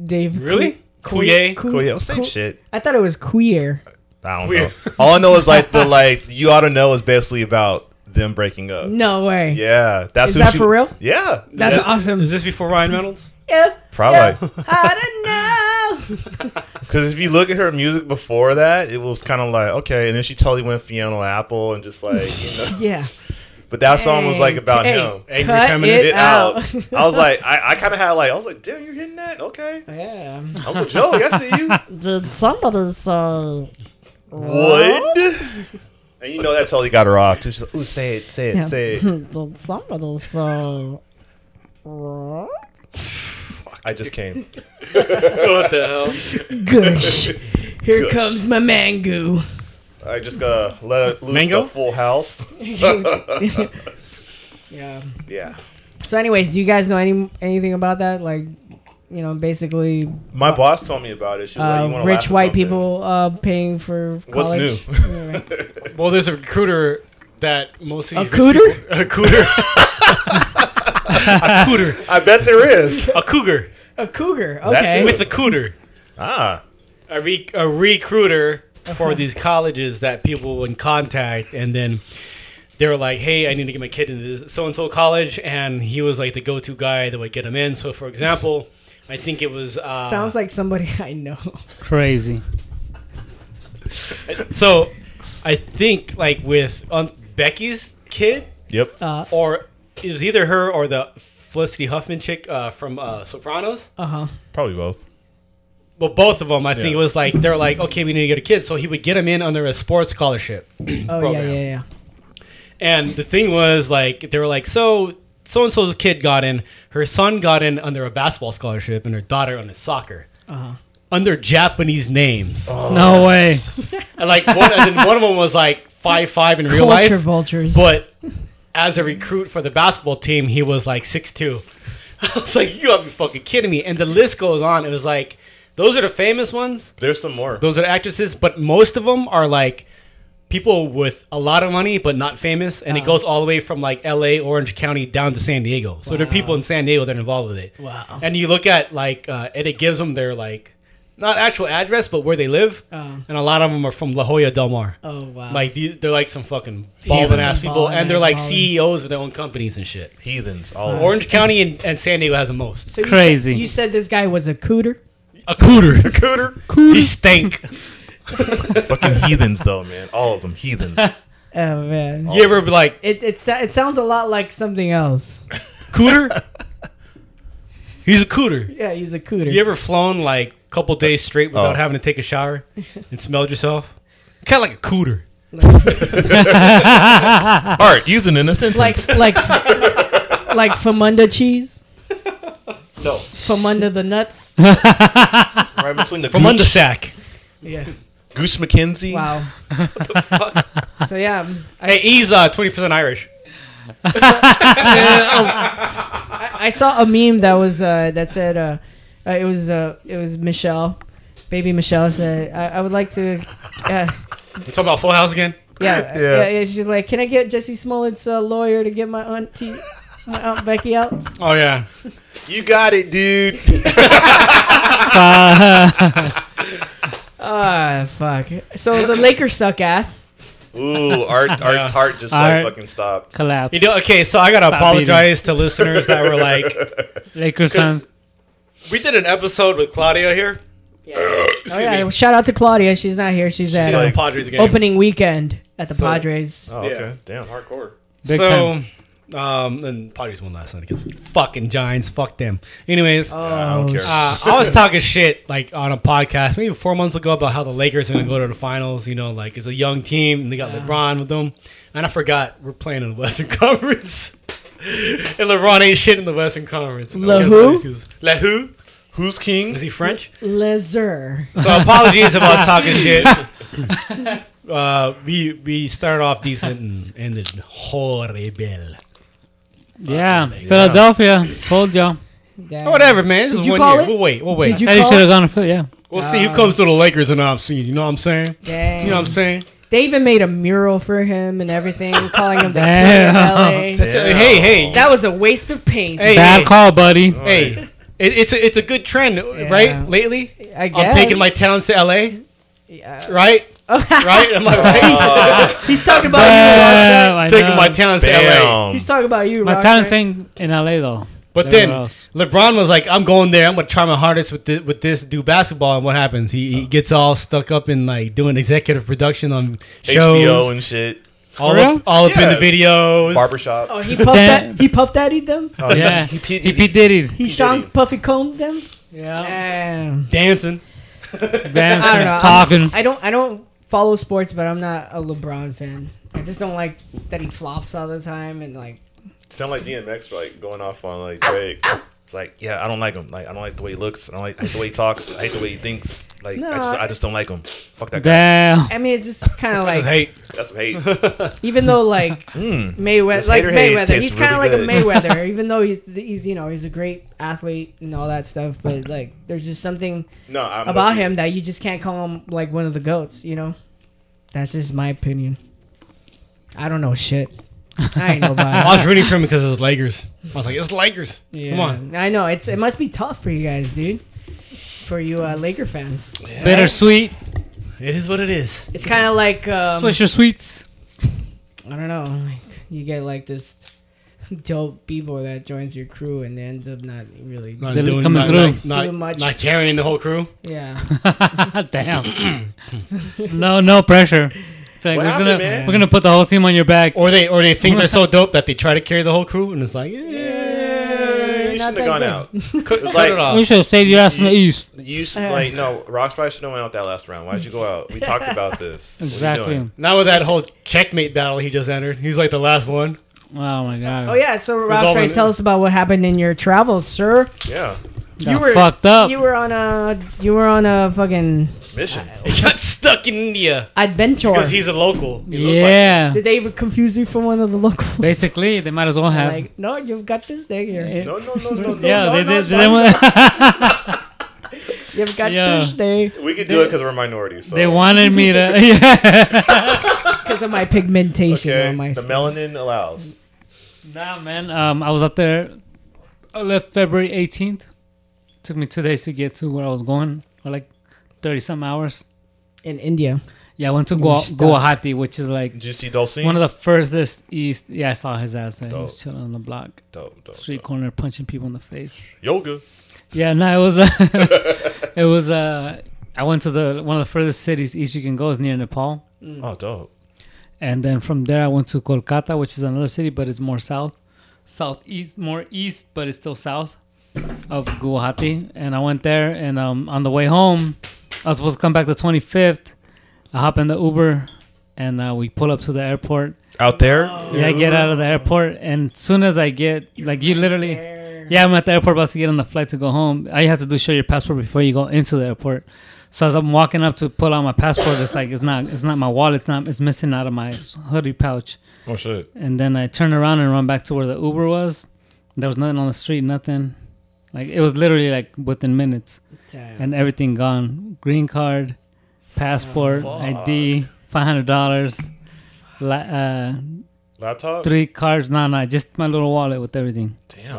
[SPEAKER 6] Dave.
[SPEAKER 9] Really?
[SPEAKER 6] Coulier?
[SPEAKER 9] Coulier? Coulier, same
[SPEAKER 6] Cou-
[SPEAKER 9] shit.
[SPEAKER 6] I thought it was queer.
[SPEAKER 9] I don't
[SPEAKER 6] Weird.
[SPEAKER 9] know. All I know is like the like you ought to know is basically about them breaking up.
[SPEAKER 6] No way.
[SPEAKER 9] Yeah, that's
[SPEAKER 6] Is
[SPEAKER 9] who
[SPEAKER 6] that
[SPEAKER 9] she-
[SPEAKER 6] for real?
[SPEAKER 9] Yeah,
[SPEAKER 6] That's
[SPEAKER 9] Yeah.
[SPEAKER 6] awesome.
[SPEAKER 7] Is this before Ryan Reynolds?
[SPEAKER 6] Yeah.
[SPEAKER 9] Probably.
[SPEAKER 6] yeah, I don't know.
[SPEAKER 9] Because if you look at her music before that, it was kind of like okay, and then she totally went Fiona Apple and just like you know.
[SPEAKER 6] yeah.
[SPEAKER 9] But that song was like about
[SPEAKER 6] Hey,
[SPEAKER 9] him.
[SPEAKER 6] hey, Angry cut feminist. it out.
[SPEAKER 9] I was like, I, I kind of had like, I was like, damn, you're hitting that, okay?
[SPEAKER 6] Yeah.
[SPEAKER 9] Uncle Joey, I see you.
[SPEAKER 11] Did somebody say
[SPEAKER 9] Would? And you know that totally got her off. too. She's like, ooh, say it, say it,
[SPEAKER 11] Yeah.
[SPEAKER 9] say it.
[SPEAKER 11] Did somebody say what?
[SPEAKER 9] I just came.
[SPEAKER 7] what the hell?
[SPEAKER 6] Gush. Here
[SPEAKER 9] Gush.
[SPEAKER 6] comes my mango.
[SPEAKER 9] I just gotta let it loose
[SPEAKER 6] Mango?
[SPEAKER 9] the full house.
[SPEAKER 6] yeah.
[SPEAKER 9] Yeah.
[SPEAKER 6] So, anyways, do you guys know any anything about that? Like, you know, basically,
[SPEAKER 9] My boss told me about it. She was like, you
[SPEAKER 6] uh,
[SPEAKER 9] wanna laugh
[SPEAKER 6] rich
[SPEAKER 9] at
[SPEAKER 6] white
[SPEAKER 9] something?"
[SPEAKER 6] people uh, paying for
[SPEAKER 9] What's
[SPEAKER 6] college.
[SPEAKER 9] new?
[SPEAKER 6] Anyway.
[SPEAKER 7] well, there's a recruiter that mostly
[SPEAKER 6] A cooter?
[SPEAKER 7] a cooter, a cooter.
[SPEAKER 9] I bet there is
[SPEAKER 7] a cougar.
[SPEAKER 6] A cougar.
[SPEAKER 7] That's
[SPEAKER 6] Okay.
[SPEAKER 7] it. with a cooter.
[SPEAKER 9] Ah,
[SPEAKER 7] a re- a recruiter for these colleges that people would contact, and then they were like, "Hey, I need to get my kid into this so and so college," and he was like the go-to guy that would get him in. So, for example, I think it was uh,
[SPEAKER 6] Sounds like somebody I know.
[SPEAKER 4] Crazy.
[SPEAKER 7] so. I think like with Aunt Becky's kid.
[SPEAKER 9] Yep.
[SPEAKER 6] Uh,
[SPEAKER 7] or it was either her or the Felicity Huffman chick uh, from uh, Sopranos.
[SPEAKER 6] Uh huh.
[SPEAKER 9] Probably both.
[SPEAKER 7] Well, both of them. I think
[SPEAKER 9] Yeah.
[SPEAKER 7] it was like they're like, okay, we need to get a kid, so he would get him in under a sports scholarship.
[SPEAKER 6] Oh yeah,
[SPEAKER 7] program.
[SPEAKER 6] yeah, yeah.
[SPEAKER 7] And the thing was, like, they were like, so so and so's kid got in. Her son got in under a basketball scholarship, and her daughter under soccer.
[SPEAKER 6] Uh huh.
[SPEAKER 7] Under Japanese names.
[SPEAKER 4] No way.
[SPEAKER 7] And like, one, and then one of them was like five five in real
[SPEAKER 6] Culture
[SPEAKER 7] life.
[SPEAKER 6] vultures.
[SPEAKER 7] But as a recruit for the basketball team, he was like six two. I was like, you gotta be fucking kidding me. And the list goes on. It was like, those are the famous ones.
[SPEAKER 9] There's some more.
[SPEAKER 7] Those are the actresses, but most of them are like people with a lot of money but not famous, and it goes all the way from like L.A., Orange County down to San Diego. So there are people in San Diego that are involved with it.
[SPEAKER 6] Wow.
[SPEAKER 7] And you look at like, uh, and it gives them their like not actual address, but where they live,
[SPEAKER 6] Oh.
[SPEAKER 7] and a lot of them are from La Jolla Del Mar.
[SPEAKER 6] Oh wow.
[SPEAKER 7] Like the- they're like some fucking
[SPEAKER 6] Heathens.
[SPEAKER 7] balling ass people,
[SPEAKER 6] Balling
[SPEAKER 7] and they're
[SPEAKER 6] ass
[SPEAKER 7] like
[SPEAKER 6] ballers.
[SPEAKER 7] CEOs of their own companies and shit.
[SPEAKER 9] Heathens. All over.
[SPEAKER 7] Orange County and, and San Diego has the most.
[SPEAKER 6] So you
[SPEAKER 4] Crazy.
[SPEAKER 6] Said, you said this guy was a cooter.
[SPEAKER 7] A cooter,
[SPEAKER 9] Cooter.
[SPEAKER 7] he stank.
[SPEAKER 9] Fucking heathens, though, man. All of them heathens.
[SPEAKER 6] Oh man.
[SPEAKER 7] You ever be like
[SPEAKER 6] It it, sa- it sounds a lot like something else.
[SPEAKER 7] cooter? He's a cooter.
[SPEAKER 6] Yeah, he's a cooter.
[SPEAKER 7] You ever flown like a couple days straight without
[SPEAKER 9] Oh.
[SPEAKER 7] having to take a shower and smelled yourself? Kind of like a cooter.
[SPEAKER 9] Art, using in a sentence.
[SPEAKER 6] like like like Famunda cheese?
[SPEAKER 9] No.
[SPEAKER 6] From under the nuts.
[SPEAKER 9] right between the
[SPEAKER 7] From
[SPEAKER 9] Gooch,
[SPEAKER 7] Undersack.
[SPEAKER 6] Yeah.
[SPEAKER 9] Goose McKenzie.
[SPEAKER 6] Wow. So yeah, um,
[SPEAKER 7] Hey, he's uh, 20% Irish.
[SPEAKER 6] I, I saw a meme that was uh, that said uh, uh, it was uh, it was Michelle, baby Michelle said I, I would like to. Uh,
[SPEAKER 7] You talking about Full House again?
[SPEAKER 6] Yeah,
[SPEAKER 9] Yeah.
[SPEAKER 6] yeah. yeah, She's like, "Can I get Jesse Smollett's uh, lawyer to get my auntie, my aunt Becky out?"
[SPEAKER 7] Oh, yeah.
[SPEAKER 9] You got it, dude.
[SPEAKER 6] Ah, fuck. So the Lakers suck ass.
[SPEAKER 9] Ooh, Art, Art's
[SPEAKER 7] Yeah.
[SPEAKER 9] heart just like
[SPEAKER 4] Art.
[SPEAKER 9] fucking stopped.
[SPEAKER 4] Collapse.
[SPEAKER 7] You know, okay, so I got to
[SPEAKER 4] Stop
[SPEAKER 7] apologize to listeners that were like,
[SPEAKER 4] Lakers fan.
[SPEAKER 7] we did an episode with Claudia here.
[SPEAKER 6] Oh yeah, shout out to Claudia. She's not here. She's at
[SPEAKER 7] She's on
[SPEAKER 6] uh,
[SPEAKER 7] the Padres game.
[SPEAKER 6] opening weekend at the
[SPEAKER 7] So-
[SPEAKER 6] Padres.
[SPEAKER 9] Oh, okay. Damn.
[SPEAKER 8] Hardcore.
[SPEAKER 4] Big
[SPEAKER 7] so, um, and Padres won last night against the fucking Giants. Fuck them. Anyways,
[SPEAKER 6] Oh,
[SPEAKER 9] I don't care.
[SPEAKER 7] Uh, I was talking shit like on a podcast maybe four months ago about how the Lakers are gonna go to the finals. You know, like it's a young team and they got LeBron with them. And I forgot we're playing in the Western Conference. and LeBron ain't shit in the Western Conference.
[SPEAKER 6] Le
[SPEAKER 7] Okay,
[SPEAKER 6] who?
[SPEAKER 7] so he was- Le who?
[SPEAKER 9] Who's king?
[SPEAKER 7] Is he French?
[SPEAKER 6] Lezer.
[SPEAKER 7] So apologies if I was talking shit. Uh, we we started off decent and ended horrible.
[SPEAKER 4] Yeah, Philadelphia. Told y'all.
[SPEAKER 7] Oh, whatever, man. It's
[SPEAKER 4] Did
[SPEAKER 7] just
[SPEAKER 4] you
[SPEAKER 7] one
[SPEAKER 4] call
[SPEAKER 7] year.
[SPEAKER 4] it?
[SPEAKER 7] We'll wait. We'll wait.
[SPEAKER 4] Did you I said he call should've it? gone to Phil- yeah.
[SPEAKER 7] We'll see who comes to the Lakers and I'm seeing. You know what I'm saying?
[SPEAKER 6] Dang.
[SPEAKER 7] You know what I'm saying?
[SPEAKER 6] They even made a mural for him and everything, calling him the king of
[SPEAKER 7] Damn.
[SPEAKER 6] LA.
[SPEAKER 7] That's a- hey, hey.
[SPEAKER 6] That was a waste of paint.
[SPEAKER 7] Hey, hey.
[SPEAKER 4] buddy.
[SPEAKER 7] Hey, it, it's a, it's a good trend, right? Lately,
[SPEAKER 6] I
[SPEAKER 7] I'm
[SPEAKER 6] guess.
[SPEAKER 7] taking my talents to LA. Right, right. Am I right?
[SPEAKER 6] He's talking about
[SPEAKER 9] Oh,
[SPEAKER 6] you, Rockstar.
[SPEAKER 7] Taking my talents to LA.
[SPEAKER 6] He's talking about you,
[SPEAKER 4] My
[SPEAKER 6] Rockstar.
[SPEAKER 4] talent's saying in LA though.
[SPEAKER 7] But
[SPEAKER 4] Everywhere
[SPEAKER 7] then
[SPEAKER 4] else.
[SPEAKER 7] LeBron was like, "I'm going there. I'm gonna try my hardest with this, with this, do basketball." And what happens? He,
[SPEAKER 9] Oh.
[SPEAKER 7] he gets all stuck up in like doing executive production on shows,
[SPEAKER 9] HBO and shit.
[SPEAKER 7] All
[SPEAKER 9] For
[SPEAKER 7] up,
[SPEAKER 9] real?
[SPEAKER 7] all up in
[SPEAKER 9] Yeah.
[SPEAKER 7] the videos,
[SPEAKER 9] Barbershop.
[SPEAKER 6] Oh, he puffed that. He puffed daddied them.
[SPEAKER 7] Oh, yeah.
[SPEAKER 4] He
[SPEAKER 7] P-
[SPEAKER 4] He did it.
[SPEAKER 6] He Sean Puffy combed them.
[SPEAKER 7] Yeah. dancing.
[SPEAKER 6] I don't know. I'm-
[SPEAKER 4] talking.
[SPEAKER 6] I don't. I don't follow sports, but I'm not a LeBron fan. I just don't like that he flops all the time and like.
[SPEAKER 9] Sound like DMX for like going off on like Drake. It's like, yeah, I don't like him. Like, I don't like the way he looks. I don't like, I hate the way he talks. I hate the way he thinks. Like,
[SPEAKER 6] No,
[SPEAKER 9] I just,
[SPEAKER 6] I-
[SPEAKER 9] I just don't like him. Fuck that guy.
[SPEAKER 4] Damn.
[SPEAKER 6] I mean, it's just kind of like
[SPEAKER 9] That's some hate.
[SPEAKER 6] Even though like
[SPEAKER 9] Mm.
[SPEAKER 6] Mayweather,
[SPEAKER 9] This
[SPEAKER 6] like
[SPEAKER 9] hater hate
[SPEAKER 6] Mayweather,
[SPEAKER 9] tastes
[SPEAKER 6] he's kind of
[SPEAKER 9] really
[SPEAKER 6] like a
[SPEAKER 9] good.
[SPEAKER 6] Mayweather, even though he's he's you know he's a great athlete and all that stuff. But like, there's just something
[SPEAKER 9] No, I'm
[SPEAKER 6] about
[SPEAKER 9] with you.
[SPEAKER 6] him that you just can't call him like one of the goats. You know, that's just my opinion. I don't know shit. I ain't nobody.
[SPEAKER 7] I was rooting for him because it was Lakers. I was like, "It's Lakers.
[SPEAKER 6] Yeah.
[SPEAKER 7] Come on."
[SPEAKER 6] I know it's it must be tough for you guys, dude. For you uh, Laker fans,
[SPEAKER 4] Bittersweet.
[SPEAKER 7] It is what it is.
[SPEAKER 6] It's kind of like um,
[SPEAKER 4] Swisher sweets.
[SPEAKER 6] I don't know. Like you get like this dope b-boy that joins your crew and ends up not really
[SPEAKER 7] Not
[SPEAKER 4] They're
[SPEAKER 7] doing,
[SPEAKER 4] coming
[SPEAKER 7] not,
[SPEAKER 4] through.
[SPEAKER 7] Not, not,
[SPEAKER 6] Doing much.
[SPEAKER 7] not carrying the whole crew.
[SPEAKER 6] Yeah.
[SPEAKER 4] Damn. no, no pressure. It's like
[SPEAKER 7] What
[SPEAKER 4] we're just
[SPEAKER 7] happened,
[SPEAKER 4] gonna
[SPEAKER 7] man?
[SPEAKER 4] we're gonna put the whole team on your back.
[SPEAKER 7] Or they or they think they're so dope that they try to carry the whole crew, and it's like, eh,
[SPEAKER 9] you shouldn't have gone out.
[SPEAKER 7] Cut-
[SPEAKER 9] It's
[SPEAKER 7] cut it off.
[SPEAKER 4] We should've stayed your ass in the East.
[SPEAKER 9] You should, like no, Rockstar should have went out that last round. Why'd you go out? We talked about this. What are you doing?
[SPEAKER 7] Not with that whole checkmate battle he just entered. He was like the last one.
[SPEAKER 4] Oh my god.
[SPEAKER 6] Oh yeah, so
[SPEAKER 7] It was all
[SPEAKER 6] Roxray,
[SPEAKER 7] in-
[SPEAKER 6] tell us about what happened in your travels, sir.
[SPEAKER 9] Yeah.
[SPEAKER 6] You
[SPEAKER 7] Got
[SPEAKER 6] were
[SPEAKER 7] fucked up.
[SPEAKER 4] Oh.
[SPEAKER 6] You were on a you were on a fucking
[SPEAKER 9] Mission.
[SPEAKER 7] He got stuck in India
[SPEAKER 6] adventure.
[SPEAKER 7] because he's a local. He looks like-
[SPEAKER 4] Yeah.
[SPEAKER 6] Did they even confuse you for one of the locals?
[SPEAKER 4] Basically, they might as well have.
[SPEAKER 6] Like, no, you've got this thing here.
[SPEAKER 9] No, no, no, no,
[SPEAKER 4] yeah,
[SPEAKER 6] no,
[SPEAKER 4] they
[SPEAKER 6] no,
[SPEAKER 4] did.
[SPEAKER 6] no,
[SPEAKER 4] they
[SPEAKER 6] no.
[SPEAKER 4] wa-
[SPEAKER 6] You've got
[SPEAKER 4] Yeah.
[SPEAKER 6] this day.
[SPEAKER 9] We could do it because we're minorities. So.
[SPEAKER 4] They wanted me to. Yeah.
[SPEAKER 6] Because of my pigmentation on my
[SPEAKER 9] the
[SPEAKER 6] skin.
[SPEAKER 9] melanin allows.
[SPEAKER 4] Nah, man. Um, I was out there. I left February 18th. Took me two days to get to where I was going, or like 30 some hours.
[SPEAKER 6] In India.
[SPEAKER 4] Yeah, I went to
[SPEAKER 6] You
[SPEAKER 4] Gua-
[SPEAKER 6] stuck.
[SPEAKER 4] Guwahati, which is like.
[SPEAKER 9] Did you see Dulcine?
[SPEAKER 4] One of the furthest east. Yeah, I saw his ass there. He was chilling on the block.
[SPEAKER 9] Dope, dope,
[SPEAKER 4] Street corner, punching people in the face.
[SPEAKER 9] Yoga.
[SPEAKER 4] Yeah, no, it was. Uh, it was. Uh, I went to the one of the furthest cities east you can go is near Nepal.
[SPEAKER 9] Oh, dope.
[SPEAKER 4] And then from there, I went to Kolkata, which is another city, but it's more south, southeast, more east, but it's still south of Guwahati. And I went there, and um, on the way home, I was supposed to come back the 25th. I hop in the Uber, and uh, we pull up to the airport.
[SPEAKER 9] Out there?
[SPEAKER 4] Yeah, I get out of the airport, and soon as I get, like, you literally, yeah, I'm at the airport about to get on the flight to go home. All you have to do is show your passport before you go into the airport. So as I'm walking up to pull out my passport, it's like it's not, it's not my wallet, it's not, it's missing out of my hoodie pouch.
[SPEAKER 9] Oh, shit.
[SPEAKER 4] And then I turn around and run back to where the Uber was. There was nothing on the street, nothing. Like it was literally like within minutes,
[SPEAKER 6] Damn.
[SPEAKER 4] and everything gone. Green card, passport, ID, five hundred dollars. La- uh,
[SPEAKER 9] Laptop?
[SPEAKER 4] Three cards. No, no, just my little wallet with everything.
[SPEAKER 9] Damn.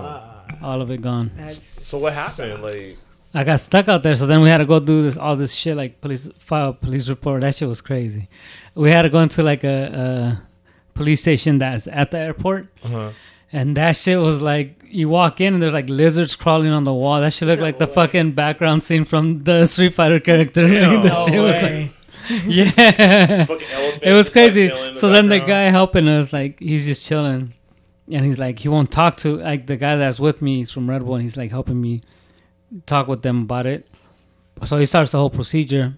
[SPEAKER 4] All of it gone.
[SPEAKER 9] so what happened? Like,
[SPEAKER 4] I got stuck out there, so then we had to go do this all this shit like police file a police report. That shit was crazy. We had to go into like a, a police station that's at the airport,
[SPEAKER 9] Uh-huh.
[SPEAKER 4] and that shit was like you walk in and there's like lizards crawling on the wall. That shit looked like the fucking background scene from the Street Fighter character. Like, that
[SPEAKER 6] No
[SPEAKER 4] shit was
[SPEAKER 6] way.
[SPEAKER 4] like- yeah,
[SPEAKER 9] Fucking elephants,
[SPEAKER 4] it was
[SPEAKER 9] like,
[SPEAKER 4] crazy.
[SPEAKER 9] chilling in the
[SPEAKER 4] so then the
[SPEAKER 9] background.
[SPEAKER 4] guy helping us, like he's just chilling, and he's like he won't talk to like the guy that's with me. He's from Red Bull, and he's like helping me talk with them about it. So he starts the whole procedure,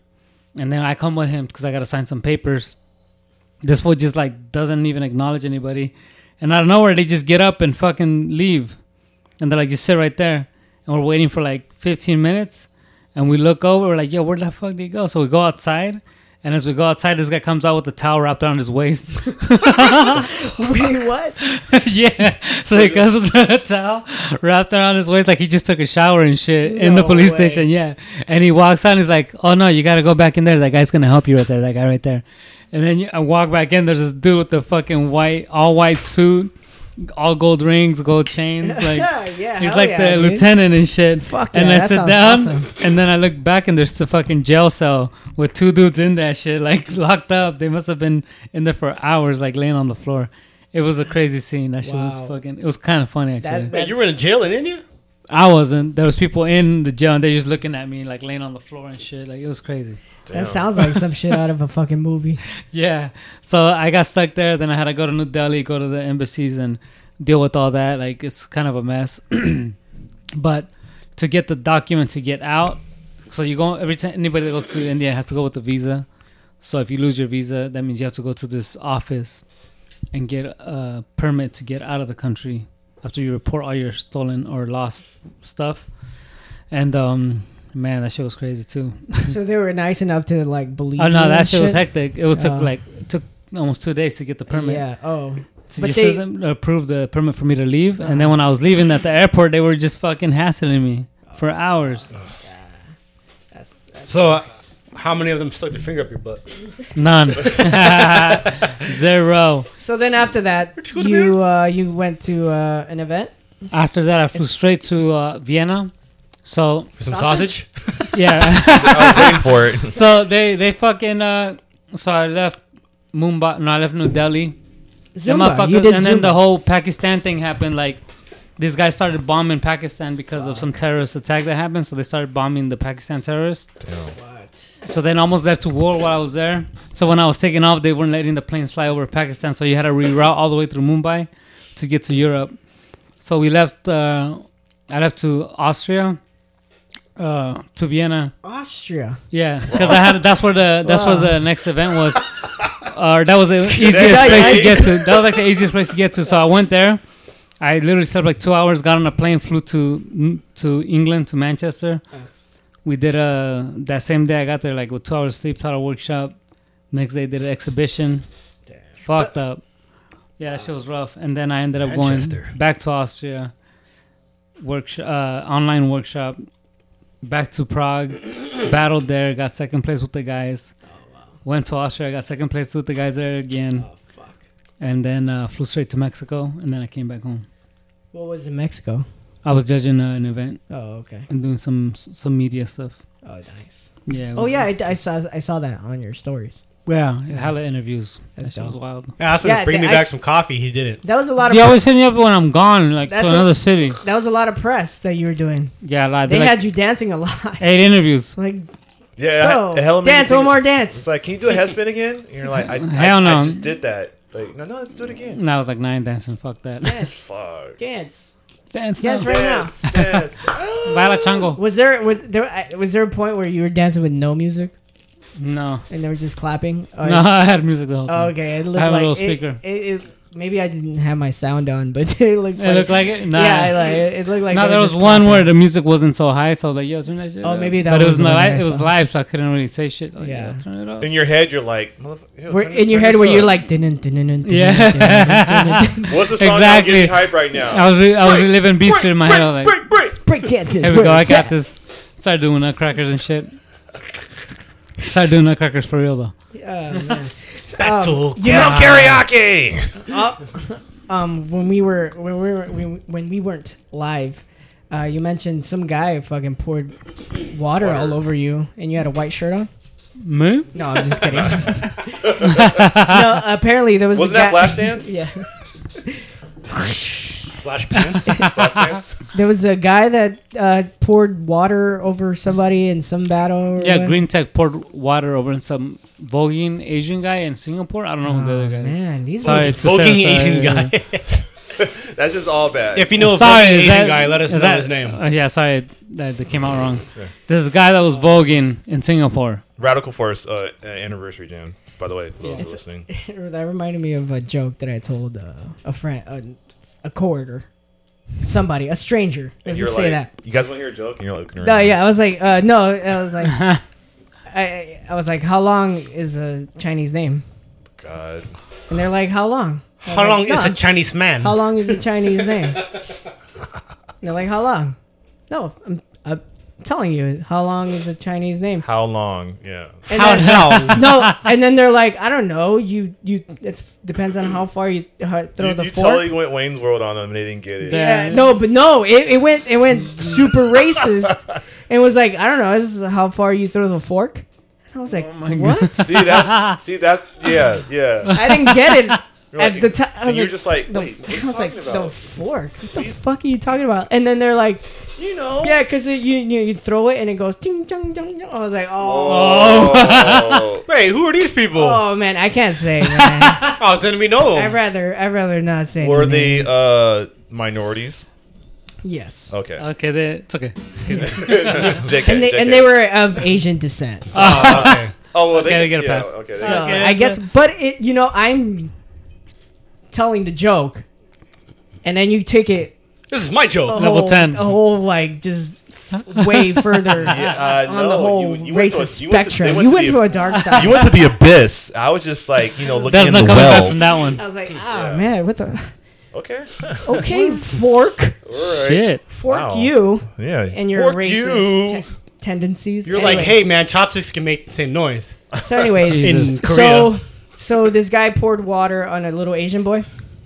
[SPEAKER 4] and then I come with him because I gotta sign some papers. This fool just like doesn't even acknowledge anybody, And out of nowhere, they just get up and fucking leave. And they're like, just sit right there. And we're waiting for like 15 minutes. And we look over, we're like, yo, where the fuck did he go? So we go outside. And as we go outside, this guy comes out with a towel wrapped around his waist.
[SPEAKER 6] Wait, what?
[SPEAKER 4] yeah. So he comes with a towel wrapped around his waist like he just took a shower and shit in the
[SPEAKER 6] No
[SPEAKER 4] police
[SPEAKER 6] way.
[SPEAKER 4] station. Yeah. And he walks out and he's like, oh no, you got to go back in there. That guy's going to help you right there. That guy right there. And then you, I walk back in. There's this dude with the fucking white, all white suit, all gold rings, gold chains. Like,
[SPEAKER 6] Yeah,
[SPEAKER 4] he's
[SPEAKER 6] hell
[SPEAKER 4] like
[SPEAKER 6] yeah,
[SPEAKER 4] the
[SPEAKER 6] dude.
[SPEAKER 4] lieutenant and shit.
[SPEAKER 6] Fuck
[SPEAKER 4] and
[SPEAKER 6] yeah,
[SPEAKER 4] I
[SPEAKER 6] that
[SPEAKER 4] sit
[SPEAKER 6] sounds
[SPEAKER 4] down
[SPEAKER 6] awesome.
[SPEAKER 4] and then I look back and there's the fucking jail cell with two dudes in that shit, like locked up. They must have been in there for hours, like laying on the floor. It was a crazy scene. That shit was
[SPEAKER 7] Wow.
[SPEAKER 4] fucking. It was kind of funny actually.
[SPEAKER 7] Wait, you were in jail in India?
[SPEAKER 4] I wasn't. There was people in the jail and they're just looking at me, like laying on the floor and shit. Like it was crazy.
[SPEAKER 6] That sounds like some shit out of a fucking movie.
[SPEAKER 4] Yeah. So I got stuck there. Then I had to go to New Delhi, go to the embassies, and deal with all that. Like it's kind of a mess. but to get the document to get out, so you go every time anybody that goes to India has to go with the visa. So if you lose your visa, that means you have to go to this office and get a permit to get out of the country after you report all your stolen or lost stuff. And um, man, that shit was crazy too.
[SPEAKER 6] So they were nice enough to like believe.
[SPEAKER 4] Oh
[SPEAKER 6] you
[SPEAKER 4] no,
[SPEAKER 6] and
[SPEAKER 4] that shit was
[SPEAKER 6] shit?
[SPEAKER 4] hectic. It was took
[SPEAKER 6] Oh.
[SPEAKER 4] like it took almost two days to get the permit.
[SPEAKER 6] Yeah. Oh.
[SPEAKER 4] To
[SPEAKER 6] But
[SPEAKER 4] just
[SPEAKER 6] they- Uh.
[SPEAKER 4] have them approve the permit for me to leave, and then when I was leaving at the airport, they were just fucking hassling me for hours.
[SPEAKER 7] So, uh, how many of them stuck their finger up your butt?
[SPEAKER 4] None. Zero.
[SPEAKER 6] So then after that, you uh, you went to uh, an event.
[SPEAKER 4] After that, I flew straight to uh, Vienna. So for
[SPEAKER 7] some Sausage?
[SPEAKER 4] yeah,
[SPEAKER 12] I was waiting for it.
[SPEAKER 4] So they they fucking uh, so I left Mumbai. No, I left New Delhi. Them
[SPEAKER 6] Zumba, you
[SPEAKER 4] motherfuckers-
[SPEAKER 6] did
[SPEAKER 4] and then the
[SPEAKER 6] Zumba.
[SPEAKER 4] whole Pakistan thing happened. Like these guys started bombing Pakistan because of some terrorist attack that happened. So they started bombing the Pakistan terrorists. So then almost led to war while I was there. So when I was taking off, they weren't letting the planes fly over Pakistan. So you had to reroute all the way through Mumbai to get to Europe. So we left. Uh, I left to Austria, uh, to Vienna.
[SPEAKER 6] Austria.
[SPEAKER 4] Yeah, because I had that's where the that's
[SPEAKER 6] Wow.
[SPEAKER 4] where the next event was, or that was the easiest
[SPEAKER 6] Yeah,
[SPEAKER 4] place to
[SPEAKER 6] yeah.
[SPEAKER 4] get to. That was like the easiest place to get to. So I went there. I literally slept like two hours. Got on a plane, flew to to England to Manchester. We did a that same day. I got there like with two hours sleep, taught a workshop. Next day did an exhibition. Fucked up. Yeah, that shit was rough. And then I ended up
[SPEAKER 7] Manchester.
[SPEAKER 4] going back to Austria, workshop, uh, online workshop, back to Prague, battled there, got second place with the guys. Went to Austria, got second place with the guys there again.
[SPEAKER 6] Oh,
[SPEAKER 4] And then uh, flew straight to Mexico, and then I came back home.
[SPEAKER 6] What was in Mexico?
[SPEAKER 4] I was judging uh, an event.
[SPEAKER 6] Oh, okay.
[SPEAKER 4] And doing some some media stuff.
[SPEAKER 6] Oh, nice.
[SPEAKER 4] Yeah. it
[SPEAKER 6] Oh
[SPEAKER 4] was-
[SPEAKER 6] yeah, I, I saw I saw that on your stories.
[SPEAKER 4] Yeah, hella interviews. That
[SPEAKER 6] That's
[SPEAKER 4] shit was
[SPEAKER 6] dope.
[SPEAKER 4] wild.
[SPEAKER 7] I asked him
[SPEAKER 6] Yeah,
[SPEAKER 7] to bring me
[SPEAKER 6] the- I
[SPEAKER 7] back
[SPEAKER 6] s-
[SPEAKER 7] some coffee. He didn't.
[SPEAKER 6] That was a lot of.
[SPEAKER 4] They always hit me up when I'm gone, like to
[SPEAKER 6] That's a-
[SPEAKER 4] another city.
[SPEAKER 6] That was a lot of press that you were doing.
[SPEAKER 4] Yeah, like
[SPEAKER 6] They
[SPEAKER 4] they're like,
[SPEAKER 6] had you dancing a lot.
[SPEAKER 4] eight interviews.
[SPEAKER 6] Like,
[SPEAKER 9] Yeah,
[SPEAKER 6] so
[SPEAKER 9] a hell of a
[SPEAKER 6] dance,
[SPEAKER 9] meeting.
[SPEAKER 6] one more dance.
[SPEAKER 9] It's like, can you do a headspin again? And you're like, I,
[SPEAKER 4] Hell
[SPEAKER 9] I,
[SPEAKER 4] no.
[SPEAKER 9] I just did that. Like, no, no, let's do it again.
[SPEAKER 4] And I was like nine dancing. Fuck that.
[SPEAKER 6] Dance,
[SPEAKER 9] Fuck.
[SPEAKER 6] dance,
[SPEAKER 4] dance,
[SPEAKER 6] dance
[SPEAKER 4] now.
[SPEAKER 6] right
[SPEAKER 9] Dance,
[SPEAKER 6] now.
[SPEAKER 9] dance.
[SPEAKER 4] Viola Chango.
[SPEAKER 6] Was there was there I- was there a point where you were dancing with no music
[SPEAKER 4] No.
[SPEAKER 6] and they were just clapping? Or-
[SPEAKER 4] No, I had music the whole time.
[SPEAKER 6] Oh, okay, it
[SPEAKER 4] I
[SPEAKER 6] looked
[SPEAKER 4] had
[SPEAKER 6] like
[SPEAKER 4] a little
[SPEAKER 6] it-
[SPEAKER 4] speaker.
[SPEAKER 6] It, it- maybe I didn't have my sound on, but it looked.
[SPEAKER 4] It looked like it? Nah.
[SPEAKER 6] Yeah, it, like, it looked like.
[SPEAKER 4] no,
[SPEAKER 6] they
[SPEAKER 4] there
[SPEAKER 6] were
[SPEAKER 4] was
[SPEAKER 6] just
[SPEAKER 4] one
[SPEAKER 6] clapping.
[SPEAKER 4] where the music wasn't so high, so I was like, "Yo, turn that shit."
[SPEAKER 6] Oh,
[SPEAKER 4] up.
[SPEAKER 6] maybe that
[SPEAKER 4] but it
[SPEAKER 6] was
[SPEAKER 4] was
[SPEAKER 6] the one
[SPEAKER 4] live.
[SPEAKER 6] I
[SPEAKER 4] It was
[SPEAKER 6] saw.
[SPEAKER 4] live, so I couldn't really say shit. Like,
[SPEAKER 6] Yeah.
[SPEAKER 4] yeah, turn it up.
[SPEAKER 9] In your head, you're like, motherfucker. yo,
[SPEAKER 6] Where,
[SPEAKER 9] turn-
[SPEAKER 6] in your
[SPEAKER 9] turn
[SPEAKER 6] head
[SPEAKER 9] this
[SPEAKER 6] where you're
[SPEAKER 9] up.
[SPEAKER 6] like dun dun dun dun dun dun,
[SPEAKER 4] Yeah.
[SPEAKER 6] dun, dun, dun.
[SPEAKER 9] What's the song that'll get me hype right now?
[SPEAKER 4] I was re- I was reliving beats in my head. I was like,
[SPEAKER 6] break dances.
[SPEAKER 4] Here we
[SPEAKER 6] where
[SPEAKER 4] go. I
[SPEAKER 6] it's
[SPEAKER 4] got
[SPEAKER 6] at.
[SPEAKER 4] this. Start doing nutcrackers and shit. Start doing nutcrackers for real though.
[SPEAKER 6] Yeah, man.
[SPEAKER 7] Back
[SPEAKER 6] Um,
[SPEAKER 7] to
[SPEAKER 6] you know,
[SPEAKER 9] karaoke.
[SPEAKER 6] uh, um, when we were when we were when we- when we weren't live, uh, you mentioned some guy fucking poured water, all over you, and you had a white shirt on.
[SPEAKER 4] Me?
[SPEAKER 6] No, I'm just kidding. no, apparently there was.
[SPEAKER 9] Wasn't
[SPEAKER 6] a
[SPEAKER 9] that
[SPEAKER 6] guy-
[SPEAKER 9] Flashdance?
[SPEAKER 6] yeah,
[SPEAKER 7] Flash pants. Flash pants.
[SPEAKER 6] there was a guy that uh, poured water over somebody in some battle. Or
[SPEAKER 4] Yeah,
[SPEAKER 6] what?
[SPEAKER 4] Green Tech poured water over some voguing Asian guy in Singapore. I don't know who the other guy is.
[SPEAKER 6] Man, these
[SPEAKER 4] Sorry,
[SPEAKER 6] are
[SPEAKER 4] to say
[SPEAKER 7] Voguing
[SPEAKER 4] that,
[SPEAKER 7] Asian
[SPEAKER 4] uh,
[SPEAKER 7] guy.
[SPEAKER 9] That's just all bad.
[SPEAKER 7] if you know a
[SPEAKER 4] sorry,
[SPEAKER 7] fucking
[SPEAKER 4] is
[SPEAKER 7] Asian
[SPEAKER 4] that-
[SPEAKER 7] guy, let us
[SPEAKER 4] is
[SPEAKER 7] know
[SPEAKER 4] that-
[SPEAKER 7] his name.
[SPEAKER 4] uh, yeah, sorry, that, that came out wrong. This guy that was voguing in Singapore.
[SPEAKER 9] Radical Force uh, uh, anniversary jam. by the way, for those
[SPEAKER 6] It's-
[SPEAKER 9] listening.
[SPEAKER 6] that reminded me of a joke that I told uh, a friend, a, a coworder, somebody, a stranger. Let's
[SPEAKER 9] you're
[SPEAKER 6] just say
[SPEAKER 9] like,
[SPEAKER 6] that.
[SPEAKER 9] You guys want to hear a joke? And you're like, "Oh looking
[SPEAKER 6] No,
[SPEAKER 9] around.
[SPEAKER 6] yeah, I was like, uh, no, I was like, I- I, I was like, how long is a Chinese name?
[SPEAKER 9] God.
[SPEAKER 6] And they're like, how long? I was
[SPEAKER 7] How
[SPEAKER 6] like,
[SPEAKER 7] long is
[SPEAKER 6] "No."
[SPEAKER 7] a Chinese man?
[SPEAKER 6] How long is a Chinese name? And they're like, how long? No, I'm, I'm telling you, how long is a Chinese name?
[SPEAKER 9] How long? Yeah.
[SPEAKER 6] And then- no, and then they're like, I don't know. You you it depends on how far you uh, throw
[SPEAKER 9] You,
[SPEAKER 6] the
[SPEAKER 9] you
[SPEAKER 6] fork.
[SPEAKER 9] totally went Wayne's World on them and they didn't get it.
[SPEAKER 6] Yeah, Uh, no, but no, it, it went it went super racist. and was like, I don't know, this is how far you throw the fork. And I was
[SPEAKER 9] Oh
[SPEAKER 6] like, what?
[SPEAKER 9] see that's see that's yeah yeah.
[SPEAKER 6] I didn't get it
[SPEAKER 9] You're
[SPEAKER 6] at
[SPEAKER 9] like-
[SPEAKER 6] the time. I was
[SPEAKER 9] you're
[SPEAKER 6] like,
[SPEAKER 9] just like,
[SPEAKER 6] the,
[SPEAKER 9] wait, what are
[SPEAKER 6] I
[SPEAKER 9] you
[SPEAKER 6] was like,
[SPEAKER 9] talking
[SPEAKER 6] the
[SPEAKER 9] about?
[SPEAKER 6] fork. What the fuck are you talking about? And then they're like,
[SPEAKER 9] you know,
[SPEAKER 6] yeah, because you, you you throw it and it goes ding dong dong. dong. I was like,
[SPEAKER 7] Oh.
[SPEAKER 6] oh,
[SPEAKER 7] Wait, who are these people?
[SPEAKER 6] Oh man, I can't say. Man.
[SPEAKER 7] oh, then we know.
[SPEAKER 6] I'd rather I'd rather not say.
[SPEAKER 9] Were
[SPEAKER 6] any
[SPEAKER 9] they
[SPEAKER 6] names.
[SPEAKER 9] uh, minorities?
[SPEAKER 6] Yes.
[SPEAKER 9] Okay.
[SPEAKER 4] Okay, they, it's okay. It's good.
[SPEAKER 9] JK,
[SPEAKER 6] Uh, and they
[SPEAKER 9] JK.
[SPEAKER 6] and they were of Asian descent. so-
[SPEAKER 4] Oh,
[SPEAKER 9] okay. Oh, well, they-
[SPEAKER 4] okay, they get a
[SPEAKER 9] yeah,
[SPEAKER 4] pass.
[SPEAKER 9] okay, they
[SPEAKER 6] So,
[SPEAKER 9] get a
[SPEAKER 6] I guess, but it you know I'm telling the joke, and then you take it.
[SPEAKER 7] This is my joke.
[SPEAKER 6] a
[SPEAKER 7] Level
[SPEAKER 6] whole-
[SPEAKER 7] 10.
[SPEAKER 6] A whole like just way further
[SPEAKER 9] Yeah, uh,
[SPEAKER 6] on the
[SPEAKER 9] no,
[SPEAKER 6] whole
[SPEAKER 9] you- you went to a-
[SPEAKER 6] racist
[SPEAKER 9] you went to-
[SPEAKER 6] spectrum.
[SPEAKER 9] they went
[SPEAKER 6] you
[SPEAKER 9] to
[SPEAKER 6] went
[SPEAKER 9] the-
[SPEAKER 6] to a dark side.
[SPEAKER 9] You went to the abyss. I was just like, you know, looking
[SPEAKER 4] That's
[SPEAKER 9] in
[SPEAKER 4] not
[SPEAKER 9] the
[SPEAKER 4] coming
[SPEAKER 9] well.
[SPEAKER 4] back from that one.
[SPEAKER 6] I was like, oh man, what the?
[SPEAKER 9] Okay.
[SPEAKER 6] Okay, fork.
[SPEAKER 9] Alright.
[SPEAKER 4] Shit.
[SPEAKER 6] Fork
[SPEAKER 7] Wow.
[SPEAKER 6] you.
[SPEAKER 7] Yeah.
[SPEAKER 6] And your
[SPEAKER 7] Fork
[SPEAKER 6] racist
[SPEAKER 7] you.
[SPEAKER 6] te- tendencies.
[SPEAKER 7] You're like,
[SPEAKER 6] Anyway.
[SPEAKER 7] hey man, chopsticks can make the same noise.
[SPEAKER 6] So, anyways,
[SPEAKER 7] in Korea.
[SPEAKER 6] so so this guy poured water on a little Asian boy,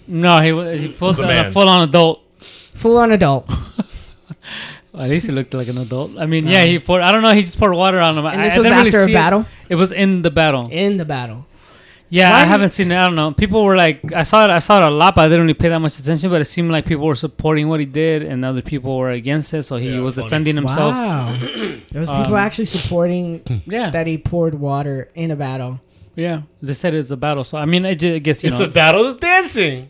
[SPEAKER 4] No, he wa- he pulled
[SPEAKER 7] a
[SPEAKER 4] on a
[SPEAKER 7] man.
[SPEAKER 4] full on adult.
[SPEAKER 6] full on adult,
[SPEAKER 4] At least he looked like an adult. I mean, yeah, he poured. I don't know. He just poured water on him.
[SPEAKER 6] Uh-huh. And
[SPEAKER 4] I-
[SPEAKER 6] this
[SPEAKER 4] I
[SPEAKER 6] was
[SPEAKER 4] didn't really
[SPEAKER 6] after a
[SPEAKER 4] see it.
[SPEAKER 6] battle?
[SPEAKER 4] It. was in the battle.
[SPEAKER 6] In the battle.
[SPEAKER 4] Yeah,
[SPEAKER 6] Why
[SPEAKER 4] I
[SPEAKER 6] do-
[SPEAKER 4] haven't seen it. I don't know. People were like, I saw it. I saw it a lot, but I didn't really pay that much attention. But it seemed like people were supporting what he did, and other people were against it. So he was defending himself.
[SPEAKER 6] Wow, there was
[SPEAKER 4] Um,
[SPEAKER 6] people actually supporting
[SPEAKER 4] yeah.
[SPEAKER 6] that he poured water in a battle.
[SPEAKER 4] Yeah, they said it's a battle. So I mean, I, ju- I guess you
[SPEAKER 7] it's
[SPEAKER 4] know.
[SPEAKER 7] a battle of dancing.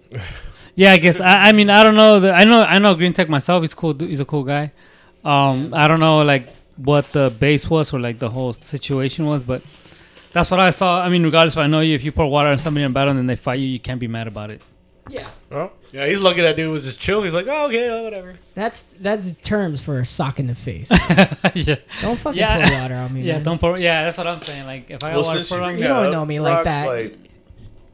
[SPEAKER 4] Yeah, I guess. I, I mean, I don't know. The, I know. I know Green Tech myself. He's cool. du- He's a cool guy. Um, I don't know like what the base was or like the whole situation was, but that's what I saw. I mean, regardless, if I know you, if you pour water on somebody in battle and then they fight you, you can't be mad about it.
[SPEAKER 7] Oh. Yeah, he's lucky that dude was just chill. He's like, oh okay, oh, whatever.
[SPEAKER 6] That's that's terms for a sock in the face.
[SPEAKER 4] yeah.
[SPEAKER 6] Don't fucking
[SPEAKER 4] Yeah.
[SPEAKER 6] pour water on me.
[SPEAKER 4] Yeah,
[SPEAKER 6] man.
[SPEAKER 4] don't pour. Yeah, that's what I'm saying. Like, if I got
[SPEAKER 9] Well,
[SPEAKER 4] water
[SPEAKER 9] since
[SPEAKER 4] poured
[SPEAKER 9] you
[SPEAKER 4] on me,
[SPEAKER 9] bring that up, Rox,
[SPEAKER 6] that.
[SPEAKER 9] Like,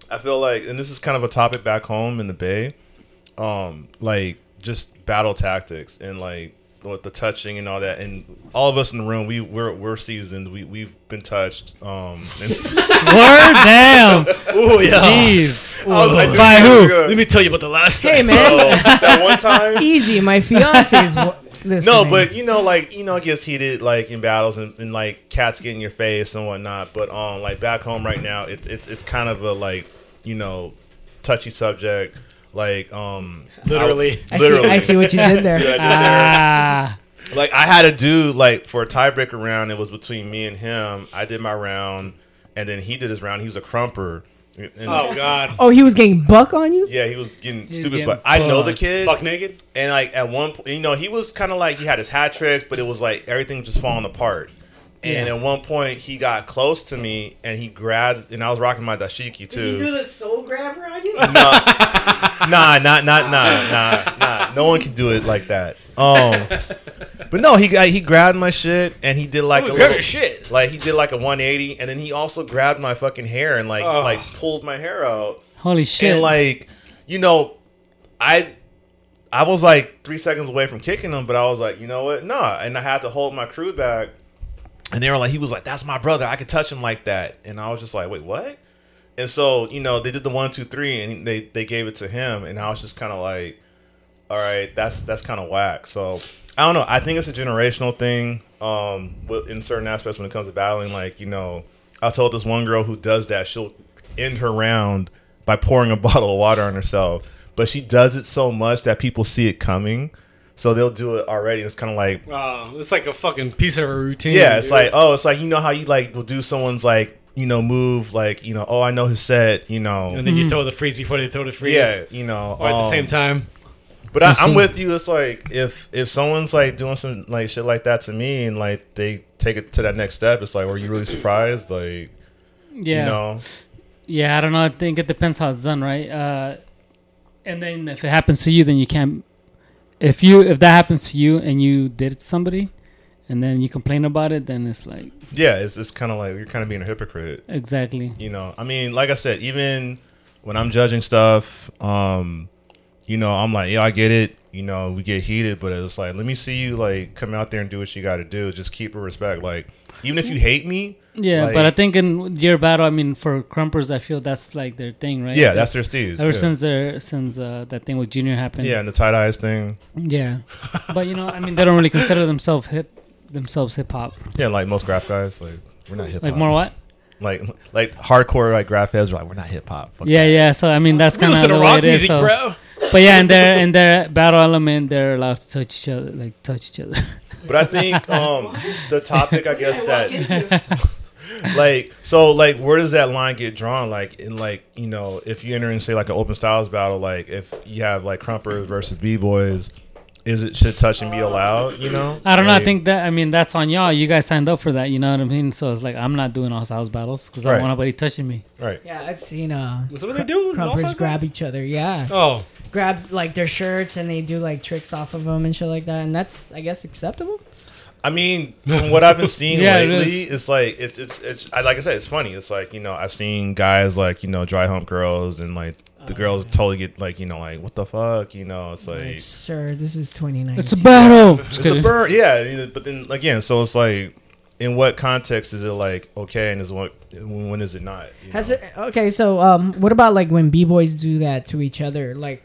[SPEAKER 9] I feel like, and this is kind of a topic back home in the Bay, um, like just battle tactics and like with the touching and all that. And all of us in the room, we we're we're seasoned. We we've been touched. Um, and
[SPEAKER 4] Word, damn.
[SPEAKER 9] Ooh, yeah.
[SPEAKER 4] Jeez.
[SPEAKER 9] I was- I knew
[SPEAKER 4] By
[SPEAKER 9] you
[SPEAKER 4] who?
[SPEAKER 9] were good.
[SPEAKER 7] Oh, Let me tell you about the last
[SPEAKER 6] Hey
[SPEAKER 7] time.
[SPEAKER 6] man,
[SPEAKER 9] that one time.
[SPEAKER 6] Easy, my fiance's. wa-
[SPEAKER 9] No,
[SPEAKER 6] listening.
[SPEAKER 9] but you know, like you know, it gets heated like in battles and, and like cats get in your face and whatnot. But um, like back home right now, it's it's it's kind of a like you know, touchy subject. Like um,
[SPEAKER 7] Literally.
[SPEAKER 6] I see- I see what you did there.
[SPEAKER 9] See
[SPEAKER 7] Oh,
[SPEAKER 9] what I did there?
[SPEAKER 4] Ah.
[SPEAKER 9] Like I had a dude like for a tiebreaker round. It was between me and him. I did my round, and then he did his round. He was a crumper. And-
[SPEAKER 7] Oh, God.
[SPEAKER 6] oh, he was getting buck on you.
[SPEAKER 9] yeah, he was getting
[SPEAKER 6] He's
[SPEAKER 9] stupid.
[SPEAKER 6] getting
[SPEAKER 9] but I know the
[SPEAKER 6] fucked.
[SPEAKER 9] kid,
[SPEAKER 7] Buck naked,
[SPEAKER 9] and like at one point, you know, he was kind of like he had his hat tricks, but it was like everything was just falling apart. And
[SPEAKER 6] Yeah.
[SPEAKER 9] at one point, he got close to me, and he grabbed, and I was rocking my dashiki too.
[SPEAKER 6] the soul grabber on you?
[SPEAKER 9] nah, not, not, nah, nah, nah. No one can do it like that. Um, but no, he got he grabbed my shit, and he did like
[SPEAKER 7] Ooh,
[SPEAKER 9] a
[SPEAKER 7] grab
[SPEAKER 9] little
[SPEAKER 7] your shit.
[SPEAKER 9] like he did like a 180, and then he also grabbed my fucking hair and like like pulled my hair out.
[SPEAKER 4] Holy shit.
[SPEAKER 9] And like, you know, I I was like three seconds away from kicking him, but I was like, you know what? Nah. And I had to hold my crew back. And they were like, he was like, that's my brother. I could touch him like that. And I was just like, wait, what? And so, you know, they did the one, two, three, and they, they gave it to him. And I was just kind of like, all right, that's that's kind of whack. So I don't know. I think it's a generational thing. Um, with- in certain aspects when it comes to battling, like you know, I told this one girl who does that, she'll end her round by pouring a bottle of water on herself, but she does it so much that people see it coming, so they'll do it already. It's kind of like
[SPEAKER 7] Oh, it's like a fucking piece of a routine.
[SPEAKER 9] yeah, it's
[SPEAKER 7] dude.
[SPEAKER 9] like oh, it's like you know how you like will do someone's like you know move like you know oh I know his set you know
[SPEAKER 7] and then you throw the freeze before they throw the freeze.
[SPEAKER 9] Yeah, you know,
[SPEAKER 7] or at the
[SPEAKER 9] um,
[SPEAKER 7] same time.
[SPEAKER 9] But I, I'm with you. It's like if if someone's like doing some like shit like that to me, and like they take it to that next step, it's like, were you really surprised? Like, You
[SPEAKER 4] Yeah.
[SPEAKER 9] know?
[SPEAKER 4] Yeah, I don't know. I think it depends how it's done, right? Uh, and then if it happens to you, then you can't. If you if that happens to you and you did it to somebody, and then you complain about it, then it's like
[SPEAKER 9] Yeah, it's, it's kind of like you're kind of being a hypocrite.
[SPEAKER 4] Exactly.
[SPEAKER 9] You know, I mean, like I said, even when I'm judging stuff, um, you know, I'm like, yeah, I get it. You know, we get heated, but it's like, let me see you like come out there and do what you got to do. Just keep a respect. Like, even if you hate me,
[SPEAKER 4] Yeah,
[SPEAKER 9] like,
[SPEAKER 4] but I think in your battle, I mean, for Crumpers, I feel that's like their thing, right?
[SPEAKER 9] Yeah, that's their steez,
[SPEAKER 4] Ever
[SPEAKER 9] yeah.
[SPEAKER 4] since their since uh, that thing with Junior happened.
[SPEAKER 9] yeah, and the tie dyes thing.
[SPEAKER 4] Yeah, but you know, I mean, they don't really consider themselves hip themselves hip hop.
[SPEAKER 9] Yeah, like most graph guys, like we're not hip hop.
[SPEAKER 4] Like more what?
[SPEAKER 9] Like like hardcore like graph heads are like we're not hip hop. Fuck
[SPEAKER 4] Yeah, yeah. So I mean, that's
[SPEAKER 7] We
[SPEAKER 4] kind of
[SPEAKER 7] listen to
[SPEAKER 4] the way
[SPEAKER 7] rock
[SPEAKER 4] it is.
[SPEAKER 7] music,
[SPEAKER 4] So.
[SPEAKER 7] bro.
[SPEAKER 4] But yeah, in their in their battle element, they're allowed to touch each other, like touch each other.
[SPEAKER 9] But I think um, the topic, I guess that, like, so like, where does that line get drawn? Like, in like, you know, if you enter in say like an open styles battle, like if you have like Crumpers versus B boys, is it should touch and be allowed? You know,
[SPEAKER 4] I don't know. I
[SPEAKER 9] Like,
[SPEAKER 4] think that I mean that's on y'all. You guys signed up for that. You know what I mean? So it's like I'm not doing all house battles because I
[SPEAKER 9] Right.
[SPEAKER 4] don't want nobody touching me.
[SPEAKER 9] Right.
[SPEAKER 6] Yeah, I've seen uh
[SPEAKER 7] Is that what they do?
[SPEAKER 6] cr-
[SPEAKER 7] All
[SPEAKER 6] Crumpers
[SPEAKER 7] sides?
[SPEAKER 6] grab each other. Yeah.
[SPEAKER 7] Oh.
[SPEAKER 6] Grab like their shirts and they do like tricks off of them and shit like that. And that's I guess acceptable.
[SPEAKER 9] I mean, from what I've been seeing
[SPEAKER 6] Yeah, it
[SPEAKER 9] lately, it's like it's it's it's I, like I said, it's funny. It's like you know, I've seen guys like you know dry hump girls and like.
[SPEAKER 6] Oh,
[SPEAKER 9] The girls totally get like you know like what the fuck you know it's like
[SPEAKER 6] Sir, this is 2019.
[SPEAKER 4] It's a battle.
[SPEAKER 9] It's a burn, yeah. you know, But then again, so it's like, in what context is it like okay, and is what when when is it not? you
[SPEAKER 6] Has it okay? So um, what about like when b boys do that to each other? Like,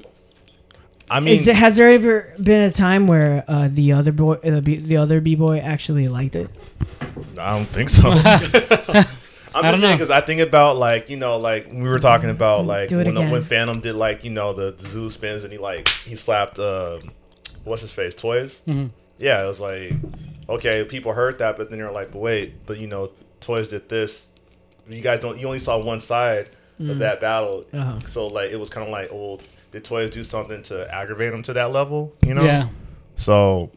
[SPEAKER 9] know? I mean,
[SPEAKER 6] is it, has there ever been a time where uh, the other boy, uh, the, B, the other b boy, actually liked it?
[SPEAKER 9] I don't think so. I'm
[SPEAKER 6] I don't
[SPEAKER 9] just saying
[SPEAKER 6] know.
[SPEAKER 9] because I think about like you know like we were talking about like
[SPEAKER 6] Mm, Do it
[SPEAKER 9] when,
[SPEAKER 6] again.
[SPEAKER 9] when Phantom did like you know the, the zoo spins and he like he slapped uh, what's his face toys.
[SPEAKER 4] Mhm.
[SPEAKER 9] Yeah, it was like okay, people heard that, but then they're like, but wait, but you know, toys did this. You guys don't. You only saw one side
[SPEAKER 7] Mm.
[SPEAKER 9] of that battle,
[SPEAKER 7] Uh-huh.
[SPEAKER 9] so like it was kind of like, well, did toys do something to aggravate them to that level? You know.
[SPEAKER 4] Yeah.
[SPEAKER 9] So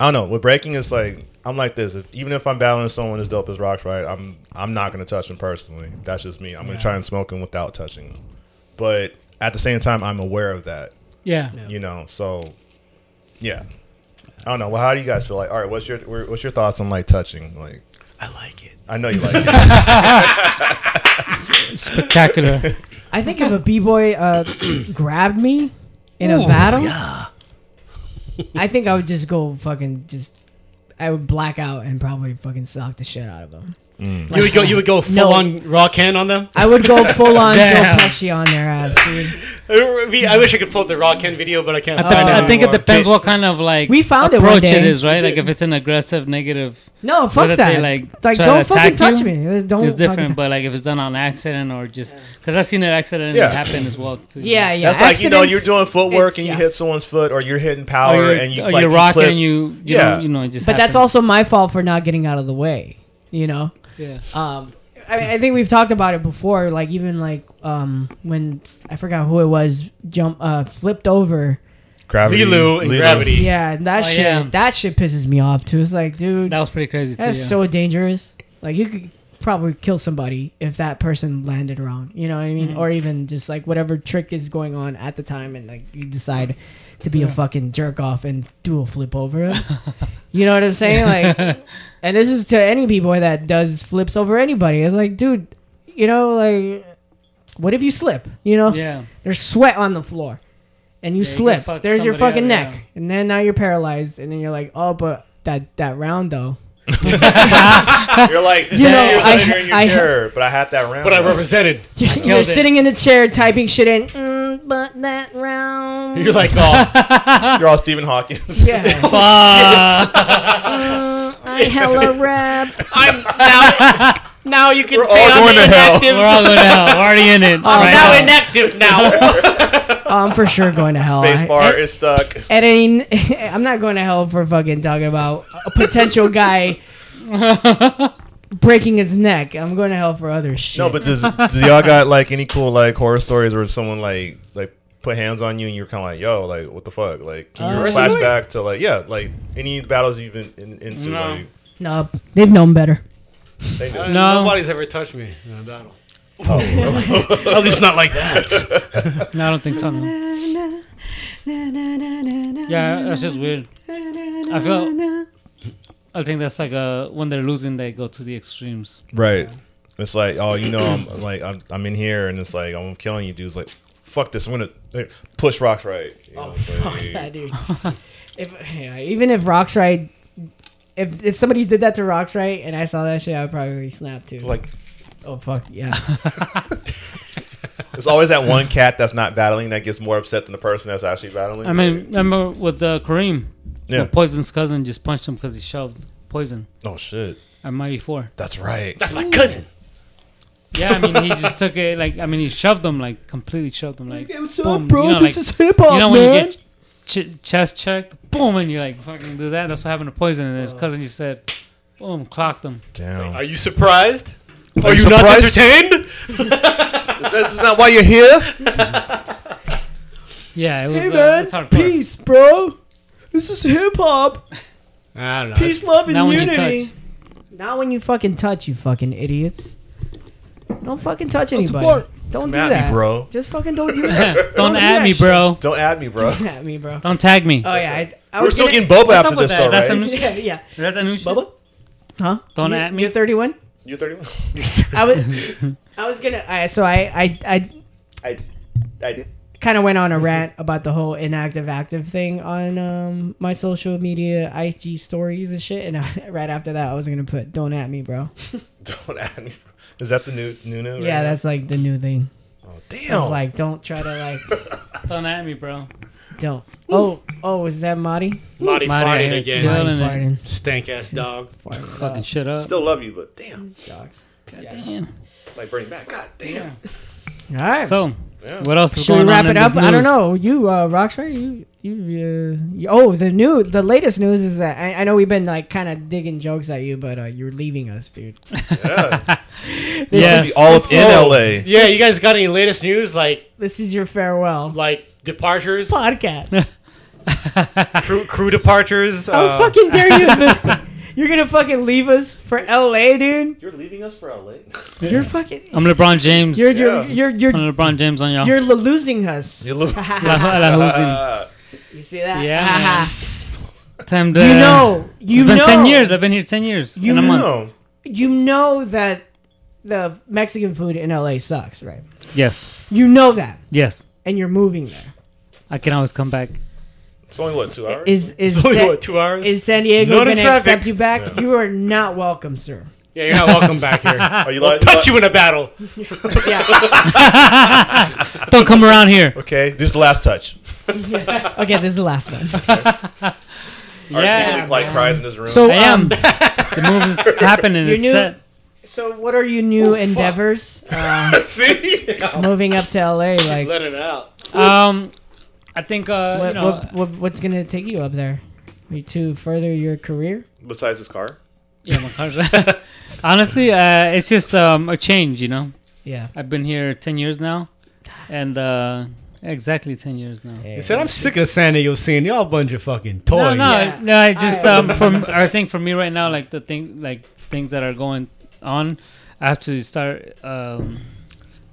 [SPEAKER 9] I don't know. With breaking, it's like I'm like this. If even if I'm battling someone as dope as rocks, right? I'm I'm not gonna touch them personally. That's just me. I'm gonna
[SPEAKER 4] Yeah.
[SPEAKER 9] try and smoke them without touching them. But at the same time, I'm aware of that.
[SPEAKER 4] Yeah.
[SPEAKER 9] You know. So yeah. I don't know. Well, how do you guys feel like? All right, what's your where- what's your thoughts on like touching? Like,
[SPEAKER 7] I like it.
[SPEAKER 9] I know you like it.
[SPEAKER 4] Spectacular.
[SPEAKER 6] I think if a b boy uh, grabbed me in a
[SPEAKER 7] Ooh,
[SPEAKER 6] battle,
[SPEAKER 7] yeah.
[SPEAKER 6] I think I would just go fucking just. I would black out and probably fucking sock the shit out of them.
[SPEAKER 7] You would go. You would go full
[SPEAKER 6] No.
[SPEAKER 7] on rock hand on them.
[SPEAKER 6] I would go full on Joe
[SPEAKER 7] Damn.
[SPEAKER 6] Pesci on their ass, dude.
[SPEAKER 7] I mean, I wish I could pull up the rock hand video, but I can't.
[SPEAKER 4] I, th-
[SPEAKER 7] find
[SPEAKER 4] I think it
[SPEAKER 7] anymore.
[SPEAKER 4] depends what kind of like
[SPEAKER 6] We found it one
[SPEAKER 4] approach
[SPEAKER 6] day.
[SPEAKER 4] it is, right? Like if it's an aggressive, negative.
[SPEAKER 6] No, fuck
[SPEAKER 4] whether they,
[SPEAKER 6] that. Like,
[SPEAKER 4] try to
[SPEAKER 6] don't fucking
[SPEAKER 4] attack
[SPEAKER 6] touch
[SPEAKER 4] you,
[SPEAKER 6] me. Uh, Don't
[SPEAKER 4] It's different,
[SPEAKER 6] fucking-
[SPEAKER 4] but like if it's done on accident or just because I've seen it accidentally
[SPEAKER 9] Yeah.
[SPEAKER 4] happen as well. Too.
[SPEAKER 6] Yeah, yeah.
[SPEAKER 9] That's like you know you're
[SPEAKER 6] Accidents,
[SPEAKER 9] doing footwork
[SPEAKER 6] it's-
[SPEAKER 9] and you
[SPEAKER 6] yeah.
[SPEAKER 9] hit someone's foot, or you're hitting power
[SPEAKER 4] Oh, you're-
[SPEAKER 9] and you
[SPEAKER 4] or
[SPEAKER 9] like,
[SPEAKER 4] you're
[SPEAKER 9] you
[SPEAKER 4] rocking
[SPEAKER 9] flip.
[SPEAKER 4] and you- you don't- you know, it just
[SPEAKER 6] but
[SPEAKER 4] happens.
[SPEAKER 6] that's also my fault for not getting out of the way. You know.
[SPEAKER 4] Yeah.
[SPEAKER 6] Um, I, mean, I think we've talked about it before. Like even like um when I forgot who it was, jump uh flipped over.
[SPEAKER 9] Gravity.
[SPEAKER 7] Lilu and
[SPEAKER 9] Lilu.
[SPEAKER 7] gravity.
[SPEAKER 6] Yeah, and that
[SPEAKER 4] Oh,
[SPEAKER 6] shit.
[SPEAKER 4] yeah.
[SPEAKER 6] That shit pisses me off too. It's like, dude,
[SPEAKER 4] That was pretty crazy too,
[SPEAKER 6] That's
[SPEAKER 4] yeah.
[SPEAKER 6] so dangerous. Like you could probably kill somebody if that person landed wrong. You know what I mean?
[SPEAKER 4] Mhm.
[SPEAKER 6] Or even just like whatever trick is going on at the time, and like you decide to be a
[SPEAKER 4] Yeah.
[SPEAKER 6] fucking jerk off and do a flip over him. you know what I'm saying? Like, and this is to any b boy that does flips over anybody. It's like, dude, you know, like, what if you slip? You know?
[SPEAKER 4] Yeah.
[SPEAKER 6] There's sweat on the floor and you
[SPEAKER 4] Yeah, you
[SPEAKER 6] slip.
[SPEAKER 4] fuck
[SPEAKER 6] There's your
[SPEAKER 4] somebody
[SPEAKER 6] fucking
[SPEAKER 4] up,
[SPEAKER 6] neck, and then now you're paralyzed, and then you're like, oh, but that that round though.
[SPEAKER 9] You're like,
[SPEAKER 6] You
[SPEAKER 9] you
[SPEAKER 6] know,
[SPEAKER 9] you're
[SPEAKER 6] I-
[SPEAKER 9] later in your
[SPEAKER 6] I-
[SPEAKER 9] chair, but I had that round.
[SPEAKER 7] But I represented.
[SPEAKER 6] you're sitting in the chair typing shit in, mm, but that round.
[SPEAKER 7] You're like, oh,
[SPEAKER 9] You're all Stephen Hawkins.
[SPEAKER 6] Yeah. Mm, I hella rap.
[SPEAKER 7] I'm now. Now you can
[SPEAKER 6] We're
[SPEAKER 7] say
[SPEAKER 6] all
[SPEAKER 7] I'm
[SPEAKER 6] going to hell.
[SPEAKER 7] inactive.
[SPEAKER 4] We're all going to hell. We're already in it.
[SPEAKER 7] I'm
[SPEAKER 4] right
[SPEAKER 7] now
[SPEAKER 4] now.
[SPEAKER 7] inactive now.
[SPEAKER 6] I'm for sure going to hell. I-
[SPEAKER 9] Spacebar is stuck.
[SPEAKER 6] It ain't. I'm not going to hell for fucking talking about a potential guy breaking his neck. I'm going to hell for other shit.
[SPEAKER 9] No, but does, does y'all got like any cool like horror stories where someone like like put hands on you and you're kind of like, yo, like what the fuck? Like, can you
[SPEAKER 6] Uh,
[SPEAKER 9] flash
[SPEAKER 6] really?
[SPEAKER 9] back to like, yeah, like any battles you've been in, into?
[SPEAKER 6] No.
[SPEAKER 9] Like,
[SPEAKER 6] no, they've known better.
[SPEAKER 7] They do.
[SPEAKER 4] Uh, No.
[SPEAKER 7] Nobody's ever touched me. in a battle.
[SPEAKER 4] Oh.
[SPEAKER 7] At least not like that.
[SPEAKER 4] No, I don't think so. No. Yeah, that's just weird. I feel. I think that's like uh when they're losing, they go to the extremes.
[SPEAKER 9] Right. It's like, oh, you know, I'm like, I'm, I'm in here, and it's like, I'm killing you, dudes. Like, fuck this. I'm gonna like, push rocks right. You know, it's like,
[SPEAKER 6] Oh, Fuck that, dude. if, yeah, even if Rocks right, if if somebody did that to Rocks right, and I saw that shit, I would probably snap too.
[SPEAKER 9] Like-
[SPEAKER 6] oh fuck yeah.
[SPEAKER 9] There's always that one cat that's not battling that gets more upset than the person that's actually battling.
[SPEAKER 4] I mean, remember with uh, Kareem,
[SPEAKER 9] Yeah.
[SPEAKER 4] when Poison's cousin just punched him because he shoved Poison
[SPEAKER 9] oh shit,
[SPEAKER 4] at Mighty Four.
[SPEAKER 9] that's right.
[SPEAKER 7] That's my cousin.
[SPEAKER 4] Yeah, I mean, he just took it like I mean, he shoved him like completely shoved him like.
[SPEAKER 6] what's up, bro? This is hip-hop,
[SPEAKER 4] You know when you
[SPEAKER 6] man.
[SPEAKER 4] get ch- chest checked, boom, and you like fucking do that. That's what happened to Poison, and his cousin just said, boom, clocked him.
[SPEAKER 9] Damn.
[SPEAKER 7] Are you surprised?
[SPEAKER 9] Are you surprised? this is not why you're here.
[SPEAKER 4] Yeah, it was.
[SPEAKER 6] Hey
[SPEAKER 4] uh,
[SPEAKER 6] man,
[SPEAKER 4] it's hard.
[SPEAKER 6] peace, bro. This is hip hop.
[SPEAKER 7] I don't know.
[SPEAKER 6] Peace, love, and
[SPEAKER 4] Not when you
[SPEAKER 6] unity. Not when you fucking touch, you fucking idiots. Don't fucking touch anybody.
[SPEAKER 4] support.
[SPEAKER 6] Don't
[SPEAKER 9] Come
[SPEAKER 6] do
[SPEAKER 9] at me,
[SPEAKER 6] that,
[SPEAKER 9] bro.
[SPEAKER 6] Just fucking don't do that.
[SPEAKER 4] Don't, add me, bro.
[SPEAKER 9] Don't add me, bro.
[SPEAKER 6] Don't at me, bro.
[SPEAKER 4] Don't tag me.
[SPEAKER 6] Oh yeah, I, I
[SPEAKER 9] We're
[SPEAKER 6] was
[SPEAKER 9] still
[SPEAKER 6] gonna-
[SPEAKER 9] getting Boba
[SPEAKER 4] What's up
[SPEAKER 9] after
[SPEAKER 4] with
[SPEAKER 9] this,
[SPEAKER 4] that?
[SPEAKER 9] though,
[SPEAKER 4] That's
[SPEAKER 9] right?
[SPEAKER 4] the new
[SPEAKER 6] Yeah, yeah.
[SPEAKER 4] Is that the new shit?
[SPEAKER 6] Bubba? Huh?
[SPEAKER 4] Don't
[SPEAKER 6] You-
[SPEAKER 4] at me.
[SPEAKER 6] You're 31.
[SPEAKER 9] You're 31.
[SPEAKER 6] I was. I was gonna. I, so I. I. I
[SPEAKER 9] I, I did.
[SPEAKER 6] kind of went on a
[SPEAKER 4] Mm-hmm.
[SPEAKER 6] rant about the whole inactive active thing on um, my social media IG stories and shit. And I, right after that, I was gonna put "Don't at me, bro."
[SPEAKER 9] Don't add me. Bro. Is that the new new new?
[SPEAKER 6] yeah, that's like the new thing.
[SPEAKER 9] Oh,
[SPEAKER 6] Of,
[SPEAKER 9] damn.
[SPEAKER 6] like, don't try to like,
[SPEAKER 4] Don't at me, bro.
[SPEAKER 6] don't. Oh, oh, is that Marty?
[SPEAKER 7] Marty
[SPEAKER 4] Marty,
[SPEAKER 7] farting
[SPEAKER 4] I-
[SPEAKER 7] again.
[SPEAKER 4] yeah. Killing it.
[SPEAKER 6] Farting.
[SPEAKER 7] Stank ass dog.
[SPEAKER 6] Farting.
[SPEAKER 4] Fucking shit up.
[SPEAKER 9] Still love you, but damn.
[SPEAKER 6] Dogs.
[SPEAKER 4] Damn.
[SPEAKER 9] It's like bring back. God damn.
[SPEAKER 6] All right.
[SPEAKER 4] So,
[SPEAKER 9] Yeah.
[SPEAKER 4] what else is
[SPEAKER 6] Should we
[SPEAKER 4] going
[SPEAKER 6] wrap
[SPEAKER 4] on
[SPEAKER 6] it
[SPEAKER 4] in
[SPEAKER 6] up?
[SPEAKER 4] this
[SPEAKER 6] I don't
[SPEAKER 4] news?
[SPEAKER 6] know. You, uh, Rockstar, you, you, uh, you- oh, the new, the latest news is that I, I know we've been like kind of digging jokes at you, but uh, you're leaving us, dude.
[SPEAKER 9] Yeah.
[SPEAKER 6] This
[SPEAKER 4] Yes.
[SPEAKER 6] is-
[SPEAKER 9] All up
[SPEAKER 6] this
[SPEAKER 9] in
[SPEAKER 6] is-
[SPEAKER 9] LA.
[SPEAKER 7] Yeah, you guys got any latest news like
[SPEAKER 6] This is your farewell
[SPEAKER 7] like departures,
[SPEAKER 6] podcast.
[SPEAKER 7] crew, crew departures? Uh,
[SPEAKER 6] How fucking dare you? admit- You're gonna fucking leave us for LA, dude.
[SPEAKER 9] You're leaving us for LA.
[SPEAKER 6] You're fucking.
[SPEAKER 4] I'm LeBron James.
[SPEAKER 6] You're
[SPEAKER 9] Yeah.
[SPEAKER 6] you're you're you're,
[SPEAKER 4] I'm LeBron James on y'all.
[SPEAKER 6] you're losing us.
[SPEAKER 9] You look.
[SPEAKER 4] La- la Housing.
[SPEAKER 9] Uh,
[SPEAKER 6] You see that?
[SPEAKER 4] Yeah. Time to.
[SPEAKER 6] you know. You
[SPEAKER 4] it's been
[SPEAKER 6] know.
[SPEAKER 4] ten years. I've been here ten years.
[SPEAKER 6] You
[SPEAKER 4] and I'm on.
[SPEAKER 9] No.
[SPEAKER 6] You know that the Mexican food in LA sucks, right?
[SPEAKER 4] Yes.
[SPEAKER 6] You know that,
[SPEAKER 4] Yes.
[SPEAKER 6] and you're moving there.
[SPEAKER 4] I can always come back.
[SPEAKER 9] It's only what two hours.
[SPEAKER 6] Is is
[SPEAKER 7] It's only,
[SPEAKER 6] Sa-
[SPEAKER 7] what, two hours?
[SPEAKER 6] is San Diego
[SPEAKER 7] Not in
[SPEAKER 6] gonna
[SPEAKER 7] traffic.
[SPEAKER 6] accept you back? You are not welcome, sir.
[SPEAKER 7] yeah, you're not welcome back here.
[SPEAKER 9] Are you like
[SPEAKER 7] Touch you in a battle.
[SPEAKER 6] Yeah.
[SPEAKER 4] Don't come around here.
[SPEAKER 9] Okay, this is the last touch.
[SPEAKER 6] okay, this is the last one.
[SPEAKER 4] Yeah.
[SPEAKER 9] Archie like cries in this room.
[SPEAKER 6] So
[SPEAKER 4] I am.
[SPEAKER 6] um,
[SPEAKER 4] the move is happening.
[SPEAKER 6] Your
[SPEAKER 4] It's
[SPEAKER 6] new-
[SPEAKER 4] set.
[SPEAKER 6] So, what are your new endeavors? Uh,
[SPEAKER 9] see,
[SPEAKER 6] moving up to LA, like
[SPEAKER 7] Let it out.
[SPEAKER 4] Um, I think uh,
[SPEAKER 6] what,
[SPEAKER 4] you know,
[SPEAKER 6] what, what, what's gonna take you up there? You to further your career?
[SPEAKER 9] besides this car,
[SPEAKER 4] yeah, my car's- honestly, uh, it's just um a change. You know,
[SPEAKER 6] Yeah.
[SPEAKER 4] I've been here ten years now, and uh, exactly ten years now.
[SPEAKER 7] He said, "I'm sick of San Diego scene. Y'all a bunch of fucking toys."
[SPEAKER 4] No, no,
[SPEAKER 6] Oh, Yeah.
[SPEAKER 4] no. I just
[SPEAKER 6] I-
[SPEAKER 4] um, from I think for me right now, like the thing, like things that are going on, I have to start um,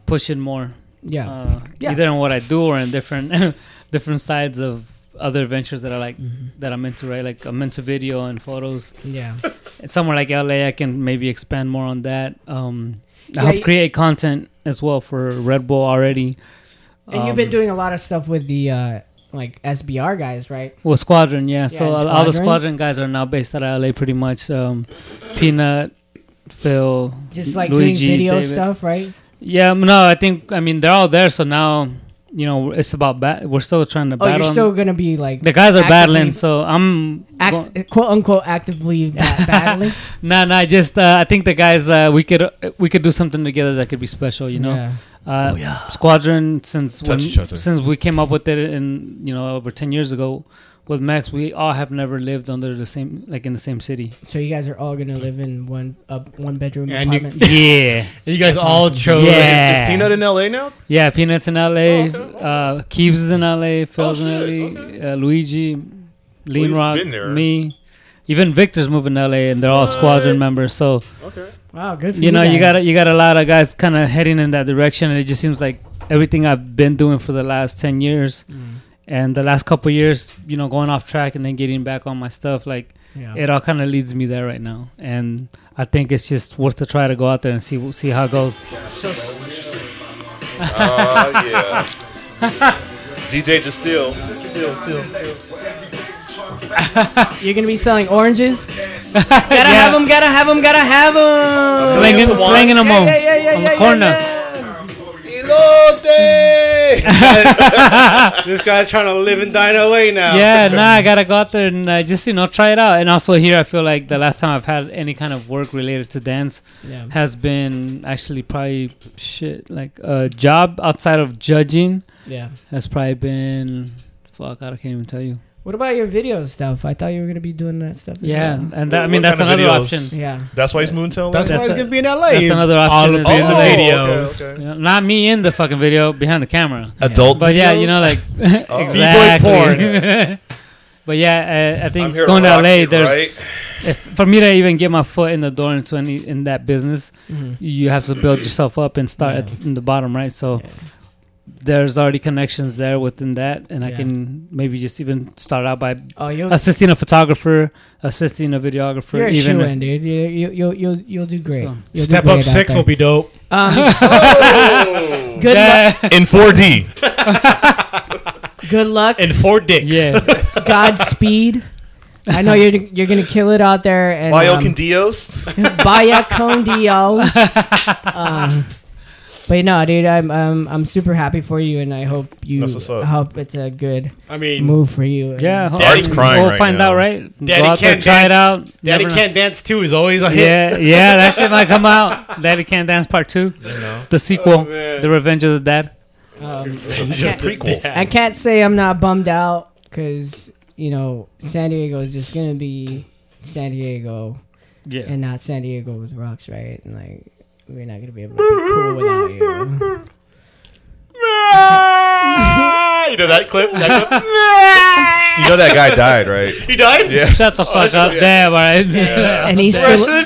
[SPEAKER 4] pushing more,
[SPEAKER 6] Yeah.
[SPEAKER 4] uh,
[SPEAKER 6] Yeah.
[SPEAKER 4] either in what I do or in different different sides of other ventures that I like that I'm into. Right, like I'm into video and photos.
[SPEAKER 6] yeah.
[SPEAKER 4] Somewhere like LA, I can maybe expand more on that. Um, I
[SPEAKER 6] Yeah,
[SPEAKER 4] help
[SPEAKER 6] you-
[SPEAKER 4] create content as well for Red Bull already.
[SPEAKER 6] And you've been
[SPEAKER 4] um,
[SPEAKER 6] doing a lot of stuff with the uh, like SBR guys, right?
[SPEAKER 4] Well, Squadron, yeah. so
[SPEAKER 6] and
[SPEAKER 4] all, all the
[SPEAKER 6] Squadron.
[SPEAKER 4] Squadron guys are now based out of LA, pretty much. Um, Peanut, Phil,
[SPEAKER 6] Just like
[SPEAKER 4] Luigi,
[SPEAKER 6] doing video
[SPEAKER 4] David.
[SPEAKER 6] stuff, right?
[SPEAKER 4] Yeah, m- no, I think I mean they're all there. So now, you know, it's about bat. We're still trying to
[SPEAKER 6] Oh,
[SPEAKER 4] battle.
[SPEAKER 6] you're still gonna be like
[SPEAKER 4] the guys are
[SPEAKER 6] actively-
[SPEAKER 4] battling, so I'm.
[SPEAKER 6] act, quote unquote actively ba- battling.
[SPEAKER 4] No, no, just uh, I think the guys uh, we could uh, we could do something together that could be special, you know.
[SPEAKER 6] Yeah.
[SPEAKER 4] Uh, Squadron since when,
[SPEAKER 9] Oh, each other.
[SPEAKER 4] since we came up with it in you know over ten years ago with Max, we all have never lived under the same like in the same city.
[SPEAKER 6] So you guys are all gonna live in one uh, one bedroom
[SPEAKER 7] And you-
[SPEAKER 6] apartment.
[SPEAKER 4] Yeah,
[SPEAKER 7] You guys all chose.
[SPEAKER 4] Yeah.
[SPEAKER 9] is Peanut in LA now?
[SPEAKER 4] yeah. Peanuts in L.A. Uh, Keeves is in L.A. Phil's in L.A. Uh, Luigi, Lean
[SPEAKER 9] he's
[SPEAKER 4] Rock,
[SPEAKER 9] been there.
[SPEAKER 4] me, even Victor's moving to L.A. and they're all Squadron members. So
[SPEAKER 9] Okay.
[SPEAKER 6] Wow, good for
[SPEAKER 4] you
[SPEAKER 6] you
[SPEAKER 4] know, you
[SPEAKER 6] guys.
[SPEAKER 4] got you got a lot of guys kind of heading in that direction, and it just seems like everything I've been doing for the last ten years, and the last couple years, you know, going off track and then getting back on my stuff, like
[SPEAKER 6] Yeah.
[SPEAKER 4] it all kind of leads me there right now, and I think it's just worth a try to go out there and see see how it goes.
[SPEAKER 8] Oh, yeah. DJ Distill.
[SPEAKER 6] You're gonna be selling oranges. gotta have them. Gotta have them. Gotta have them.
[SPEAKER 4] Slinging- slinging 'em on-
[SPEAKER 6] Yeah, yeah, yeah,
[SPEAKER 4] on the
[SPEAKER 6] yeah, yeah,
[SPEAKER 4] corner.
[SPEAKER 7] this guy's trying to live and dine away now.
[SPEAKER 4] Yeah, nah, I gotta go out there and uh, just you know try it out. And also here, I feel like the last time I've had any kind of work related to dance
[SPEAKER 7] Yeah.
[SPEAKER 4] has been actually probably shit like a job outside of judging.
[SPEAKER 6] Yeah.
[SPEAKER 4] has probably been fuck. I can't even tell you.
[SPEAKER 6] What about your video stuff? I thought you were gonna be doing that stuff. as
[SPEAKER 4] Yeah,
[SPEAKER 6] well.
[SPEAKER 4] and that, I mean that's another option.
[SPEAKER 6] Yeah.
[SPEAKER 9] That's why he's moving to LA.
[SPEAKER 6] That's why he's
[SPEAKER 4] a-
[SPEAKER 6] gonna be in LA.
[SPEAKER 4] That's another
[SPEAKER 6] All
[SPEAKER 4] option. is
[SPEAKER 6] up in
[SPEAKER 4] in
[SPEAKER 7] Oh,
[SPEAKER 6] the
[SPEAKER 4] LA.
[SPEAKER 6] videos.
[SPEAKER 9] okay, okay.
[SPEAKER 4] You know, not me in the fucking video, behind the camera.
[SPEAKER 12] Adult
[SPEAKER 4] but yeah,
[SPEAKER 12] videos?
[SPEAKER 4] you know, like
[SPEAKER 12] Oh.
[SPEAKER 4] exactly. but yeah, I, I
[SPEAKER 12] I'm
[SPEAKER 4] think
[SPEAKER 12] here to
[SPEAKER 4] going to
[SPEAKER 12] rock
[SPEAKER 4] LA,
[SPEAKER 12] it,
[SPEAKER 4] there's
[SPEAKER 12] right?
[SPEAKER 4] if- for me to even get my foot in the door into any in that business,
[SPEAKER 6] Mhm.
[SPEAKER 4] you have to build yourself up and start at, in the bottom, right? So. There's already connections there within that, and I
[SPEAKER 6] Yeah.
[SPEAKER 4] can maybe just even start out by
[SPEAKER 6] Oh, you'll-
[SPEAKER 4] assisting a photographer, assisting a videographer.
[SPEAKER 6] You're a
[SPEAKER 4] even
[SPEAKER 6] shoe in, dude. You you you you'll, you'll do great.
[SPEAKER 4] So-
[SPEAKER 6] You'll do
[SPEAKER 4] Step
[SPEAKER 6] great
[SPEAKER 4] Up
[SPEAKER 6] out
[SPEAKER 4] Six
[SPEAKER 6] there.
[SPEAKER 4] will be dope.
[SPEAKER 6] Um,
[SPEAKER 4] Oh.
[SPEAKER 6] good
[SPEAKER 4] Yeah.
[SPEAKER 6] luck
[SPEAKER 12] In 4D.
[SPEAKER 6] Good luck
[SPEAKER 7] and four dicks.
[SPEAKER 4] Yeah.
[SPEAKER 6] Godspeed. I know you're you're gonna kill it out there. And
[SPEAKER 8] Vaya
[SPEAKER 6] um,
[SPEAKER 8] con Dios.
[SPEAKER 6] Vaya con Dios. um, but no, dude, I'm um, I'm super happy for you, and I hope you
[SPEAKER 9] That's what's up.
[SPEAKER 6] I hope it's a good
[SPEAKER 7] I mean-
[SPEAKER 6] move for you. and-
[SPEAKER 4] Yeah,
[SPEAKER 7] Daddy's
[SPEAKER 4] we'll
[SPEAKER 7] crying
[SPEAKER 4] We'll
[SPEAKER 7] right
[SPEAKER 4] find
[SPEAKER 7] now.
[SPEAKER 4] out, right?
[SPEAKER 7] Daddy
[SPEAKER 4] Go out there,
[SPEAKER 7] can't
[SPEAKER 4] try it
[SPEAKER 7] dance.
[SPEAKER 4] out.
[SPEAKER 7] Daddy
[SPEAKER 4] Never know.
[SPEAKER 7] can't dance too is always a hit.
[SPEAKER 4] Yeah, yeah, that shit might come out. Daddy can't dance part two.
[SPEAKER 7] know.
[SPEAKER 4] The sequel,
[SPEAKER 7] Oh, man.
[SPEAKER 4] the Revenge of the Dad.
[SPEAKER 7] Revenge of the Prequel. Dad.
[SPEAKER 6] I can't say I'm not bummed out because you know San Diego is just gonna be San Diego,
[SPEAKER 4] Yeah.
[SPEAKER 6] and not San Diego with rocks, right? And like we're not gonna be able to be cool without you.
[SPEAKER 7] you know that clip? That clip?
[SPEAKER 12] You know that guy died, right?
[SPEAKER 7] He died?
[SPEAKER 12] Yeah.
[SPEAKER 4] Shut the fuck up, damn! All right.
[SPEAKER 12] Yeah.
[SPEAKER 6] And he's
[SPEAKER 12] Rest
[SPEAKER 6] still-
[SPEAKER 12] in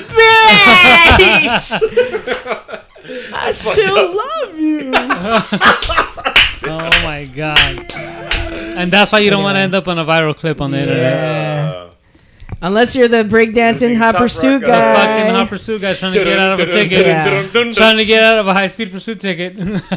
[SPEAKER 6] peace! I still love you.
[SPEAKER 4] oh my god! And that's why you don't want to end up on a viral clip on the internet.
[SPEAKER 6] Unless you're the breakdancing hot pursuit
[SPEAKER 4] The
[SPEAKER 6] guy.
[SPEAKER 4] fucking hot pursuit guy trying to get out of a ticket,
[SPEAKER 6] Yeah.
[SPEAKER 4] trying to get out of a high speed pursuit ticket.
[SPEAKER 7] He's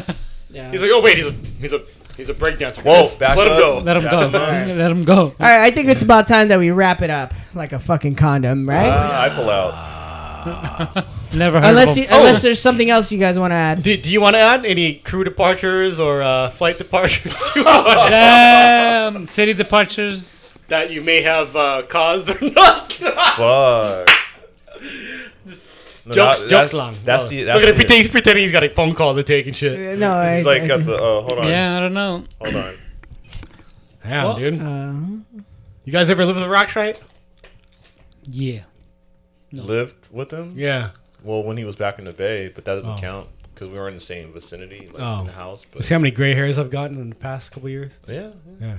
[SPEAKER 7] like, oh wait, he's a he's a he's a breakdancer.
[SPEAKER 4] Whoa,
[SPEAKER 7] Just
[SPEAKER 4] back
[SPEAKER 7] let him
[SPEAKER 4] up.
[SPEAKER 7] go.
[SPEAKER 4] Let him
[SPEAKER 7] Back
[SPEAKER 4] go.
[SPEAKER 7] up.
[SPEAKER 4] Alright. Let him go.
[SPEAKER 6] All right, I think it's about time that we wrap it up like a fucking condom, right?
[SPEAKER 9] Ah, I pull out.
[SPEAKER 4] Never
[SPEAKER 7] heard
[SPEAKER 6] unless
[SPEAKER 7] of
[SPEAKER 6] you,
[SPEAKER 7] 'em.
[SPEAKER 6] unless
[SPEAKER 7] Oh.
[SPEAKER 6] there's something else you guys want to add.
[SPEAKER 7] Do, do you want to add any crew departures or uh, flight departures you wanna-
[SPEAKER 4] Damn, city departures.
[SPEAKER 7] that you may have uh, caused or not?
[SPEAKER 9] Fuck.
[SPEAKER 7] jokes,
[SPEAKER 9] No, that-
[SPEAKER 7] jokes
[SPEAKER 9] that's-
[SPEAKER 7] long.
[SPEAKER 9] That's the. That's
[SPEAKER 7] Look at
[SPEAKER 9] the-
[SPEAKER 7] him. He's pretending he's got a phone call to take and shit.
[SPEAKER 6] No,
[SPEAKER 9] He's like got the. Uh, hold on.
[SPEAKER 4] Yeah, I don't know.
[SPEAKER 9] Hold on.
[SPEAKER 7] Damn,
[SPEAKER 4] Well,
[SPEAKER 7] dude. uh, you guys ever live with the rock right?
[SPEAKER 4] Yeah.
[SPEAKER 9] Lived with him.
[SPEAKER 7] Yeah.
[SPEAKER 9] Well, when he was back in the Bay, but that doesn't
[SPEAKER 7] Oh.
[SPEAKER 9] count because we were in the same vicinity, like in the house. But
[SPEAKER 7] See how many gray hairs I've gotten in the past couple years?
[SPEAKER 9] Yeah.
[SPEAKER 7] Yeah.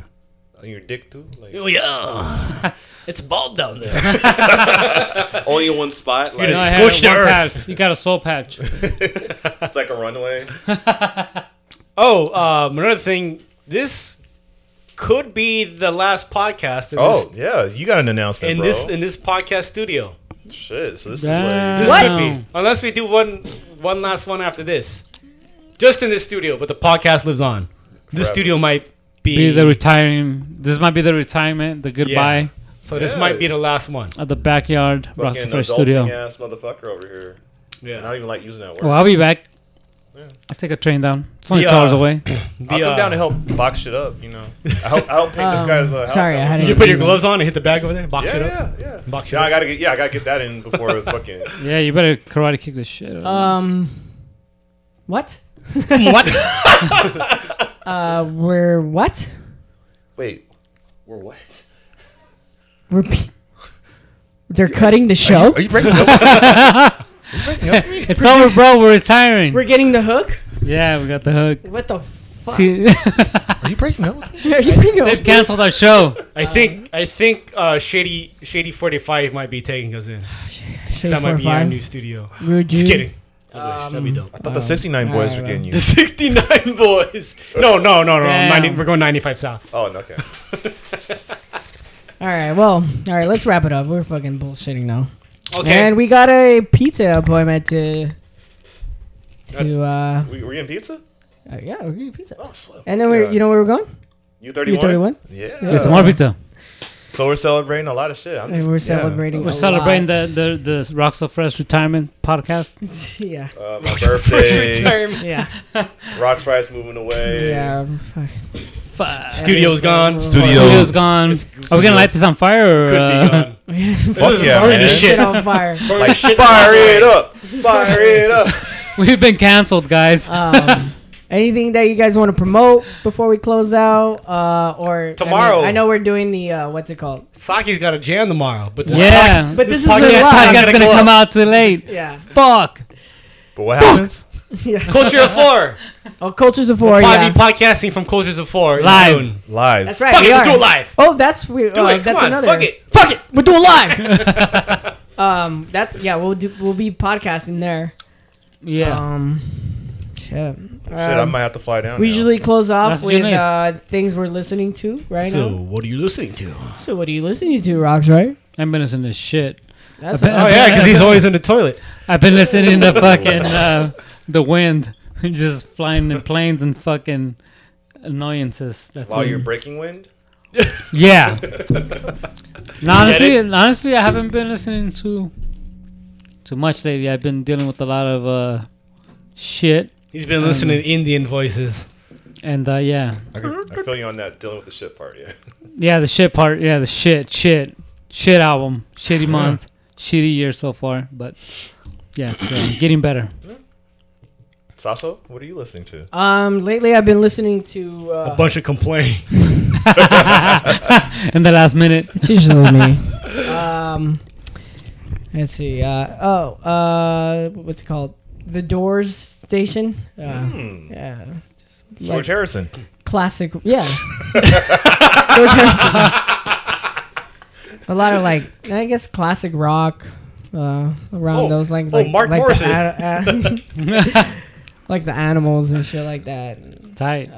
[SPEAKER 9] And your dick too. Like,
[SPEAKER 7] Oh, yeah. it's bald down there.
[SPEAKER 8] Only in one spot. Like,
[SPEAKER 4] You, know, I had one patch. You got a soul patch.
[SPEAKER 9] it's like a runway.
[SPEAKER 7] Oh, um, another thing. This could be the last podcast. In
[SPEAKER 9] Oh
[SPEAKER 7] this,
[SPEAKER 9] yeah, you got an announcement,
[SPEAKER 7] in
[SPEAKER 9] bro.
[SPEAKER 7] this in this podcast studio.
[SPEAKER 9] Shit. So this
[SPEAKER 7] This
[SPEAKER 9] is like.
[SPEAKER 7] could be, unless we do one one last one after this, just in this studio. But the podcast lives on. This
[SPEAKER 4] Forever.
[SPEAKER 7] studio might be,
[SPEAKER 4] Be the retiring. This might be the retirement, the
[SPEAKER 7] Yeah.
[SPEAKER 4] goodbye
[SPEAKER 7] So this might be the last one.
[SPEAKER 4] at the backyard Roxy
[SPEAKER 9] Fucking
[SPEAKER 4] Fresh
[SPEAKER 9] adulting
[SPEAKER 4] Studio.
[SPEAKER 9] ass motherfucker over here.
[SPEAKER 7] Yeah.
[SPEAKER 9] And I don't even like using that word.
[SPEAKER 4] Well, I'll be back. I'll take a train down. It's only
[SPEAKER 9] The,
[SPEAKER 4] two hours
[SPEAKER 9] uh,
[SPEAKER 4] away.
[SPEAKER 9] I'll come
[SPEAKER 7] uh,
[SPEAKER 9] down and help box it up. You know, I help I help paint this guy's uh, house. down.
[SPEAKER 7] Did you put your gloves on and hit the bag over there? Box
[SPEAKER 9] Yeah,
[SPEAKER 7] it
[SPEAKER 9] yeah,
[SPEAKER 7] up.
[SPEAKER 9] yeah.
[SPEAKER 7] Box it
[SPEAKER 9] Yeah,
[SPEAKER 7] up.
[SPEAKER 9] I gotta get. Yeah, I gotta get that in before it fucking.
[SPEAKER 4] Yeah, you better karate kick the shit. out of
[SPEAKER 6] Um, what?
[SPEAKER 4] What?
[SPEAKER 6] uh, we're what?
[SPEAKER 8] Wait, we're what?
[SPEAKER 6] We're pe- they're cutting the show.
[SPEAKER 8] you- are you breaking
[SPEAKER 4] up? it's over, bro. We're retiring.
[SPEAKER 6] We're getting the hook.
[SPEAKER 4] yeah, we got the hook.
[SPEAKER 6] What the? Fuck?
[SPEAKER 4] See,
[SPEAKER 6] Are
[SPEAKER 8] you breaking up?
[SPEAKER 6] Are you breaking up?
[SPEAKER 4] they've canceled our show.
[SPEAKER 7] I think I think uh, shady shady forty five might be taking us in.
[SPEAKER 6] Shea
[SPEAKER 7] that might be
[SPEAKER 6] 45.
[SPEAKER 7] our new studio.
[SPEAKER 6] Rude
[SPEAKER 7] Just
[SPEAKER 6] Jude.
[SPEAKER 7] kidding. Um, I wish. That'd be dope.
[SPEAKER 9] I thought the 69 boys were getting you.
[SPEAKER 7] The 69 boys. No, no, no, no.
[SPEAKER 6] Damn.
[SPEAKER 7] 90, we're going 95 south.
[SPEAKER 9] Oh, okay.
[SPEAKER 6] All right, well, all right, let's wrap it up. We're fucking bullshitting now.
[SPEAKER 7] Okay.
[SPEAKER 6] And we got a pizza appointment to. To uh,
[SPEAKER 9] we, we're getting pizza?
[SPEAKER 6] Uh, yeah, we're getting pizza.
[SPEAKER 9] Oh, slow.
[SPEAKER 6] and then we, you know where we're going?
[SPEAKER 9] You 31?
[SPEAKER 6] U31?
[SPEAKER 9] Yeah.
[SPEAKER 4] Get some more pizza.
[SPEAKER 9] So we're celebrating a lot of shit. I'm
[SPEAKER 6] And
[SPEAKER 9] just,
[SPEAKER 6] we're
[SPEAKER 9] yeah.
[SPEAKER 6] celebrating.
[SPEAKER 4] We're
[SPEAKER 6] a
[SPEAKER 4] celebrating
[SPEAKER 6] lot.
[SPEAKER 4] the, the the Rock So Fresh retirement podcast.
[SPEAKER 6] yeah.
[SPEAKER 9] Uh, my birthday.
[SPEAKER 6] retirement. Yeah.
[SPEAKER 9] Rocks Rice moving away.
[SPEAKER 6] Yeah. Fuck.
[SPEAKER 4] Fuck.
[SPEAKER 7] Studio's gone.
[SPEAKER 12] Studio.
[SPEAKER 4] Studio's gone. Are we gonna light this on fire? Or,
[SPEAKER 7] Could be
[SPEAKER 4] uh,
[SPEAKER 7] gone.
[SPEAKER 12] Fuck yeah,
[SPEAKER 7] Burn
[SPEAKER 12] man.
[SPEAKER 7] this
[SPEAKER 6] Shit on fire.
[SPEAKER 7] Burn
[SPEAKER 12] Like,
[SPEAKER 7] this shit
[SPEAKER 9] Fire
[SPEAKER 7] down.
[SPEAKER 9] it up. Fire it up.
[SPEAKER 4] We've been canceled, guys.
[SPEAKER 6] Um, anything that you guys want to promote before we close out, uh, or I mean, I,
[SPEAKER 7] Tomorrow.
[SPEAKER 6] know we're doing the uh, what's it called?
[SPEAKER 7] Saki's got a jam tomorrow, but this
[SPEAKER 4] Yeah.
[SPEAKER 7] pod-
[SPEAKER 6] But this is
[SPEAKER 7] podcast
[SPEAKER 6] a lot.
[SPEAKER 7] not
[SPEAKER 4] Podcast's gonna,
[SPEAKER 7] go
[SPEAKER 4] come
[SPEAKER 7] up.
[SPEAKER 4] out too late.
[SPEAKER 6] Yeah.
[SPEAKER 4] Fuck.
[SPEAKER 9] But what happens?
[SPEAKER 7] Culture of Four.
[SPEAKER 6] Oh, cultures of four.
[SPEAKER 7] Pod-
[SPEAKER 6] Yeah.
[SPEAKER 7] Podcasting from Cultures of Four in
[SPEAKER 4] Live.
[SPEAKER 7] June.
[SPEAKER 9] Live.
[SPEAKER 6] That's right.
[SPEAKER 7] Fuck
[SPEAKER 6] we
[SPEAKER 7] it, we'll
[SPEAKER 6] are.
[SPEAKER 7] do it live.
[SPEAKER 6] Oh, that's we.
[SPEAKER 7] Do
[SPEAKER 6] uh,
[SPEAKER 7] it. Come
[SPEAKER 6] that's
[SPEAKER 7] on.
[SPEAKER 6] another.
[SPEAKER 7] Fuck it.
[SPEAKER 6] Fuck it. We'll do it live. um, that's yeah. We'll do. We'll be podcasting there.
[SPEAKER 4] Yeah.
[SPEAKER 6] Um, shit.
[SPEAKER 9] Shit, I might have to fly down.
[SPEAKER 6] We
[SPEAKER 9] now.
[SPEAKER 6] usually close off
[SPEAKER 4] That's
[SPEAKER 6] with
[SPEAKER 4] June eighth.
[SPEAKER 6] uh, things we're listening to right now.
[SPEAKER 7] what are you listening to?
[SPEAKER 6] So, what are you listening to, Rocks? Right?
[SPEAKER 4] I've been listening to shit.
[SPEAKER 6] That's
[SPEAKER 4] I bet-
[SPEAKER 7] Oh yeah, because he's always in the toilet.
[SPEAKER 4] I've been listening to fucking uh, the wind, just flying in planes and fucking annoyances. That's
[SPEAKER 9] While
[SPEAKER 4] it.
[SPEAKER 9] you're breaking wind?
[SPEAKER 4] yeah. No, honestly, honestly, I haven't been listening to too much lately. I've been dealing with a lot of uh, shit,
[SPEAKER 7] He's been listening to Indian voices.
[SPEAKER 4] and uh, yeah,
[SPEAKER 9] I, could, I feel you on that dealing with the shit part, yeah.
[SPEAKER 4] yeah, the shit part. Yeah, the shit, shit, shit album. Shitty month, shitty year so far, but yeah, it's uh, getting better.
[SPEAKER 9] Sasso, what are you listening to?
[SPEAKER 6] Um, lately I've been listening to. Uh,
[SPEAKER 7] A bunch of complaints.
[SPEAKER 4] In the last minute,
[SPEAKER 6] It's usually me. um, let's see. Uh, oh, uh, what's it called? The Doors Station. Uh,
[SPEAKER 7] Hmm.
[SPEAKER 6] Yeah, just
[SPEAKER 9] George
[SPEAKER 6] like
[SPEAKER 9] Harrison.
[SPEAKER 6] classic. Yeah, George Harrison. A lot of like, I guess, classic rock uh, around
[SPEAKER 7] Oh,
[SPEAKER 6] those like,
[SPEAKER 7] oh,
[SPEAKER 6] like
[SPEAKER 7] Mark
[SPEAKER 6] like
[SPEAKER 7] Morrison.
[SPEAKER 6] The, an- uh, like the animals and shit like that.
[SPEAKER 4] tight.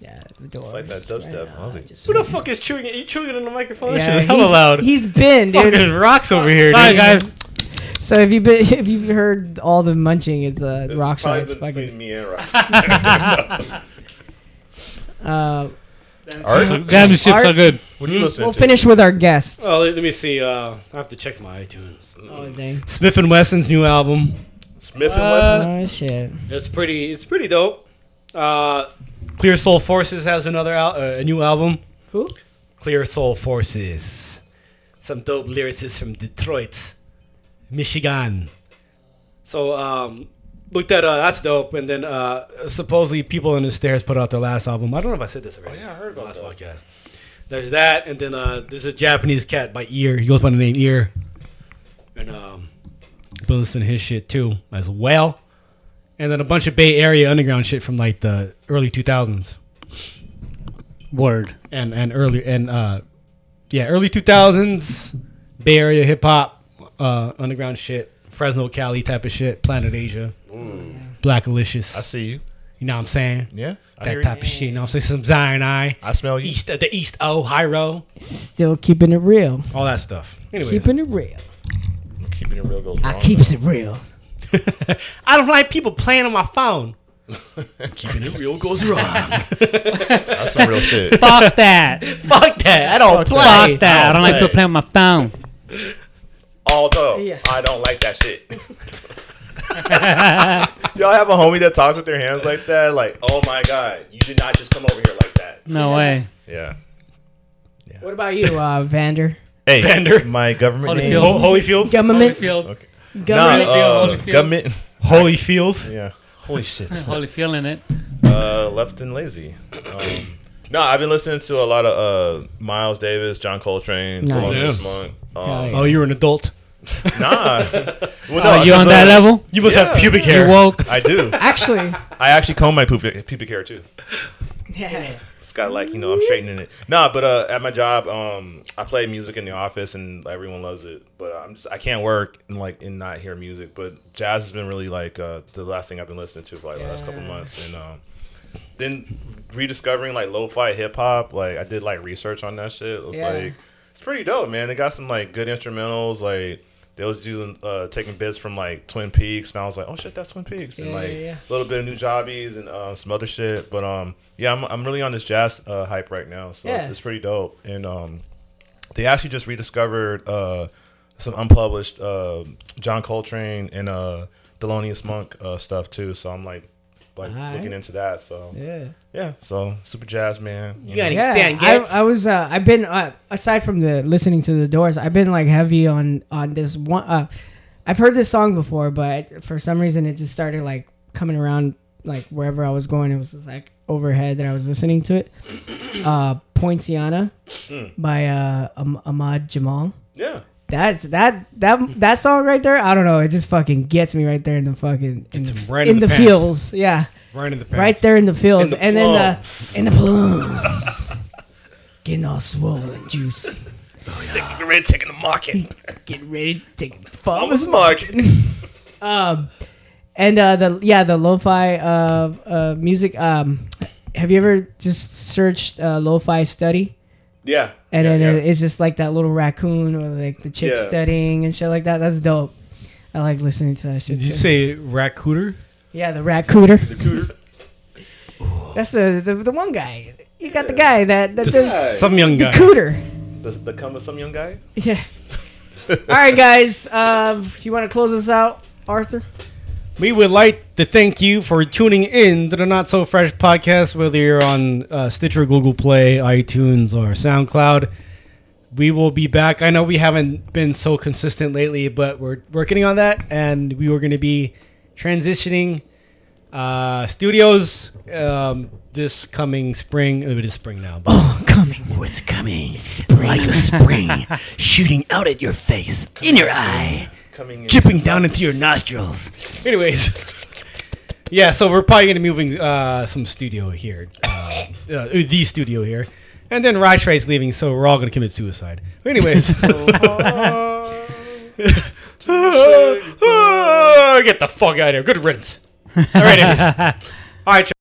[SPEAKER 6] Yeah, the Doors.
[SPEAKER 9] Like that dubstep. I love it.
[SPEAKER 7] Who the fuck is chewing it? You chewing it on the microphone?
[SPEAKER 6] Yeah,
[SPEAKER 7] Yeah, hella
[SPEAKER 6] he's-
[SPEAKER 7] loud.
[SPEAKER 6] He's been, dude.
[SPEAKER 7] fucking rocks over here.
[SPEAKER 4] Sorry,
[SPEAKER 7] dude.
[SPEAKER 4] guys.
[SPEAKER 6] So if you been, if you've heard all the munching, it's uh,
[SPEAKER 9] This is
[SPEAKER 6] rock
[SPEAKER 9] probably
[SPEAKER 6] It's
[SPEAKER 9] the-
[SPEAKER 6] fucking.
[SPEAKER 9] between me and Rock.
[SPEAKER 6] Uh,
[SPEAKER 9] Art,
[SPEAKER 4] Damn, these chips
[SPEAKER 6] Art-
[SPEAKER 4] are good.
[SPEAKER 9] what are you listening
[SPEAKER 6] we'll
[SPEAKER 9] to?
[SPEAKER 6] finish with our guests.
[SPEAKER 7] Oh, let, let me see. Uh, I have to check my iTunes.
[SPEAKER 6] Oh dang!
[SPEAKER 7] Smith and Wesson's new album.
[SPEAKER 9] Smith and Wesson.
[SPEAKER 6] oh shit!
[SPEAKER 7] It's pretty. It's pretty dope. Uh, Clear Soul Forces has another al- uh, a new album.
[SPEAKER 6] Who?
[SPEAKER 7] Clear Soul Forces. Some dope lyricists from Detroit, Michigan. So um, look that. Uh, that's dope. And then uh, supposedly people in the stairs put out their last album. I don't know if I said this already.
[SPEAKER 9] Oh, Yeah, I heard about
[SPEAKER 7] last
[SPEAKER 9] that.
[SPEAKER 7] podcast. There's that, and then uh, there's a Japanese cat by Ear. He goes by the name Ear, and um, been listening to his shit too as well. And then a bunch of Bay Area underground shit from like the early 2000s
[SPEAKER 4] Word.
[SPEAKER 7] and and earlier and uh, yeah, early 2000s Bay Area hip hop uh, underground shit, Fresno, Cali type of shit, Planet Asia,
[SPEAKER 4] Mm.
[SPEAKER 7] Black
[SPEAKER 9] I
[SPEAKER 7] Alicious.
[SPEAKER 9] see you.
[SPEAKER 7] You know what I'm saying?
[SPEAKER 9] Yeah. I
[SPEAKER 7] That
[SPEAKER 9] hear you.
[SPEAKER 7] type of shit. You know what I'm saying? Some Zion Eye.
[SPEAKER 9] I smell you.
[SPEAKER 7] East, the East O, Hyro,
[SPEAKER 6] Still keeping it real.
[SPEAKER 7] all that stuff. Anyway,
[SPEAKER 6] Keeping it real.
[SPEAKER 9] Keeping it real goes
[SPEAKER 6] I
[SPEAKER 9] wrong.
[SPEAKER 6] keeps it real.
[SPEAKER 7] I don't like people playing on my phone.
[SPEAKER 9] Keeping it
[SPEAKER 7] Real goes wrong.
[SPEAKER 9] That's some real shit.
[SPEAKER 4] Fuck that.
[SPEAKER 7] Fuck that. I don't play.
[SPEAKER 4] Fuck that. I don't like people playing with my phone.
[SPEAKER 9] Although
[SPEAKER 6] Yeah.
[SPEAKER 9] I don't like that shit. Y'all have a homie that talks with their hands like that? Like, oh my god, you did not just come over here like that.
[SPEAKER 4] No way.
[SPEAKER 9] Yeah.
[SPEAKER 6] What about you, uh, Vander?
[SPEAKER 9] Hey,
[SPEAKER 7] Vander.
[SPEAKER 9] my government
[SPEAKER 4] Holyfield.
[SPEAKER 9] name.
[SPEAKER 7] Ho- Holyfield.
[SPEAKER 6] Government.
[SPEAKER 4] Holyfield.
[SPEAKER 9] Nah,
[SPEAKER 6] Government.
[SPEAKER 9] uh,
[SPEAKER 4] Holyfield.
[SPEAKER 9] government.
[SPEAKER 7] Holy feels.
[SPEAKER 9] Yeah.
[SPEAKER 7] Holy shit.
[SPEAKER 4] Holyfield in it.
[SPEAKER 9] Uh, left and lazy. Um, no, I've been listening to a lot of uh, Miles Davis, John Coltrane,
[SPEAKER 6] Nice.
[SPEAKER 9] Thelonious
[SPEAKER 7] Yeah.
[SPEAKER 9] Monk.
[SPEAKER 6] Hell
[SPEAKER 9] Um,
[SPEAKER 6] yeah.
[SPEAKER 7] Oh, you're an adult.
[SPEAKER 9] Nah. Well,
[SPEAKER 4] Are you
[SPEAKER 9] because,
[SPEAKER 4] on that
[SPEAKER 9] uh,
[SPEAKER 4] level?
[SPEAKER 7] You must
[SPEAKER 9] Yeah.
[SPEAKER 7] have pubic
[SPEAKER 4] You
[SPEAKER 7] hair.
[SPEAKER 4] woke.
[SPEAKER 9] I do.
[SPEAKER 6] Actually,
[SPEAKER 9] I actually comb my pubic, pubic hair too.
[SPEAKER 6] Yeah.
[SPEAKER 9] This guy, like, you know, I'm straightening it. Nah, but uh, at my job, um, I play music in the office, and everyone loves it. But I'm just, I can't work and like and not hear music. But jazz has been really like uh, the last thing I've been listening to for like the last couple
[SPEAKER 13] Yeah.
[SPEAKER 9] months, and um, then rediscovering like lo-fi hip hop. Like, I did like research on that shit. It was
[SPEAKER 13] Yeah.
[SPEAKER 9] like, it's pretty dope, man. They got some like good instrumentals, like. They was doing uh, taking bits from like Twin Peaks, and I was like, "Oh shit, that's Twin Peaks!" and
[SPEAKER 13] Yeah,
[SPEAKER 9] like
[SPEAKER 13] yeah, yeah.
[SPEAKER 9] a little bit of new jobbies and um, some other shit. But um, yeah, I'm, I'm really on this jazz uh, hype right now, so it's,
[SPEAKER 13] Yeah.
[SPEAKER 9] it's pretty dope. And um, they actually just rediscovered uh, some unpublished uh, John Coltrane and uh, Thelonious Monk uh, stuff too. So I'm like, like
[SPEAKER 6] Alright.
[SPEAKER 9] looking into that. So
[SPEAKER 6] Yeah.
[SPEAKER 9] yeah. So super jazz man. You,
[SPEAKER 6] I, I was. Uh, I've been uh, aside from the listening to the Doors. I've been like heavy on on this one. Uh, I've heard this song before, but for some reason it just started like coming around like wherever I was going. It was just like overhead that I was listening to it. Uh, Poinciana
[SPEAKER 7] Hmm.
[SPEAKER 13] Mm.
[SPEAKER 6] by uh, Am- Ahmad Jamal.
[SPEAKER 13] Yeah.
[SPEAKER 6] That's that that that song right there. I don't know. It just fucking gets me right there in the fucking in, the,
[SPEAKER 7] right
[SPEAKER 6] in
[SPEAKER 7] in the
[SPEAKER 6] the
[SPEAKER 7] pants.
[SPEAKER 6] feels. Yeah,
[SPEAKER 7] Right in the
[SPEAKER 6] Right
[SPEAKER 7] pants.
[SPEAKER 6] there in the feels,
[SPEAKER 7] In the
[SPEAKER 6] and then
[SPEAKER 7] plums.
[SPEAKER 6] the in the plums, getting all swollen, juicy.
[SPEAKER 13] Taking the red, taking the market.
[SPEAKER 6] Getting ready to take the
[SPEAKER 13] farmer's market.
[SPEAKER 6] um, and uh, the yeah the lo-fi uh, uh music. Um, have you ever just searched uh, lo-fi study?
[SPEAKER 9] Yeah.
[SPEAKER 6] And
[SPEAKER 9] Yeah,
[SPEAKER 6] then
[SPEAKER 9] yeah.
[SPEAKER 6] it- it's just like that little raccoon or like the chick
[SPEAKER 7] Yeah.
[SPEAKER 6] studying and shit like that. That's dope. I like listening to that shit.
[SPEAKER 7] Did you
[SPEAKER 6] too.
[SPEAKER 7] say raccooter?
[SPEAKER 6] Yeah, the racooter.
[SPEAKER 7] The cooter.
[SPEAKER 6] That's the, the the one guy. You got the guy that that
[SPEAKER 7] The
[SPEAKER 6] does
[SPEAKER 7] s- some young
[SPEAKER 6] the
[SPEAKER 7] guy.
[SPEAKER 6] cooter.
[SPEAKER 9] The, the come of some young guy.
[SPEAKER 6] Yeah. All right, guys. Uh, you want to close us out, Arthur?
[SPEAKER 7] We would like to thank you for tuning in to the Not So Fresh podcast, whether you're on uh, Stitcher, Google Play, iTunes, or SoundCloud. We will be back. I know we haven't been so consistent lately, but we're working on that, and we are going to be transitioning uh, studios um, this coming spring. It is spring now. But
[SPEAKER 13] coming. What's coming? Spring. Like a spring shooting out at your face, in your eye,
[SPEAKER 9] coming
[SPEAKER 13] dripping down into your nostrils.
[SPEAKER 7] Anyways, yeah, so we're probably going to be moving uh, some studio here, uh, uh, the studio here, and then Raj Ray's leaving, so we're all going to commit suicide. But anyways, get the fuck out of here. Good riddance. All right, anyways. all right.